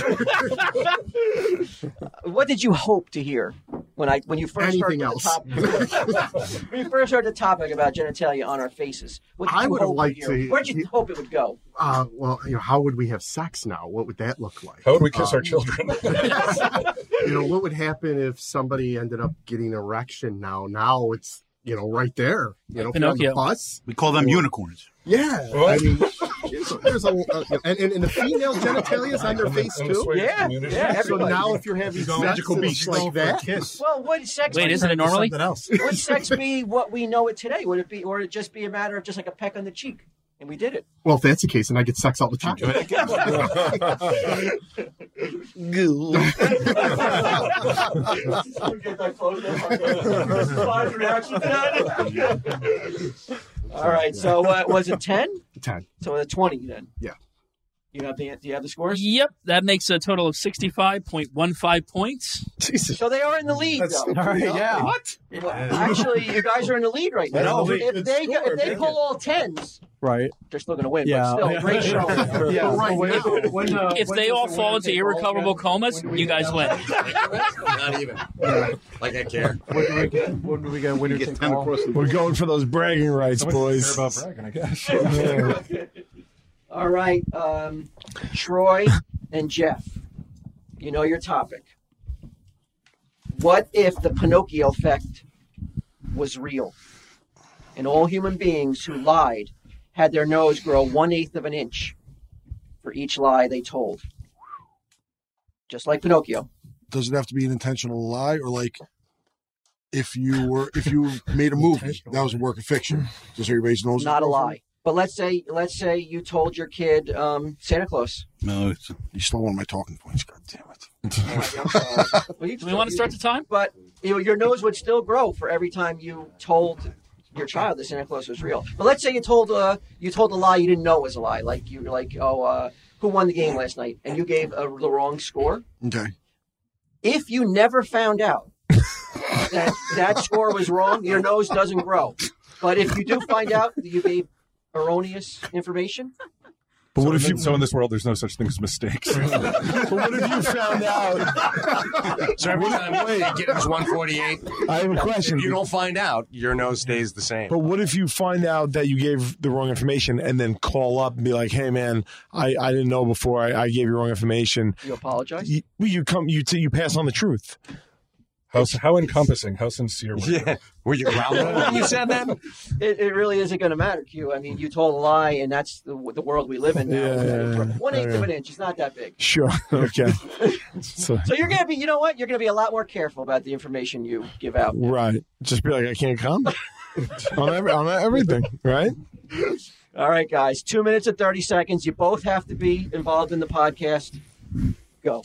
Speaker 7: what did you hope to hear when I when you first
Speaker 11: Anything
Speaker 7: heard
Speaker 11: else.
Speaker 7: the topic? when you first heard the topic about genitalia on our faces, what did
Speaker 11: I
Speaker 7: you
Speaker 11: would've
Speaker 7: hope
Speaker 11: liked
Speaker 7: hear?
Speaker 11: to-
Speaker 7: Where did you hope it would go?
Speaker 11: uh, well, you know, how would we have sex now? What would that look like?
Speaker 4: How would we kiss
Speaker 11: Uh,
Speaker 4: our children?
Speaker 11: you know, what would happen if somebody ended up getting an erection now? Now it's, you know, right there. You know, if you're on the
Speaker 16: Pinocchio.
Speaker 11: bus.
Speaker 16: We call them
Speaker 11: or-
Speaker 16: unicorns.
Speaker 11: Yeah. I mean, there's a, there's a uh, and, and, and the female genitalia is on their face
Speaker 4: In the
Speaker 11: too.
Speaker 4: sway Yeah, community. yeah,
Speaker 11: So
Speaker 4: everybody.
Speaker 11: now if you're having
Speaker 4: You go
Speaker 11: sex,
Speaker 4: magical
Speaker 11: it'll
Speaker 4: beach.
Speaker 11: look
Speaker 4: You
Speaker 11: like
Speaker 4: go for a
Speaker 11: that.
Speaker 4: kiss.
Speaker 7: Well, would sex?
Speaker 6: Wait,
Speaker 7: be,
Speaker 6: isn't it normally? Something
Speaker 5: else.
Speaker 7: Would sex be what we know it today? Would it be, or would it just be a matter of just like a peck on the cheek, and we did it?
Speaker 11: Well, if that's the case, then I get sex all the time.
Speaker 7: Goo. All right, so uh, was it ten?
Speaker 11: Ten.
Speaker 7: So it's twenty then.
Speaker 11: Yeah.
Speaker 7: You have the do you have the scores?
Speaker 6: Yep, that makes a total of sixty-five point one five points.
Speaker 11: Jesus.
Speaker 7: So they are in the lead.
Speaker 6: That's-
Speaker 7: though.
Speaker 6: all right, yeah.
Speaker 7: What? Actually, you guys are in the lead right
Speaker 2: I
Speaker 7: now.
Speaker 2: know, we-
Speaker 7: If they
Speaker 2: score,
Speaker 7: if they
Speaker 2: man.
Speaker 7: pull all tens,
Speaker 2: Right.
Speaker 7: They're still going to win.
Speaker 2: Yeah.
Speaker 7: But still, great show.
Speaker 2: Yeah.
Speaker 7: But right
Speaker 2: Wait,
Speaker 7: now-
Speaker 2: when, uh,
Speaker 6: if they all fall into irrecoverable comas, you guys win.
Speaker 17: Not even. Like I care.
Speaker 2: What do we get? What do we get? Winner take all.
Speaker 8: We're going for those bragging rights, boys.
Speaker 4: about bragging, I guess.
Speaker 7: All right, um, Troy and Jeff, you know your topic. What if the Pinocchio effect was real, and all human beings who lied had their nose grow one eighth of an inch for each lie they told, just like Pinocchio?
Speaker 9: Does it have to be an intentional lie or like if you were if you made a movie that was a work of fiction? Does everybody's nose
Speaker 7: Not a lie. But let's say let's say you told your kid um, Santa Claus.
Speaker 9: No, it's, you stole one of my talking points. God damn it!
Speaker 7: Well, you-
Speaker 6: Do we want to start the time?
Speaker 7: But you know, your nose would still grow for every time you told your child that Santa Claus was real. But let's say you told uh, you told a lie you didn't know was a lie. Like you were like, oh, uh, who won the game last night? And you gave uh, the wrong score.
Speaker 9: Okay.
Speaker 7: If you never found out that that score was wrong, your nose doesn't grow. But if you do find out that you gave erroneous information,
Speaker 4: But what if you? So in this world, there's no such thing as mistakes.
Speaker 8: But what if you found out?
Speaker 3: So every time you get this 148,
Speaker 8: I have a question.
Speaker 3: if you don't find out, your nose stays the same.
Speaker 8: But what if you find out that you gave the wrong information and then call up and be like, "Hey, man, I, I didn't know before. I, I gave you wrong information."
Speaker 7: you apologize.
Speaker 8: You, well, you come, you t- you pass on the truth.
Speaker 4: How, how encompassing? How sincere? Were you?
Speaker 3: yeah. Were you grounded when you said that?
Speaker 7: It, it really isn't going to matter, Q. I mean, you told a lie, and that's the, the world we live in now.
Speaker 8: Yeah, yeah, yeah.
Speaker 7: One eighth of
Speaker 8: Okay.
Speaker 7: an inch is not that big.
Speaker 8: Sure. Okay. so,
Speaker 7: So you're gonna be, you know what? You're gonna be a lot more careful about the information you give out.
Speaker 8: right. Just be like, I can't come on every, on everything. Right.
Speaker 7: All right, guys, two minutes and thirty seconds. You both have to be involved in the podcast. Go.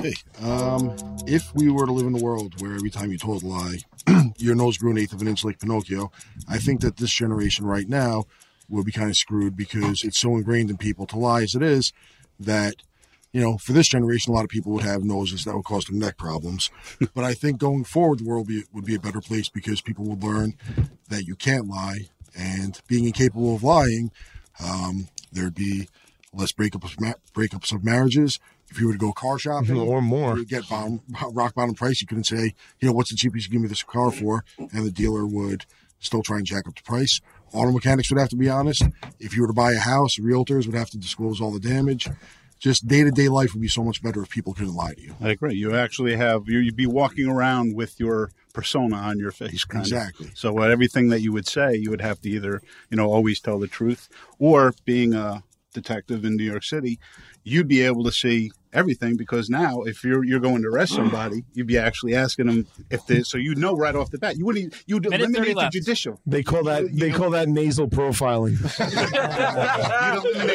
Speaker 9: Hey, um, if we were to live in a world where every time you told a lie, your nose grew an eighth of an inch like Pinocchio, I think that this generation right now will be kind of screwed because it's so ingrained in people to lie as it is that, you know, for this generation, a lot of people would have noses that would cause them neck problems. but I think going forward, the world be, would be a better place because people would learn that you can't lie and being incapable of lying, um, there'd be less breakups, of ma- breakups of marriages. If you were to go car shopping
Speaker 8: Mm-hmm. Or more.
Speaker 9: you would get bottom, rock bottom price. You couldn't say, you know, what's the cheapest you give me this car for? And the dealer would still try and jack up the price. Auto mechanics would have to be honest. If you were to buy a house, realtors would have to disclose all the damage. Just day to day life would be so much better if people couldn't lie to you.
Speaker 1: I agree. You actually have you, you'd be walking around with your persona on your face, kind
Speaker 9: Exactly.
Speaker 1: Of. So what- everything that you would say, you would have to either you know always tell the truth, or being a detective in New York City, you'd be able to see everything because now if you're you're going to arrest somebody, you'd be actually asking them if they so you know right off the bat. You wouldn't you would
Speaker 8: Minute 30
Speaker 1: eliminate the
Speaker 8: left.
Speaker 1: judicial.
Speaker 8: They call that they call that nasal profiling.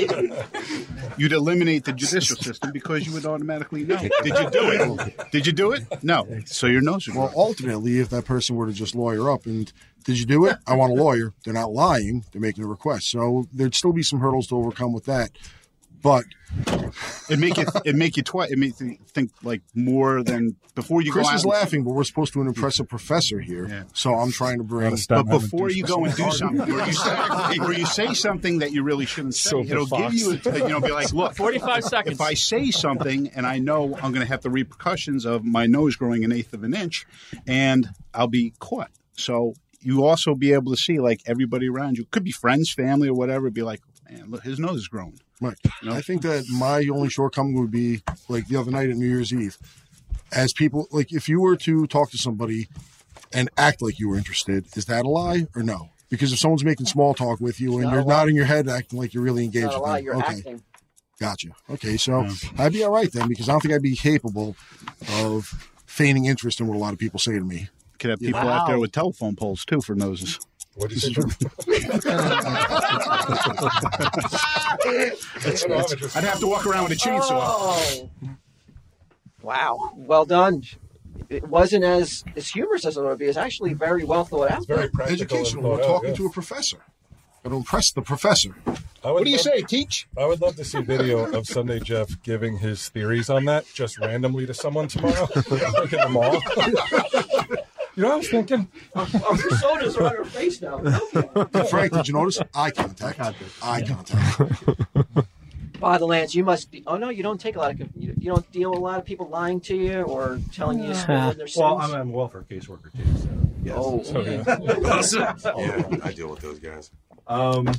Speaker 1: You'd eliminate the judicial system because you would automatically know. Did you do it? Did you do it? No. So your nose is
Speaker 9: Well, ultimately, if that person were to just lawyer up and did you do it? I want a lawyer. They're not lying. They're making a request. So there'd still be some hurdles to overcome with that. But
Speaker 1: it make you it make you twice. It makes you think like more than before you
Speaker 9: Chris
Speaker 1: go out.
Speaker 9: is
Speaker 1: and-
Speaker 9: laughing, but we're supposed to impress a professor here. So I'm trying to bring.
Speaker 1: But before you go and do something, or you, say, or you say something that you really shouldn't say,
Speaker 9: Silver
Speaker 1: it'll
Speaker 9: fox.
Speaker 1: give you, a, you know, be like, look,
Speaker 6: 45
Speaker 1: if-
Speaker 6: seconds.
Speaker 1: If I say something and I know I'm going to have the repercussions of my nose growing an eighth of an inch, and I'll be caught. So you also be able to see like everybody around you could be friends, family, or whatever. Be like, man, look, his nose is growing.
Speaker 9: Right. I think that my only shortcoming would be like the other night at New Year's Eve. As people, like, if you were to talk to somebody and act like you were interested, is that a lie or no? Because if someone's making small talk with you and
Speaker 7: not
Speaker 9: you're
Speaker 7: a lie.
Speaker 9: nodding your head, acting like you're really engaged
Speaker 7: Not a
Speaker 9: with
Speaker 7: lie,
Speaker 9: them,
Speaker 7: you're
Speaker 9: okay,
Speaker 7: acting.
Speaker 9: gotcha. Okay, so I'd be all right then because I don't think I'd be capable of feigning interest in what a lot of people say to me.
Speaker 1: Could have people out there with telephone poles too for noses. What is it? I'd have to walk around with a chainsaw.
Speaker 7: Oh. Wow. Well done. It wasn't as, as humorous as it would be. It's actually very well thought out.
Speaker 9: very educational. We're talking to a professor. It'll impress the professor.
Speaker 4: What do you say,
Speaker 9: teach?
Speaker 4: I would love to see video of Sunday Jeff giving his theories on that just randomly to someone tomorrow. Look at them all. you know what I was thinking?
Speaker 7: Oh, your sodas are on your face now.
Speaker 9: Frank, did you notice eye contact? Eye contact.
Speaker 7: Bottomlands, you must be. Oh no, you don't take a lot of. con- You, you don't deal with a lot of people lying to you or telling you to swallow their sins.
Speaker 10: Well, I'm, I'm a welfare caseworker too. So yes.
Speaker 7: Oh,
Speaker 10: So,
Speaker 7: okay.
Speaker 10: yeah.
Speaker 17: yeah, I deal with those guys.
Speaker 10: Um,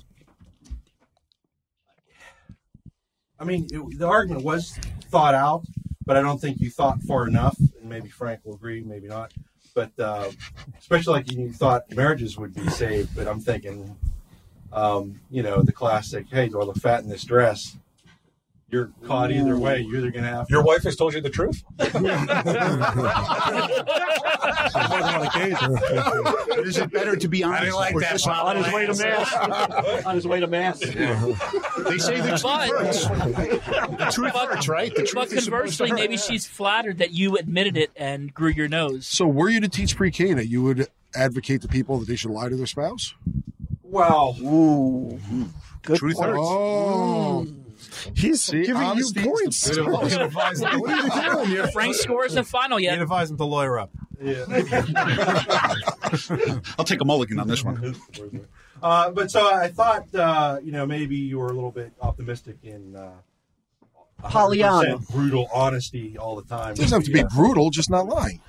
Speaker 10: I mean, it, the argument was thought out, but I don't think you thought far enough. And maybe Frank will agree, maybe not. But uh, especially like you thought marriages would be saved, but I'm thinking, um, you know, the classic, hey, do I look fat in this dress? You're caught either way. You're either going to have
Speaker 4: Your wife has told you the truth?
Speaker 1: Is it better to be honest? I like that.
Speaker 16: On his way to
Speaker 7: mass. on his way to mass.
Speaker 1: They say the truth
Speaker 6: But-
Speaker 1: hurts. The truth hurts, right? The truth
Speaker 6: But
Speaker 1: is supposed to
Speaker 6: conversely,
Speaker 1: hurt.
Speaker 6: maybe she's flattered that you admitted it and grew your nose.
Speaker 9: So, were you to teach pre-K that you would advocate to people that they should lie to their spouse?
Speaker 10: Wow.
Speaker 7: Ooh. Good
Speaker 9: Truth
Speaker 7: point.
Speaker 9: hurts. Oh.
Speaker 8: Mm. He's
Speaker 9: giving you points.
Speaker 6: Frank scores a final yet.
Speaker 5: advise him to lawyer up.
Speaker 1: I'll take a mulligan on this one.
Speaker 10: Uh, but so I thought, uh, you know, maybe you were a little bit optimistic in uh, 100%
Speaker 9: Pollyanna.
Speaker 10: brutal honesty all the time.
Speaker 9: It doesn't have to be
Speaker 10: Yeah.
Speaker 9: brutal, just not lying.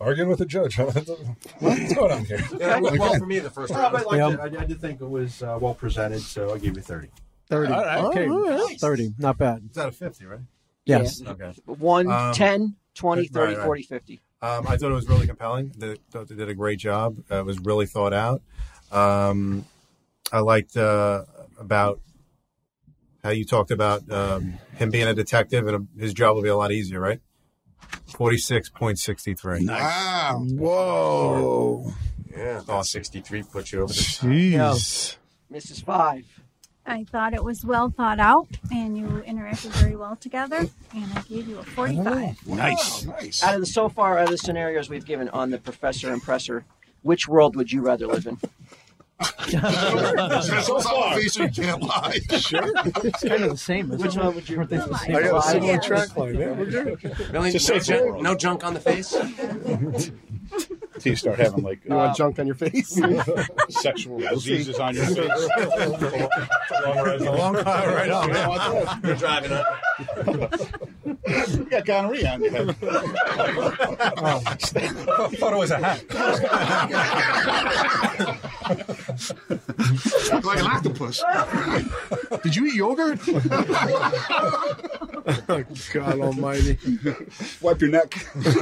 Speaker 4: Arguing with a judge. Huh? What's going on here?
Speaker 10: Yeah, it went well
Speaker 4: for me the first
Speaker 10: Well,
Speaker 4: round.
Speaker 10: but like
Speaker 4: Yeah.
Speaker 10: I said, I, I did think it was uh, well presented, so I gave you thirty.
Speaker 2: 30.
Speaker 10: All right.
Speaker 2: Okay.
Speaker 10: All right.
Speaker 2: 30. Not bad.
Speaker 5: It's out of 50, right?
Speaker 2: Yes.
Speaker 5: Okay.
Speaker 7: One,
Speaker 5: Um,
Speaker 7: 10, 20,
Speaker 5: right,
Speaker 7: 30,
Speaker 5: right.
Speaker 7: 40, 50.
Speaker 5: Um, I thought it was really compelling. They, thought they did a great job. Uh, it was really thought out. Um, I liked uh, about how you talked about um, him being a detective and uh his job will be a lot easier, right? Forty-six point sixty-three.
Speaker 9: Wow. Whoa.
Speaker 17: Yeah,
Speaker 3: Oh,
Speaker 17: that 63 put you over the
Speaker 8: Jeez.
Speaker 7: Mrs. Five.
Speaker 12: I thought it was well thought out, and you interacted very well together, and I gave you a 45.
Speaker 1: Nice.
Speaker 7: nice. Out of the so far, out of the scenarios we've given on the professor impressor, which world would you rather live in?
Speaker 9: so far. Obviously, you can't lie. Sure.
Speaker 2: It's kind of the same.
Speaker 7: Which one would you rather live
Speaker 8: I got a similar
Speaker 7: Yeah.
Speaker 8: track line. Yeah, we're good.
Speaker 17: Really?
Speaker 8: Just
Speaker 17: no,
Speaker 8: say
Speaker 17: junk-
Speaker 8: junk.
Speaker 17: no junk on the face?
Speaker 1: you start having like
Speaker 11: You want junk on your face?
Speaker 1: sexual
Speaker 11: We'll see.
Speaker 1: diseases on your face.
Speaker 4: Long ride home.
Speaker 5: Long ride home.
Speaker 17: You're driving up.
Speaker 1: You got gonorrhea on your head.
Speaker 4: I thought it was a hat.
Speaker 16: Look like an octopus. Did you eat yogurt?
Speaker 1: God Almighty! Wipe your neck.
Speaker 16: Wipe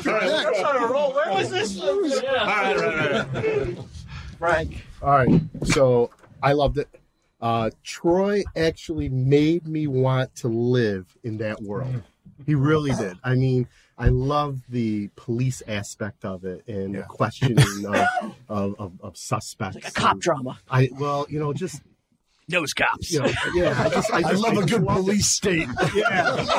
Speaker 16: your neck.
Speaker 1: That's
Speaker 16: on a roll. Where was this? All right, all right, all right.
Speaker 11: Frank. All right. So I loved it. Uh, Troy actually made me want to live in that world. He really did. I mean, I love the police aspect of it and the questioning of, of, of, of suspects.
Speaker 6: Like a cop
Speaker 11: and-
Speaker 6: drama.
Speaker 11: I well, you know, just
Speaker 6: Those cops.
Speaker 11: you know, yeah. I, just, I, just, I just love
Speaker 8: police state.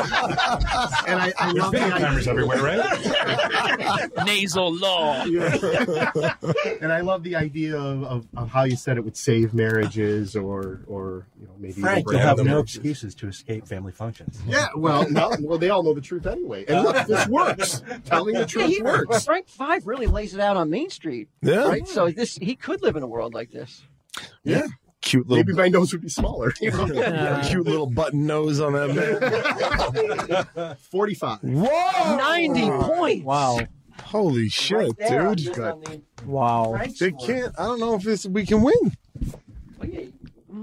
Speaker 11: and I, I love the
Speaker 4: cameras everywhere, right?
Speaker 6: Nasal law.
Speaker 11: and I love the idea of, of, of how you said it would save marriages or or you know maybe even
Speaker 14: Frank,
Speaker 11: break
Speaker 14: you have
Speaker 11: them.
Speaker 14: no excuses to escape family functions.
Speaker 11: Yeah, well, no, well, they all know the truth anyway. And look, this works. Telling the
Speaker 7: Yeah,
Speaker 11: truth
Speaker 7: he-
Speaker 11: works.
Speaker 7: Frank Five really lays it out on Main Street.
Speaker 8: Yeah.
Speaker 7: Right? So this he could live in a world like this.
Speaker 8: Yeah. Cute little
Speaker 11: Maybe my nose would be smaller.
Speaker 8: cute little button nose on that man.
Speaker 11: 45.
Speaker 8: Whoa!
Speaker 7: 90 points.
Speaker 8: Wow. Holy shit,
Speaker 7: there on
Speaker 8: dude.
Speaker 7: this- on the-
Speaker 8: Wow.
Speaker 7: Frank's
Speaker 8: They
Speaker 7: score.
Speaker 8: can't I don't know if it's we can win.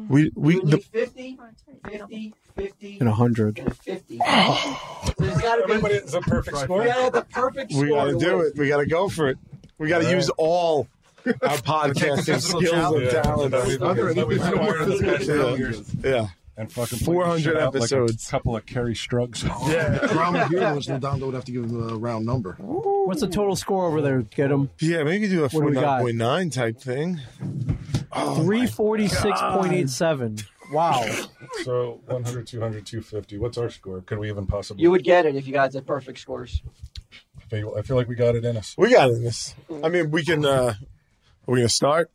Speaker 8: We we
Speaker 7: You need
Speaker 8: the
Speaker 7: 50, 50, 50,
Speaker 2: In a hundred.
Speaker 7: and 50. So there's got to be
Speaker 4: Everybody has a perfect score.
Speaker 7: you gotta have the perfect score.
Speaker 8: we gotta
Speaker 7: to
Speaker 8: do
Speaker 7: win.
Speaker 8: it. We gotta go for it. We gotta use all our podcasting skills and
Speaker 4: Oh, We've-
Speaker 8: talents.
Speaker 4: we've- we've acquired this guy's
Speaker 8: Yeah.
Speaker 4: failures.
Speaker 8: yeah.
Speaker 4: And fucking
Speaker 8: 400 episodes.
Speaker 4: a couple of Kerry Shrugs.
Speaker 9: Drama heroes. Redondo would have to give him a round number.
Speaker 2: What's the total score over there? Get him.
Speaker 8: Yeah, maybe we could do a
Speaker 2: What do we got?
Speaker 8: 49.9 type thing.
Speaker 5: Oh
Speaker 2: Three forty-six point eight seven. Wow.
Speaker 4: So 100, 200, 250. What's our score? Could we even possibly?
Speaker 7: You would get it if you got the perfect scores.
Speaker 4: I feel, I feel like we got it in us.
Speaker 8: We got in this. I mean, we can uh are we gonna start?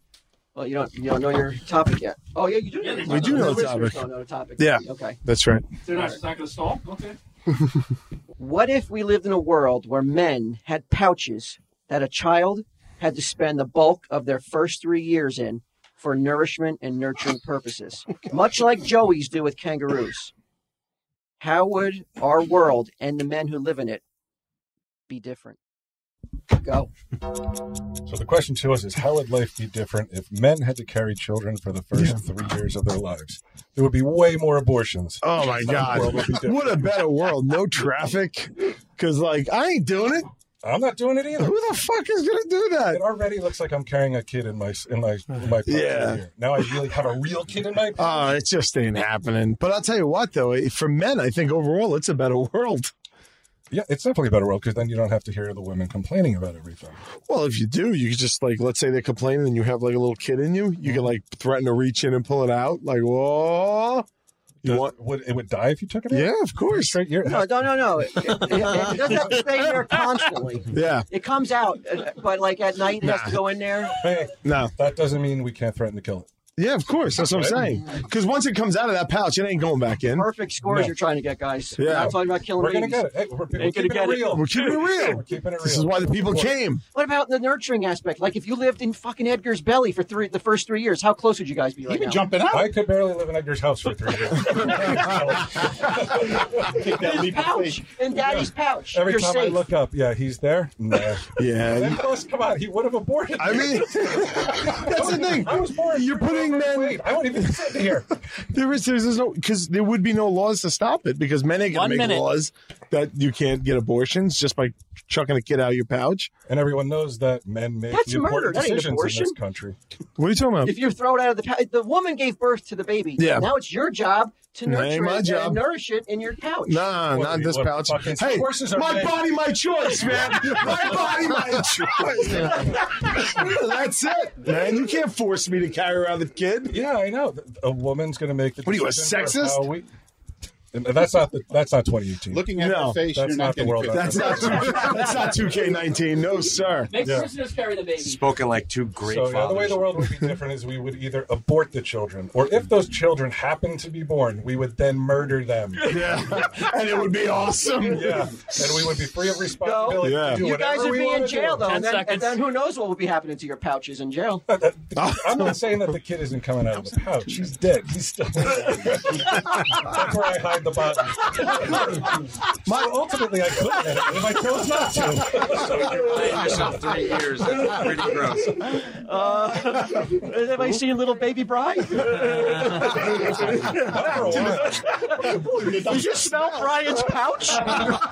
Speaker 7: Well, you don't you don't know your topic yet. Oh yeah, you do. Know
Speaker 8: We do know the topic.
Speaker 7: Don't know the Oh, topic.
Speaker 8: Yeah.
Speaker 7: Okay.
Speaker 8: That's right.
Speaker 6: They're not, not going to stall? Okay.
Speaker 7: What if we lived in a world where men had pouches that a child had to spend the bulk of their first three years in for nourishment and nurturing purposes, much like joeys do with kangaroos? How would our world and the men who live in it be different? Go.
Speaker 4: So the question to us is how would life be different if men had to carry children for the first three years of their lives? There would be way more abortions.
Speaker 8: Oh my god. what a better world. No traffic. Cause like I ain't doing it.
Speaker 4: I'm not doing it either.
Speaker 8: Who the fuck is gonna do that?
Speaker 4: It already looks like I'm carrying a kid in my in my in my pocket
Speaker 8: Yeah.
Speaker 4: here. Now I really have a real kid in my pocket.
Speaker 8: Oh, it just ain't happening. But I'll tell you what, though, it- for men, I think overall it's a better world.
Speaker 4: Yeah, it's definitely a better world because then you don't have to hear the women complaining about everything.
Speaker 8: Well, if you do, you could just like, let's say they're complaining and you have like a little kid in you, you
Speaker 4: Mm-hmm.
Speaker 8: can like threaten to reach in and pull it out. Like, whoa. You
Speaker 4: Does-
Speaker 8: want,
Speaker 4: would it would die if you took it? out?
Speaker 8: yeah, of course.
Speaker 4: Straight year.
Speaker 7: No, no, no, no. It, it- it doesn't have to stay there constantly.
Speaker 8: Yeah,
Speaker 7: It comes out, uh, but like at night, it has to go in there.
Speaker 4: Hey,
Speaker 8: no.
Speaker 4: that doesn't mean we can't threaten to kill it.
Speaker 8: Yeah, of course. That's what I'm saying. Because once it comes out of that pouch, it ain't going back in.
Speaker 7: Perfect scores
Speaker 4: No.
Speaker 7: you're trying to get, guys.
Speaker 8: Yeah.
Speaker 7: We're not talking about killing
Speaker 4: We're gonna
Speaker 7: babies.
Speaker 4: get it. Hey, we're, we're
Speaker 7: Ain't gonna
Speaker 4: keeping it
Speaker 7: get it.
Speaker 4: real.
Speaker 8: We're keeping it real.
Speaker 4: We're keeping it real.
Speaker 8: This is why the people came.
Speaker 7: What about the nurturing aspect? Like if you lived in fucking Edgar's belly for three, the first three years, how close would you guys be right
Speaker 1: You've been
Speaker 7: now?
Speaker 1: jumping out.
Speaker 4: I could barely live in Edgar's house for three years.
Speaker 1: Take that leap of
Speaker 7: Pouch
Speaker 1: faith.
Speaker 7: in Daddy's pouch.
Speaker 4: Every
Speaker 7: You're
Speaker 4: time
Speaker 7: safe.
Speaker 4: I look up, yeah, he's there. Nah.
Speaker 8: Yeah.
Speaker 4: And plus, come on, he would have aborted.
Speaker 8: I
Speaker 4: me.
Speaker 8: mean, that's the thing.
Speaker 4: I was born.
Speaker 8: You're putting men.
Speaker 4: Wait, I won't even sit here.
Speaker 8: There is, there's, there's no, because there would be no laws to stop it because men ain't gonna
Speaker 6: One
Speaker 8: make
Speaker 6: minute.
Speaker 8: laws that you can't get abortions just by chucking a kid out of your pouch.
Speaker 4: And everyone knows that men make
Speaker 7: That's
Speaker 4: the important
Speaker 7: murder. That ain't
Speaker 4: decisions in this
Speaker 7: abortion.
Speaker 4: country.
Speaker 8: What are you talking about?
Speaker 7: if you're thrown out of the pouch, the woman gave birth to the baby.
Speaker 8: Oh. Yeah.
Speaker 7: Now it's your job to
Speaker 8: That ain't
Speaker 7: nurture
Speaker 8: my
Speaker 7: it
Speaker 8: job.
Speaker 7: and nourish it in your pouch.
Speaker 8: Nah,
Speaker 4: What
Speaker 8: not
Speaker 4: we-
Speaker 8: this
Speaker 4: what
Speaker 8: pouch.
Speaker 4: fucking
Speaker 8: Hey,
Speaker 4: horses are
Speaker 8: my
Speaker 4: made.
Speaker 8: body, my choice, man. my body, my choice. That's it, man. You can't force me to carry around the kid.
Speaker 4: Yeah, I know. Th- A woman's going to make the.
Speaker 8: What are you, a
Speaker 4: decision for
Speaker 8: sexist?
Speaker 4: how we- And that's not the, that's not 2018.
Speaker 1: Looking at
Speaker 8: No,
Speaker 1: your face,
Speaker 4: that's
Speaker 1: you're
Speaker 4: not
Speaker 1: not
Speaker 4: the
Speaker 1: getting
Speaker 4: world
Speaker 1: picked.
Speaker 4: out
Speaker 8: That's not. 2K, that's not 2K19. No, sir.
Speaker 6: Make yeah. prisoners carry the baby.
Speaker 3: Spoken like two great
Speaker 4: so yeah, the way
Speaker 3: fathers.
Speaker 4: the world would be different is we would either abort the children, or if those children happen to be born, we would then murder them.
Speaker 8: Yeah, and it would be awesome.
Speaker 4: Yeah, and we would be free of responsibility.
Speaker 8: No.
Speaker 4: to
Speaker 8: Yeah.
Speaker 4: do
Speaker 7: You
Speaker 4: whatever
Speaker 7: guys would
Speaker 4: we
Speaker 7: be
Speaker 4: wanna
Speaker 7: in jail
Speaker 4: do.
Speaker 7: though, and
Speaker 6: Ten
Speaker 7: then, and
Speaker 6: seconds.
Speaker 7: then who knows what will be happening to your pouches in jail?
Speaker 4: I'm not saying that the kid isn't coming out of the pouch. He's dead. He's still. That's where I hide the button. My ultimately, I could edit it if I chose not to.
Speaker 17: yourself three years. That's pretty gross.
Speaker 7: Uh, has anybody seen Little Baby Bride? Did you smell Brian's pouch?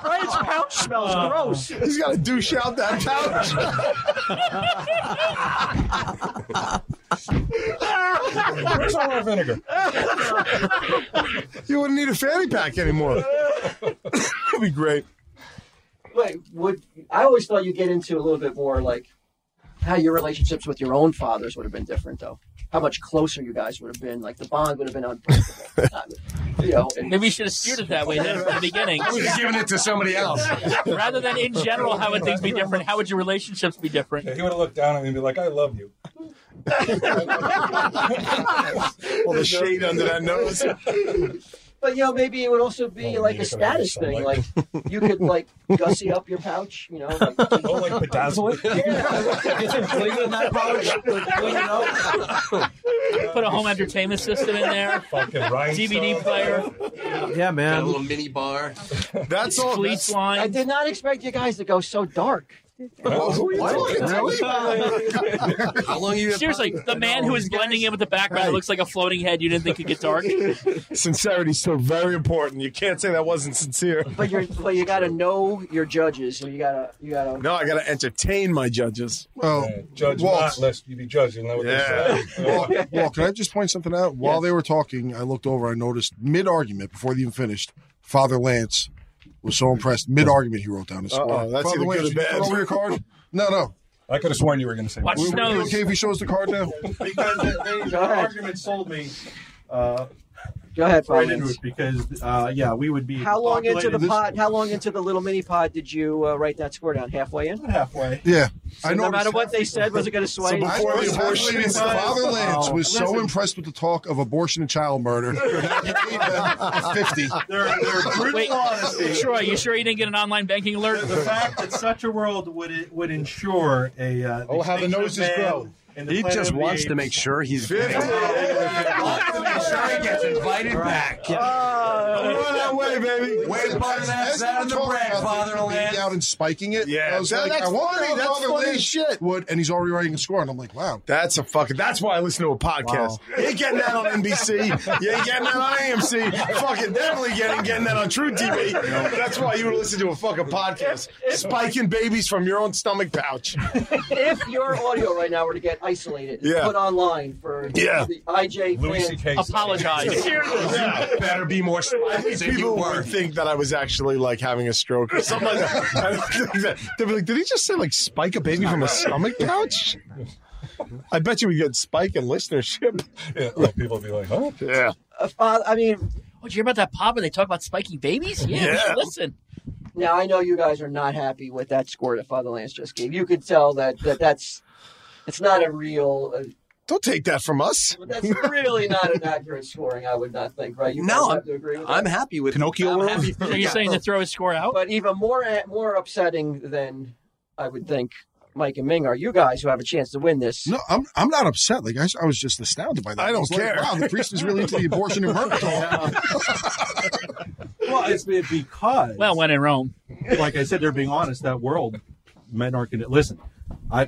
Speaker 7: Brian's pouch smells
Speaker 4: Uh,
Speaker 7: gross.
Speaker 8: He's got to douche out that pouch.
Speaker 4: Where's all our vinegar?
Speaker 8: you wouldn't need a fanny pack anymore. That'd be great.
Speaker 7: Like, would I always thought you get into a little bit more like how your relationships with your own fathers would have been different, though. How much closer you guys would have been. Like the bond would have been unbreakable. Not- you know, and-
Speaker 6: Maybe you should have steered it that way then from the beginning.
Speaker 7: I would've given
Speaker 17: it to somebody else.
Speaker 6: Rather than in general, how would things be different? How would your relationships be different?
Speaker 4: He would have looked down at me and be like, "I love you."
Speaker 8: All the shade under that nose.
Speaker 7: But you know, maybe it would also be like a status thing. Like you could like gussy up your pouch. You know, like,
Speaker 4: oh, like bedazzle it.
Speaker 6: Put a home entertainment system in there.
Speaker 4: Fucking
Speaker 6: DVD player.
Speaker 2: Yeah,
Speaker 17: Got a little mini bar.
Speaker 8: That's
Speaker 6: all- Fleece that's- line.
Speaker 7: I did not expect you guys to go so dark.
Speaker 17: How long you?
Speaker 6: Seriously, the man who is blending in with the background looks like a floating head. You didn't think could get dark.
Speaker 8: Sincerity's so very important. You can't say that wasn't sincere.
Speaker 7: But you're but you got to know your judges, and you gotta you gotta.
Speaker 8: No, I got to entertain my judges.
Speaker 9: Well,
Speaker 4: Judge
Speaker 9: Walt,
Speaker 4: not, lest you be judged. You know what they say.
Speaker 9: Walt, Walt, can I just point something out? While they were talking, I looked over. I noticed mid argument before they even finished. Father Lance was so impressed. Mid argument, he wrote down his score.
Speaker 8: Uh-oh, that's
Speaker 9: Father
Speaker 8: either
Speaker 9: Lance,
Speaker 8: good or
Speaker 9: you
Speaker 8: bad.
Speaker 9: put over your card? No, no.
Speaker 4: I could have sworn you were going to say.
Speaker 6: Watch
Speaker 9: Would
Speaker 6: his
Speaker 9: it be
Speaker 6: nose.
Speaker 9: okay if he shows the card now?
Speaker 10: because they, they,
Speaker 7: Go
Speaker 10: the
Speaker 7: ahead.
Speaker 10: argument sold me. Uh,
Speaker 7: Go ahead,
Speaker 10: right
Speaker 7: Brian.
Speaker 10: into it because uh, yeah, we would be
Speaker 7: How long into the
Speaker 10: populated-
Speaker 7: pod? How long into the little mini pod did you uh, write that score down? Halfway in.
Speaker 10: halfway.
Speaker 9: Yeah.
Speaker 7: So no matter what they said, was it going to sway? you?
Speaker 9: I was
Speaker 8: abortion
Speaker 9: halfway in.
Speaker 8: stuff.
Speaker 9: Father Lance
Speaker 7: Oh.
Speaker 9: was so
Speaker 7: Listen.
Speaker 9: impressed with the talk of abortion and child murder. that he gave them a 50.
Speaker 10: Their, their brutal
Speaker 6: Wait,
Speaker 10: honesty.
Speaker 6: Troy, you sure you didn't get an online banking alert?
Speaker 10: The fact that such a world would would ensure a uh,
Speaker 8: Oh, how the
Speaker 10: extinction of
Speaker 8: noses
Speaker 10: man
Speaker 8: grow.
Speaker 10: and the
Speaker 3: He
Speaker 10: planet
Speaker 3: just
Speaker 10: of the
Speaker 3: wants to
Speaker 10: apes.
Speaker 3: make sure he's gets invited
Speaker 8: Uh,
Speaker 3: back.
Speaker 8: Throw that way, baby.
Speaker 9: Where's
Speaker 3: butter that's out of the bread, Father Lance?
Speaker 9: Out and spiking it.
Speaker 8: Yeah.
Speaker 9: I was
Speaker 8: That-
Speaker 9: like,
Speaker 8: that's
Speaker 9: I wonder
Speaker 8: funny.
Speaker 9: how
Speaker 8: That's
Speaker 9: Father
Speaker 8: funny
Speaker 9: Lance
Speaker 8: shit.
Speaker 9: Would, and he's already writing a score, and I'm like, wow.
Speaker 8: That's a fucking. That's why I listen to a podcast. You ain't getting that on NBC. You ain't getting that on AMC. Fucking definitely getting getting that on True TV. That's why you would listen to a fucking podcast. Spiking babies from your own stomach pouch.
Speaker 7: if your audio right now were to get isolated, and
Speaker 8: Yeah.
Speaker 7: put online for
Speaker 8: Yeah.
Speaker 7: the IJ
Speaker 4: Louis
Speaker 7: fans,
Speaker 4: C.K.
Speaker 6: Apologize.
Speaker 8: Yeah.
Speaker 3: Better be more
Speaker 8: I think
Speaker 3: spicy than you
Speaker 8: people
Speaker 3: were.
Speaker 8: would think that I was actually like having a stroke or something like that. I don't think that. They'd be like, "Did he just say like spike a baby from a stomach pouch?" I bet you we get spike in listenership.
Speaker 4: Yeah, like, people would be like, "Huh."
Speaker 8: Yeah.
Speaker 7: uh, fa- I mean,
Speaker 6: Oh, did you hear about that pop where they talk about spiking babies? Yeah, we should
Speaker 8: Yeah.
Speaker 6: listen.
Speaker 7: now I know you guys are not happy with that score that Father Lance just gave. You could tell that, that that's it's not a real. Uh,
Speaker 8: Don't take that from us.
Speaker 7: that's really not an accurate scoring. I would not think. Right? You
Speaker 3: No,
Speaker 7: guys
Speaker 3: I'm-
Speaker 7: have to agree with
Speaker 3: I'm
Speaker 7: that.
Speaker 3: happy with
Speaker 1: Pinocchio
Speaker 3: I'm
Speaker 1: world?
Speaker 3: happy for
Speaker 6: Are
Speaker 3: the
Speaker 6: you
Speaker 3: guy.
Speaker 6: saying to throw his score out?
Speaker 7: But even more more upsetting than I would think. Mike and Ming are you guys who have a chance to win this?
Speaker 9: No, I'm I'm not upset. Like I, I was just astounded by that.
Speaker 8: I don't
Speaker 9: was like,
Speaker 8: care.
Speaker 9: wow, the priest is really into the abortion and murder talk.
Speaker 10: Well, it's be- because
Speaker 6: Well, when in Rome.
Speaker 10: like I said, they're being honest. That world, men aren't going to listen. I,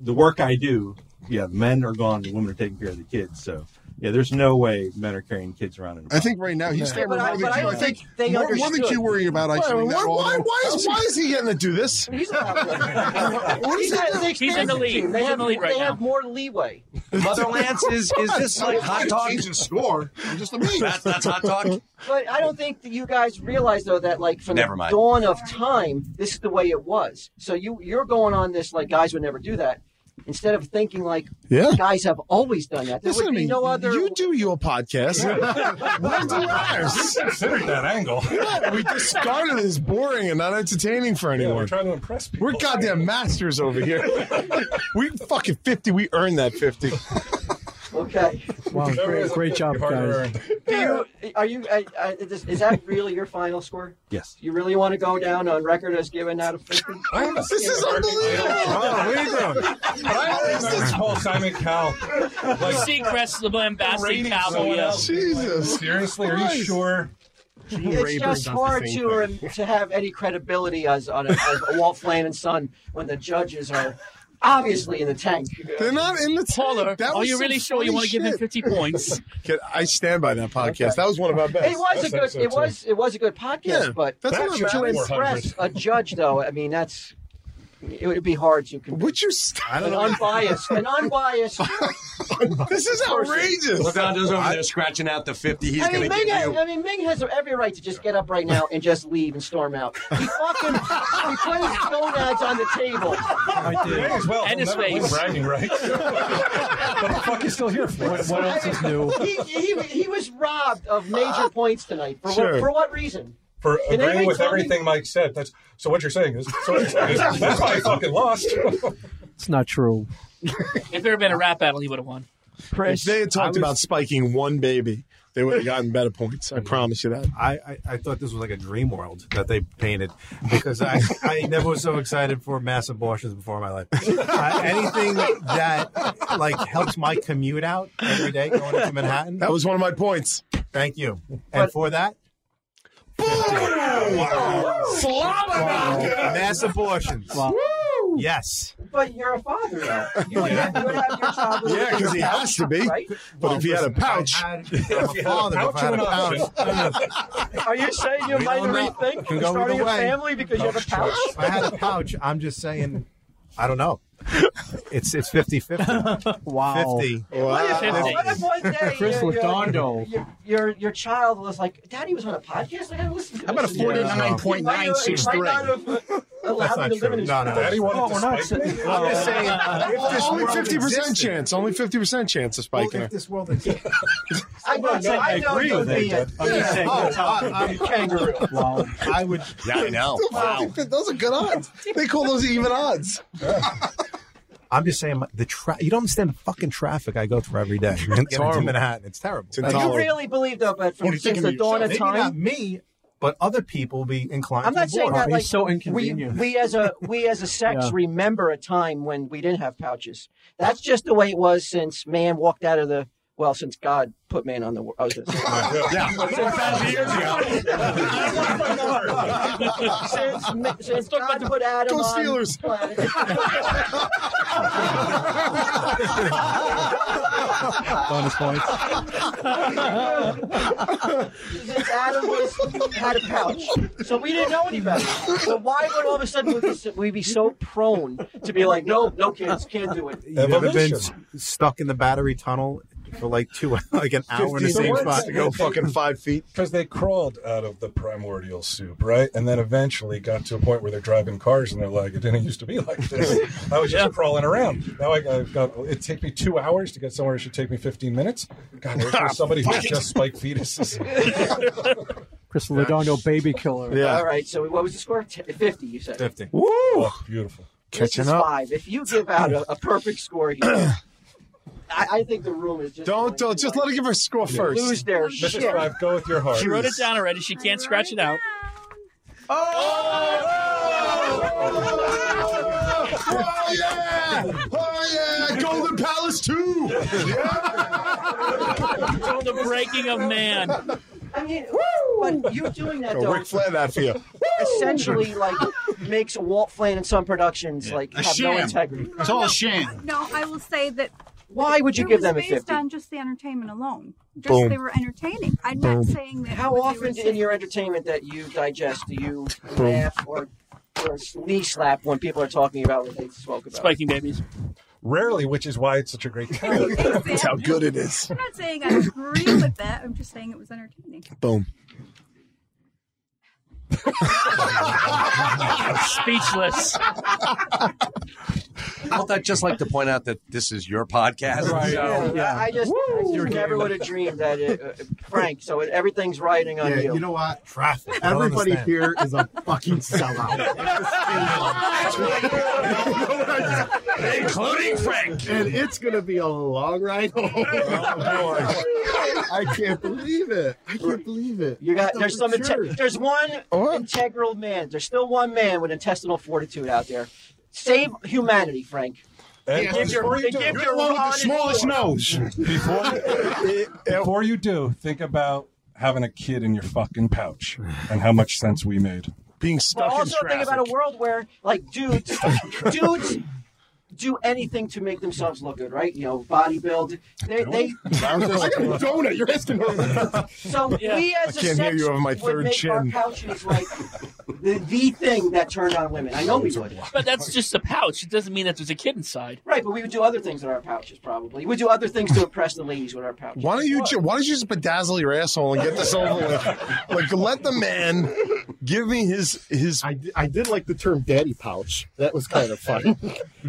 Speaker 10: the work I do, yeah, men are gone. The women are taking care of the kids. So yeah, there's no way men are carrying kids around. In a
Speaker 9: I think right now he's
Speaker 7: But
Speaker 9: staring
Speaker 7: I-
Speaker 9: more than
Speaker 7: but I
Speaker 9: Q. I
Speaker 7: don't
Speaker 9: think
Speaker 7: think they
Speaker 9: more, more than
Speaker 7: understood.
Speaker 9: Q worrying about
Speaker 8: Why,
Speaker 9: isolating that
Speaker 8: why,
Speaker 9: all.
Speaker 8: why, why is, why is he getting to do this?
Speaker 7: He's allowed to-
Speaker 8: What is
Speaker 7: He's,
Speaker 8: that?
Speaker 7: got- they
Speaker 6: He's in the
Speaker 7: expanded
Speaker 6: lead.
Speaker 7: team. They
Speaker 6: He's in
Speaker 7: have,
Speaker 6: the lead right
Speaker 7: they
Speaker 6: now.
Speaker 7: have more leeway.
Speaker 3: Mother Lance is is this like hot dog?
Speaker 9: Change in score. I'm just amazed.
Speaker 3: That's that's hot dog.
Speaker 7: But I don't think that you guys realize though that like from
Speaker 3: Never
Speaker 7: the
Speaker 3: mind.
Speaker 7: dawn of time, this is the way it was. So you you're going on this like guys would never do that. Instead of thinking like
Speaker 8: Yeah.
Speaker 7: guys have always done that, there
Speaker 8: Listen to
Speaker 7: would be
Speaker 8: me.
Speaker 7: no other.
Speaker 8: You do your podcast. We'll do ours.
Speaker 4: Considered that angle.
Speaker 8: Yeah, we discarded it as boring and not entertaining for
Speaker 4: Yeah,
Speaker 8: anyone.
Speaker 4: we're trying to impress people.
Speaker 8: we're goddamn masters over here. we fucking 50. We earned that 50.
Speaker 7: Okay.
Speaker 2: Wow, Oh, great, great job, guys.
Speaker 7: Do you are you I, I, is, is that really your final score?
Speaker 10: Yes.
Speaker 7: You really want to go down on record as giving out a fifty?
Speaker 8: This is unbelievable.
Speaker 4: what are you doing? I remember Paul Simon Cowell.
Speaker 7: Oh,
Speaker 4: Like,
Speaker 6: Seacrest, the bombastic
Speaker 4: rating
Speaker 6: cowboy.
Speaker 4: someone
Speaker 6: yeah.
Speaker 4: else.
Speaker 8: Jesus.
Speaker 4: seriously, are you
Speaker 8: Christ.
Speaker 4: sure?
Speaker 11: Gene
Speaker 7: it's
Speaker 11: Rayburn does
Speaker 7: just
Speaker 11: the
Speaker 7: hard
Speaker 11: same
Speaker 7: to um, to have any credibility as on a, as Walt Flanagan and Son when the judges are obviously in the tank.
Speaker 8: They're not in the tank. That
Speaker 7: are
Speaker 8: was
Speaker 7: you
Speaker 8: some
Speaker 7: really sure you
Speaker 8: funny
Speaker 7: wanna give him
Speaker 8: shit.
Speaker 7: 50 points?
Speaker 8: Kid, I stand by that podcast. That was one of our best.
Speaker 7: It was a good. It was. It was a good podcast.
Speaker 8: Yeah,
Speaker 7: but
Speaker 8: that's
Speaker 7: but
Speaker 8: what
Speaker 7: to
Speaker 8: I'm
Speaker 7: impress a judge, though, I mean, that's it would be hard to. Compare.
Speaker 8: Would you? I
Speaker 7: an
Speaker 8: don't know.
Speaker 7: unbiased. An unbiased.
Speaker 8: This is outrageous.
Speaker 3: Labando's over there scratching out the 50 he's
Speaker 7: I
Speaker 3: going
Speaker 7: mean,
Speaker 3: to
Speaker 7: Ming
Speaker 3: give
Speaker 7: has,
Speaker 3: you.
Speaker 7: I mean, Ming has every right to just get up right now and just leave and storm out. He fucking he put his gonads on the table.
Speaker 4: I did. May as well.
Speaker 7: And his
Speaker 4: He'll never win
Speaker 7: face.
Speaker 4: bragging rights. what the fuck is still here for?
Speaker 2: What- what else is new?
Speaker 7: He, he, he was robbed of major points tonight. For,
Speaker 4: Sure.
Speaker 7: what, for what reason?
Speaker 4: For
Speaker 7: Can
Speaker 4: agreeing
Speaker 7: anybody
Speaker 4: with
Speaker 7: tell me-
Speaker 4: everything Mike said. That's so. What you're saying is, so what you're saying is that's why I fucking lost.
Speaker 2: It's not true.
Speaker 6: If there had been a rap battle, he would have won.
Speaker 8: If they had talked about spiking one baby, they would have gotten better points. I promise you that.
Speaker 5: I, I, I thought this was like a dream world that they painted because I, I never was so excited for mass abortions before in my life. Uh, anything that like helps my commute out every day going into Manhattan.
Speaker 8: That was one of my points.
Speaker 5: Thank you. And for that, mass abortions. Yes.
Speaker 7: But you're a father, though. You would have, you would have your child. with
Speaker 8: Yeah,
Speaker 7: a
Speaker 8: because he has to be.
Speaker 7: Right?
Speaker 8: But if he had a pouch,
Speaker 5: I'm a father. If I had a pouch,
Speaker 7: Are you saying you
Speaker 5: We
Speaker 7: might
Speaker 5: don't know.
Speaker 7: rethink
Speaker 5: Can go
Speaker 7: starting
Speaker 5: either
Speaker 7: a
Speaker 5: way.
Speaker 7: family because you have a pouch?
Speaker 5: If I had a pouch. I'm just saying, I don't know. It's it's 50 50.
Speaker 2: Wow.
Speaker 5: 50.
Speaker 7: What if, what if one day
Speaker 2: Chris
Speaker 7: your- your-
Speaker 2: Redondo.
Speaker 7: Your, your your child was like, "Daddy was on a podcast. I gotta listen to
Speaker 17: How about a
Speaker 7: this." You might not- you might not have uh, allowed
Speaker 5: That's not
Speaker 7: me to live in
Speaker 5: true.
Speaker 7: his
Speaker 5: No, no.
Speaker 4: Daddy wanted
Speaker 2: Oh,
Speaker 4: to
Speaker 2: we're not
Speaker 4: spike
Speaker 2: saying-
Speaker 4: me.
Speaker 5: I'm just saying,
Speaker 8: uh,
Speaker 5: if
Speaker 7: Oh,
Speaker 5: this
Speaker 8: only
Speaker 5: world
Speaker 8: fifty percent
Speaker 5: existed-
Speaker 8: chance. Only fifty percent chance of
Speaker 5: Well,
Speaker 8: spiking.
Speaker 5: if this world existed.
Speaker 7: I know,
Speaker 10: saying I
Speaker 7: I know
Speaker 10: agree
Speaker 7: you'd
Speaker 10: with it,
Speaker 7: be a-
Speaker 10: but I'm just saying that's how
Speaker 5: Oh, I-
Speaker 10: it would be. kangaroo.
Speaker 2: Wow.
Speaker 5: I would.
Speaker 3: Yeah, I know. Wow.
Speaker 8: Those are good odds. They call those even odds.
Speaker 5: I'm just saying the tra- You don't understand the fucking traffic I go through every day. It's
Speaker 8: horrible.
Speaker 5: Manhattan. It's terrible.
Speaker 8: It's
Speaker 7: Do you
Speaker 8: intolerable.
Speaker 7: really believe though, but
Speaker 8: What do
Speaker 7: from
Speaker 8: you
Speaker 7: since
Speaker 8: think
Speaker 7: the
Speaker 8: of
Speaker 7: dawn of
Speaker 5: Maybe not
Speaker 7: time,
Speaker 5: me, but other people be inclined.
Speaker 7: I'm
Speaker 5: to
Speaker 7: not saying
Speaker 5: abort.
Speaker 7: that like
Speaker 2: He's so
Speaker 7: we,
Speaker 2: inconvenient.
Speaker 7: we as a we as a sex
Speaker 2: Yeah.
Speaker 7: remember a time when we didn't have pouches. That's just the way it was since man walked out of the well, since God put man on the world. I was gonna say-
Speaker 8: Yeah.
Speaker 7: since, ma- since
Speaker 2: talk about
Speaker 7: God put Adam
Speaker 8: Go
Speaker 7: on
Speaker 8: Steelers.
Speaker 7: the planet.
Speaker 14: Bonus points.
Speaker 7: since Adam was had a pouch, so we didn't know any better. So why would all of a sudden we be, we be so prone to be like, no, no kids can't do it?
Speaker 5: You've ever been s- stuck in the battery tunnel for like two, like an hour in the same spot?
Speaker 8: to go fucking five feet.
Speaker 4: Because they crawled out of the primordial soup, right? And then eventually got to a point where they're driving cars and they're like, it didn't used to be like this. I was just crawling around. Now I, I've got, it take me two hours to get somewhere. It should take me 15 minutes. God, there's
Speaker 8: Ah,
Speaker 4: somebody who just spiked fetuses.
Speaker 2: Chris Ladondo, baby killer.
Speaker 7: All right. So what was the score? T- Fifty, you said.
Speaker 5: 50.
Speaker 8: Woo!
Speaker 4: Oh, beautiful.
Speaker 7: This
Speaker 8: Catching
Speaker 7: is
Speaker 8: up.
Speaker 7: Five. If you give out a, a perfect score here, I, I think the room is just.
Speaker 8: Don't
Speaker 7: going
Speaker 8: don't
Speaker 7: to,
Speaker 8: just
Speaker 7: like,
Speaker 8: let her give her score
Speaker 7: lose
Speaker 8: first.
Speaker 7: their
Speaker 4: Mrs.
Speaker 7: shit.
Speaker 4: Five, go with your heart.
Speaker 6: She wrote it down already. She can't scratch it out.
Speaker 8: Oh yeah! Oh yeah! Golden Palace two.
Speaker 6: The breaking of man.
Speaker 7: I mean, woo! But you doing that though
Speaker 8: Rick Flair that for you.
Speaker 7: essentially like makes Walt Flynn and Sun Productions like
Speaker 16: A
Speaker 7: have no
Speaker 16: sham.
Speaker 7: integrity.
Speaker 16: It's all a sham.
Speaker 12: No, I will say that
Speaker 7: Why would you
Speaker 12: it
Speaker 7: give
Speaker 12: was
Speaker 7: them a
Speaker 12: based
Speaker 7: fifty?
Speaker 12: on just the entertainment alone. Just
Speaker 8: Boom.
Speaker 12: they were entertaining. I'm
Speaker 8: Boom.
Speaker 12: not saying that.
Speaker 7: How
Speaker 12: what they were
Speaker 7: often in
Speaker 12: saying-
Speaker 7: your entertainment that you digest do you
Speaker 8: Boom.
Speaker 7: laugh or or knee slap when people are talking about what they spoke about?
Speaker 6: Spiking babies.
Speaker 4: Rarely, which is why it's such a great talent.
Speaker 12: Exactly.
Speaker 8: That's how good it is.
Speaker 12: I'm not saying I agree with that. I'm just saying it was entertaining.
Speaker 8: Boom.
Speaker 6: Speechless.
Speaker 3: I thought I'd just like to point out that this is your podcast.
Speaker 2: Right.
Speaker 3: So.
Speaker 7: Yeah, I I just, I just never would have dreamed that it, uh, Frank. So it, everything's riding on
Speaker 11: Yeah,
Speaker 7: you.
Speaker 11: you know what?
Speaker 5: Traffic. I don't
Speaker 11: Everybody here
Speaker 5: understand.
Speaker 11: is a fucking sellout,
Speaker 17: Including Frank. Oh,
Speaker 11: and it's gonna be a long ride home. I can't believe it. I can't believe it.
Speaker 7: You got
Speaker 11: It's
Speaker 7: there's some
Speaker 11: absurd.
Speaker 7: inte- there's one
Speaker 8: Oh.
Speaker 7: integral man. There's still one man with intestinal fortitude out there. Save humanity, Frank.
Speaker 4: And
Speaker 16: Yeah,
Speaker 7: Give your,
Speaker 4: before you
Speaker 7: give
Speaker 4: do-
Speaker 7: your
Speaker 16: You're the one with the
Speaker 7: honest-
Speaker 16: smallest nose.
Speaker 4: before, before you do, think about having a kid in your fucking pouch and how much sense we made.
Speaker 8: Being
Speaker 7: Well, also think about a world where like dudes, dudes do anything to make themselves look good, right? You know, bodybuild. They, they
Speaker 11: I got a donut. You're asking for
Speaker 7: so we as a
Speaker 8: I can't hear
Speaker 7: sex
Speaker 8: you over my
Speaker 7: would
Speaker 8: third
Speaker 7: make Our
Speaker 8: chin.
Speaker 7: pouches like the, the thing that turned on women. I know we would.
Speaker 6: But that's just a pouch. It doesn't mean that there's a kid inside.
Speaker 7: Right, but we would do other things in our pouches probably. We do other things to impress the ladies with our pouches.
Speaker 8: Why don't you? Ju- why don't you just bedazzle your asshole and get this over with? Like, let the man give me his his.
Speaker 11: I, I did like the term "daddy pouch." That was kind of funny.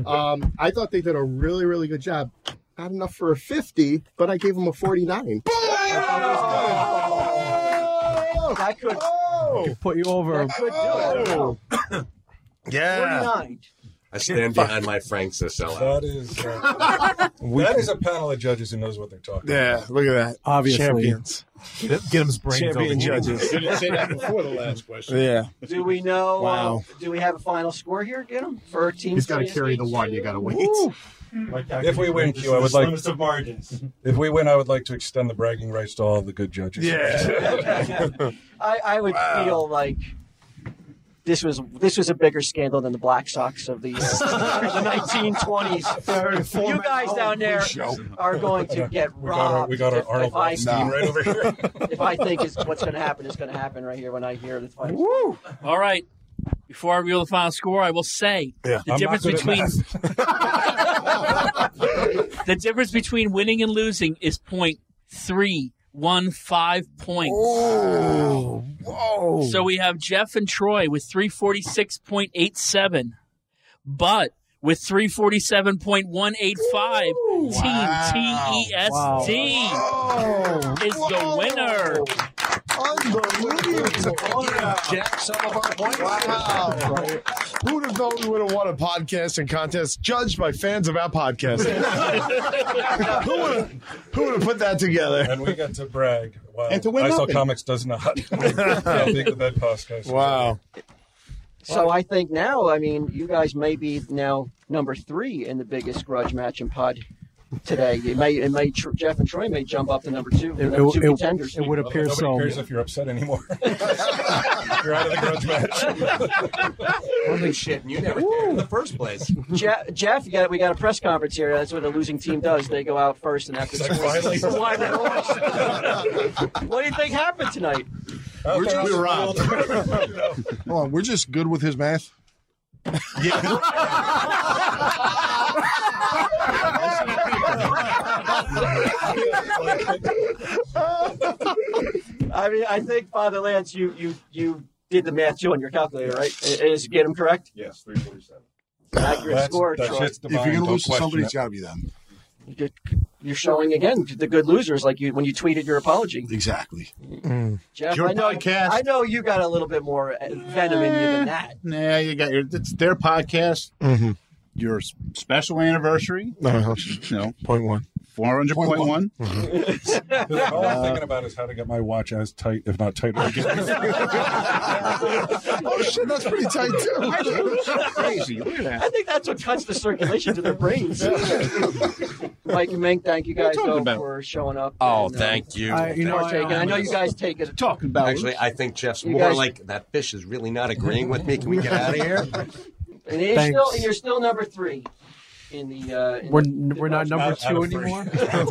Speaker 11: um, I thought they did a really, really good job. Not enough for a fifty, but I gave them a forty-nine.
Speaker 7: That could
Speaker 2: put you over.
Speaker 7: could do it.
Speaker 8: Yeah.
Speaker 7: 49.
Speaker 3: I stand behind my Frank Sisella.
Speaker 4: That is uh, that is a panel of judges who knows what they're talking.
Speaker 8: Yeah, look at that.
Speaker 4: Obviously.
Speaker 8: champions.
Speaker 4: Get him's
Speaker 8: brains Champion over here. judges. You didn't say that before the last question. Yeah.
Speaker 7: Do we know?
Speaker 8: Wow.
Speaker 7: Uh, do we have a final score here? Get him for team.
Speaker 11: He's got to
Speaker 7: three?
Speaker 11: carry the one. You got to wait.
Speaker 4: about. If we win, Q, I would like
Speaker 10: Slimmest of margins.
Speaker 4: If we win, I would like to extend the bragging rights to all the good judges.
Speaker 7: Yeah. I, I would feel like this was this was a bigger scandal than the Black Sox of the, uh, of the 1920s. you guys down there are going to get
Speaker 4: We got our,
Speaker 7: robbed.
Speaker 4: we got our
Speaker 7: if-
Speaker 4: Arnold
Speaker 7: if I-
Speaker 4: Weinstein right over here.
Speaker 7: If I think is what's going to happen is going to happen right here when I hear the final.
Speaker 6: All right. Before I reveal the final score, I will say
Speaker 4: Yeah,
Speaker 6: the
Speaker 4: I'm
Speaker 6: difference
Speaker 4: not good
Speaker 6: between
Speaker 4: at
Speaker 6: the difference between winning and losing is point three one five points.
Speaker 8: Oh, whoa!
Speaker 6: So we have Jeff and Troy with three forty six point eight seven, but with three forty seven point one eight five, Team T E S T is the winner.
Speaker 8: Unbelievable. Wow. Who'd have known we would have won a podcasting contest judged by fans of our podcast? who would have who would have put that together?
Speaker 4: and we got to brag. Wow.
Speaker 8: And to win
Speaker 4: I saw
Speaker 8: nothing.
Speaker 4: comics does not. I think that that podcast.
Speaker 8: Wow.
Speaker 7: So I think now, I mean, you guys may be now number three in the biggest grudge match in pod today. It may, it may, Tr- Jeff and Troy may jump up to number two,
Speaker 2: It-
Speaker 7: number two
Speaker 2: it- it-
Speaker 7: contenders.
Speaker 2: it would appear
Speaker 4: Nobody
Speaker 2: so.
Speaker 4: cares if you're upset anymore. you're out of the grudge match.
Speaker 3: Holy shit, and you never cared in the first place.
Speaker 7: Jeff, Jeff you got, we got a press conference here. That's what a losing team does. They go out first and have to score. Why they lost. what do you think happened tonight?
Speaker 9: We're just-
Speaker 4: we
Speaker 9: we're robbed. Hold on, we're just good with his math.
Speaker 7: I mean, I think Father Lance, you you you did the math too on your calculator, right? I- Is get him correct?
Speaker 10: Yes, 347.
Speaker 7: Accurate
Speaker 4: That's-
Speaker 7: score,
Speaker 4: that
Speaker 7: Troy.
Speaker 4: shit's
Speaker 9: If you're
Speaker 4: divine,
Speaker 9: going
Speaker 4: don't
Speaker 9: to lose to
Speaker 4: question
Speaker 9: somebody,
Speaker 4: it.
Speaker 9: it's got to be them.
Speaker 7: You're- You're showing again the good losers, like you when you tweeted your apology.
Speaker 9: Exactly.
Speaker 7: Jeff,
Speaker 1: Your
Speaker 7: I know,
Speaker 1: podcast.
Speaker 7: I know you got a little bit more uh, venom in you than that.
Speaker 1: Nah, you got your. It's their podcast.
Speaker 8: Mm-hmm.
Speaker 1: Your s- special anniversary.
Speaker 8: Uh-huh. No,
Speaker 1: You know,
Speaker 8: point one.
Speaker 1: four hundred point one.
Speaker 4: All I'm thinking about is how to get my watch as tight, if not tighter. Again.
Speaker 8: Oh shit, that's pretty tight too.
Speaker 1: Crazy. Look at that.
Speaker 7: I think that's what cuts the circulation to their brains. Mike and Mink, thank you
Speaker 1: What are you
Speaker 7: guys
Speaker 1: talking
Speaker 7: though,
Speaker 1: about?
Speaker 7: for showing up.
Speaker 3: Oh,
Speaker 7: and, uh,
Speaker 3: thank you.
Speaker 2: I- you know,
Speaker 3: Thank-
Speaker 7: partaking. I know you guys take it.
Speaker 1: Talking about
Speaker 3: Actually, I think Jeff's
Speaker 7: You
Speaker 3: more
Speaker 7: guys-
Speaker 3: like that fish is really not agreeing with me. Can we get out of here?
Speaker 7: And you're
Speaker 2: Thanks.
Speaker 7: still, and you're still number three in the. Uh, in
Speaker 2: We're,
Speaker 7: the-
Speaker 2: we're not number
Speaker 4: Out- out
Speaker 2: two
Speaker 4: of three.
Speaker 2: anymore. At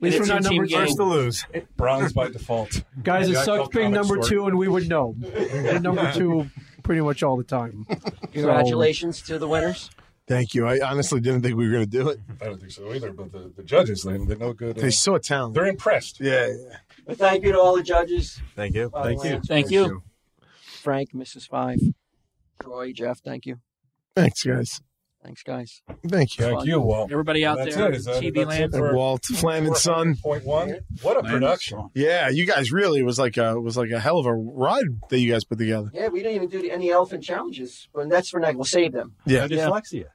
Speaker 2: least we're
Speaker 6: It's a
Speaker 2: not
Speaker 6: team
Speaker 2: number
Speaker 6: game.
Speaker 2: two.
Speaker 5: to lose.
Speaker 4: Bronze by default.
Speaker 2: Guys, it
Speaker 4: Yeah, I
Speaker 2: sucks
Speaker 4: felt
Speaker 2: being
Speaker 4: comic
Speaker 2: number
Speaker 4: story.
Speaker 2: two, and we would know. We're number two pretty much all the time.
Speaker 7: Congratulations to the winners.
Speaker 8: Thank you. I honestly didn't think we were gonna do it.
Speaker 4: I don't think so either. But the, the judges, they they know good. uh,
Speaker 8: They saw talent.
Speaker 4: they're impressed.
Speaker 8: Yeah, yeah.
Speaker 7: But thank you to all the judges.
Speaker 5: Thank you.
Speaker 7: Father Lance,
Speaker 6: Thank you.
Speaker 7: Frank, Mrs. Five, Troy, Jeff. Thank you.
Speaker 8: Thanks, guys.
Speaker 7: Thanks, guys.
Speaker 8: Thank you.
Speaker 4: Thank you, Walt.
Speaker 6: Everybody out
Speaker 4: That's
Speaker 6: there,
Speaker 4: it. Is that-
Speaker 6: TV
Speaker 4: that's
Speaker 6: land.
Speaker 4: it for
Speaker 8: Walt Flann and Son.
Speaker 4: Point one. What a production.
Speaker 8: Yeah, you guys really it was like a it was like a hell of a ride that you guys put together.
Speaker 7: Yeah, we didn't even do the- any elephant challenges, but that's for next. We'll save them.
Speaker 8: Yeah.
Speaker 14: No dyslexia.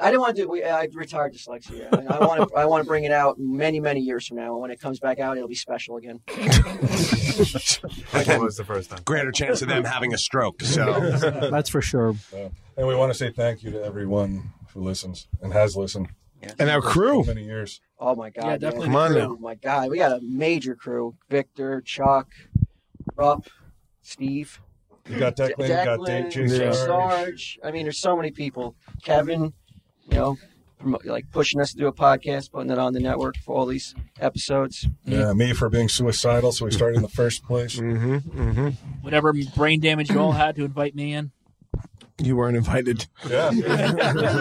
Speaker 7: I didn't want to do. We, I retired dyslexia. And I want to. I want to bring it out many, many years from now. And when it comes back out, it'll be special again.
Speaker 5: That was the first time.
Speaker 3: Greater chance of them having a stroke. So
Speaker 2: That's for sure.
Speaker 4: Uh, And we want to say thank you to everyone who listens and has listened.
Speaker 7: Yeah.
Speaker 8: And our crew.
Speaker 4: Many years.
Speaker 7: Oh my god!
Speaker 4: Yeah,
Speaker 7: man.
Speaker 4: definitely
Speaker 8: Come on
Speaker 7: Crew.
Speaker 8: now.
Speaker 7: Oh my god, we got a major crew: Victor, Chuck, Rupp, Steve.
Speaker 4: You got Declan, you got
Speaker 7: Declan,
Speaker 4: Dave, Jay Sarge.
Speaker 7: Sarge. I mean, there's so many people. Kevin, you know, promo- like pushing us to do a podcast, putting it on the network for all these episodes.
Speaker 4: Yeah, Uh, me for being suicidal, so we started in the first place. Mm-hmm. Mm-hmm.
Speaker 6: Whatever brain damage you all had to invite me in.
Speaker 8: You weren't invited.
Speaker 4: Yeah.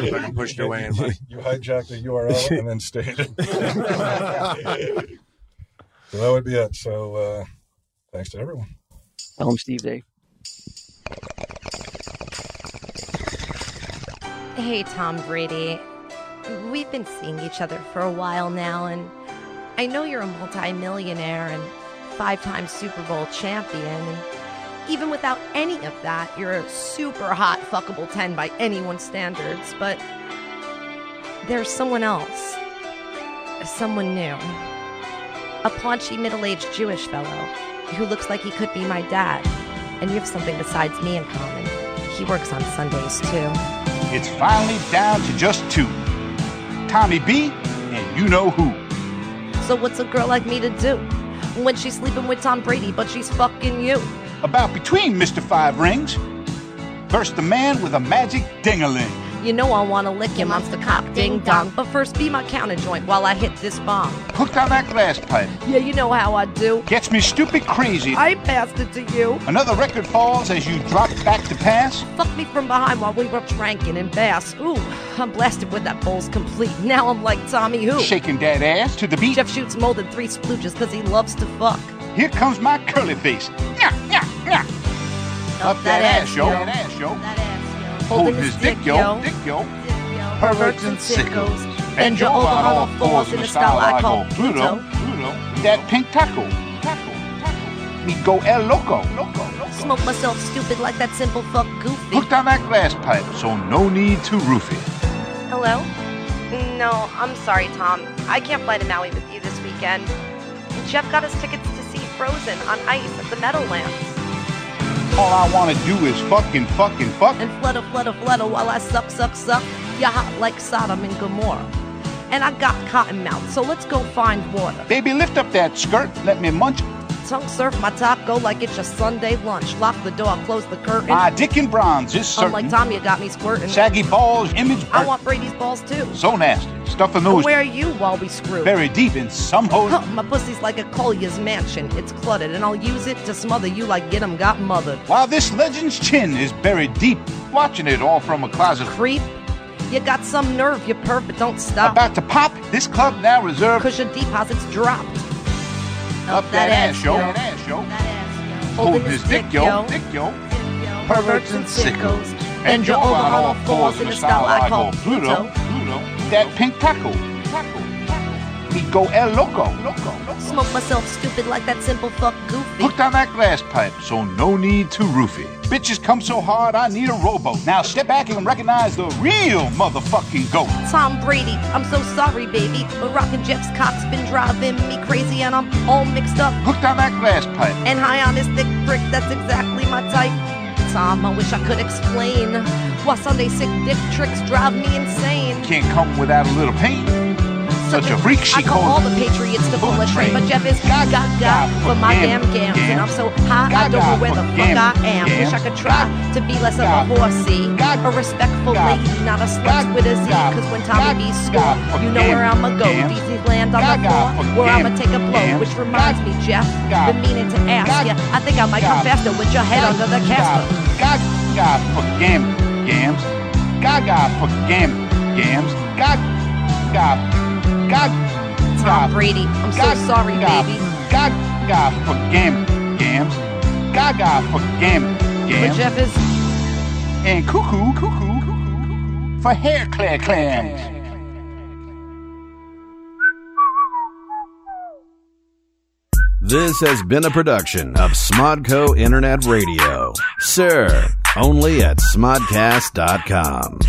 Speaker 6: Fucking
Speaker 18: pushed your way in, buddy.
Speaker 4: You hijacked the URL and then stayed. so that would be it. So uh, thanks to everyone.
Speaker 7: Tell him Steve Dave.
Speaker 19: Hey, Tom Brady. We've been seeing each other for a while now, and I know you're a multimillionaire and five time Super Bowl champion. And even without any of that, you're a super hot, fuckable 10 by anyone's standards, but there's someone else. Someone new. A paunchy, middle aged Jewish fellow who looks like he could be my dad. And you have something besides me in common. He works on Sundays, too.
Speaker 1: It's finally down to just two Tommy B and you know who.
Speaker 19: So what's a girl like me to do when she's sleeping with Tom Brady, but she's fucking you?
Speaker 1: About between Mr. Five Rings, burst the man with a magic dingaling.
Speaker 19: You know I wanna lick him off the cop, ding dong. But first, be my counter joint while I hit this bomb.
Speaker 1: Hooked on that glass pipe.
Speaker 19: Yeah, you know how I do.
Speaker 1: Gets me stupid crazy.
Speaker 19: I passed it to you.
Speaker 1: Another record falls as you drop back to pass.
Speaker 19: Fuck me from behind while we were drinking in Bass. Ooh, I'm blasted with that bowl's complete. Now I'm like Tommy Who.
Speaker 1: Shaking that ass to the beat.
Speaker 19: Jeff shoots more than three splooges cause he loves to fuck.
Speaker 1: Here comes my curly face. Nyah, nyah, nyah. Up that ass, yo. That ass, yo. Holding his dick, yo. Dick, yo. Perverts and sickos. And you're over on all fours in the style I call Pluto. Pluto. That pink taco. Taco. Taco. Me go el loco. Loco.
Speaker 19: Smoke myself stupid like that simple fuck goofy.
Speaker 1: Hooked on that glass pipe, so no need to roof it.
Speaker 19: Hello? No, I'm sorry, Tom. I can't fly to Maui with you this weekend. Jeff got us tickets to see Frozen on ice at the Meadowlands.
Speaker 1: All I want to do is fucking, fucking, fuck.
Speaker 19: And flutter, flutter, flutter while I suck, suck, suck. You're hot like Sodom and Gomorrah. And I got cotton mouth, so let's go find water.
Speaker 1: Baby, lift up that skirt. Let me munch.
Speaker 19: Tongue surf my top, go like it's your Sunday lunch. Lock the door, close the curtain.
Speaker 1: My dick in bronze is certain.
Speaker 19: Unlike Tom, you got me squirting.
Speaker 1: Saggy balls, image
Speaker 19: I
Speaker 1: burnt.
Speaker 19: want Brady's balls too.
Speaker 1: So nasty. Stuffing
Speaker 19: But
Speaker 1: those
Speaker 19: Where are you while we screw?
Speaker 1: very deep in some hose.
Speaker 19: Huh, my pussy's like a collier's mansion. It's cluttered, and I'll use it to smother you like get 'em got mothered.
Speaker 1: While this legend's chin is buried deep, watching it all from a closet.
Speaker 19: Creep. You got some nerve, you perv, but don't stop.
Speaker 1: About to pop, this club now reserved.
Speaker 19: Cause your deposit's dropped.
Speaker 1: Up that ass, yo. That ass, yo. Holding his dick, yo. Dick, yo. Perverts and sickos. And you're over on all fours in a style I call Pluto. Pluto. That pink taco. Taco. Me go el loco. Loco.
Speaker 19: Smoke myself stupid like that simple fuck goofy.
Speaker 1: Hooked on that glass pipe, so no need to roof it. Bitches come so hard, I need a rowboat. Now step back and recognize the real motherfucking goat.
Speaker 19: Tom Brady, I'm so sorry, baby, but rockin' Jeff's cock's been driving me crazy, and I'm all mixed up.
Speaker 1: Hooked on that glass pipe.
Speaker 19: And high on this thick prick, that's exactly my type. Tom, I wish I could explain why Sunday sick dick tricks drive me insane.
Speaker 1: Can't come without a little pain. Such a freak, she
Speaker 19: I call all
Speaker 1: called.
Speaker 19: the Patriots the bullet train, but Jeff is gaga gaga for my damn gams, and I'm so high I don't know where the fuck I am. Wish I could try to be less of a horsey, a respectful lady, not a slut with a Z. Cause when Tommy B score, you know where I'ma go. Disneyland on the floor, where I'ma take a blow. Which reminds me, Jeff, been meaning to ask ya. I think I might come faster with your head under the casket.
Speaker 1: Gaga for gam gams. Gaga for gam gams. Gaga. Gaga.
Speaker 19: Tom Brady, I'm so sorry, baby.
Speaker 1: Gaga for gam gams. Gaga for gam gams.
Speaker 19: But Jeff is
Speaker 1: and cuckoo cuckoo for hair clan clams.
Speaker 10: This has been a production of Smodco Internet Radio. Sir, only at smodcast.com.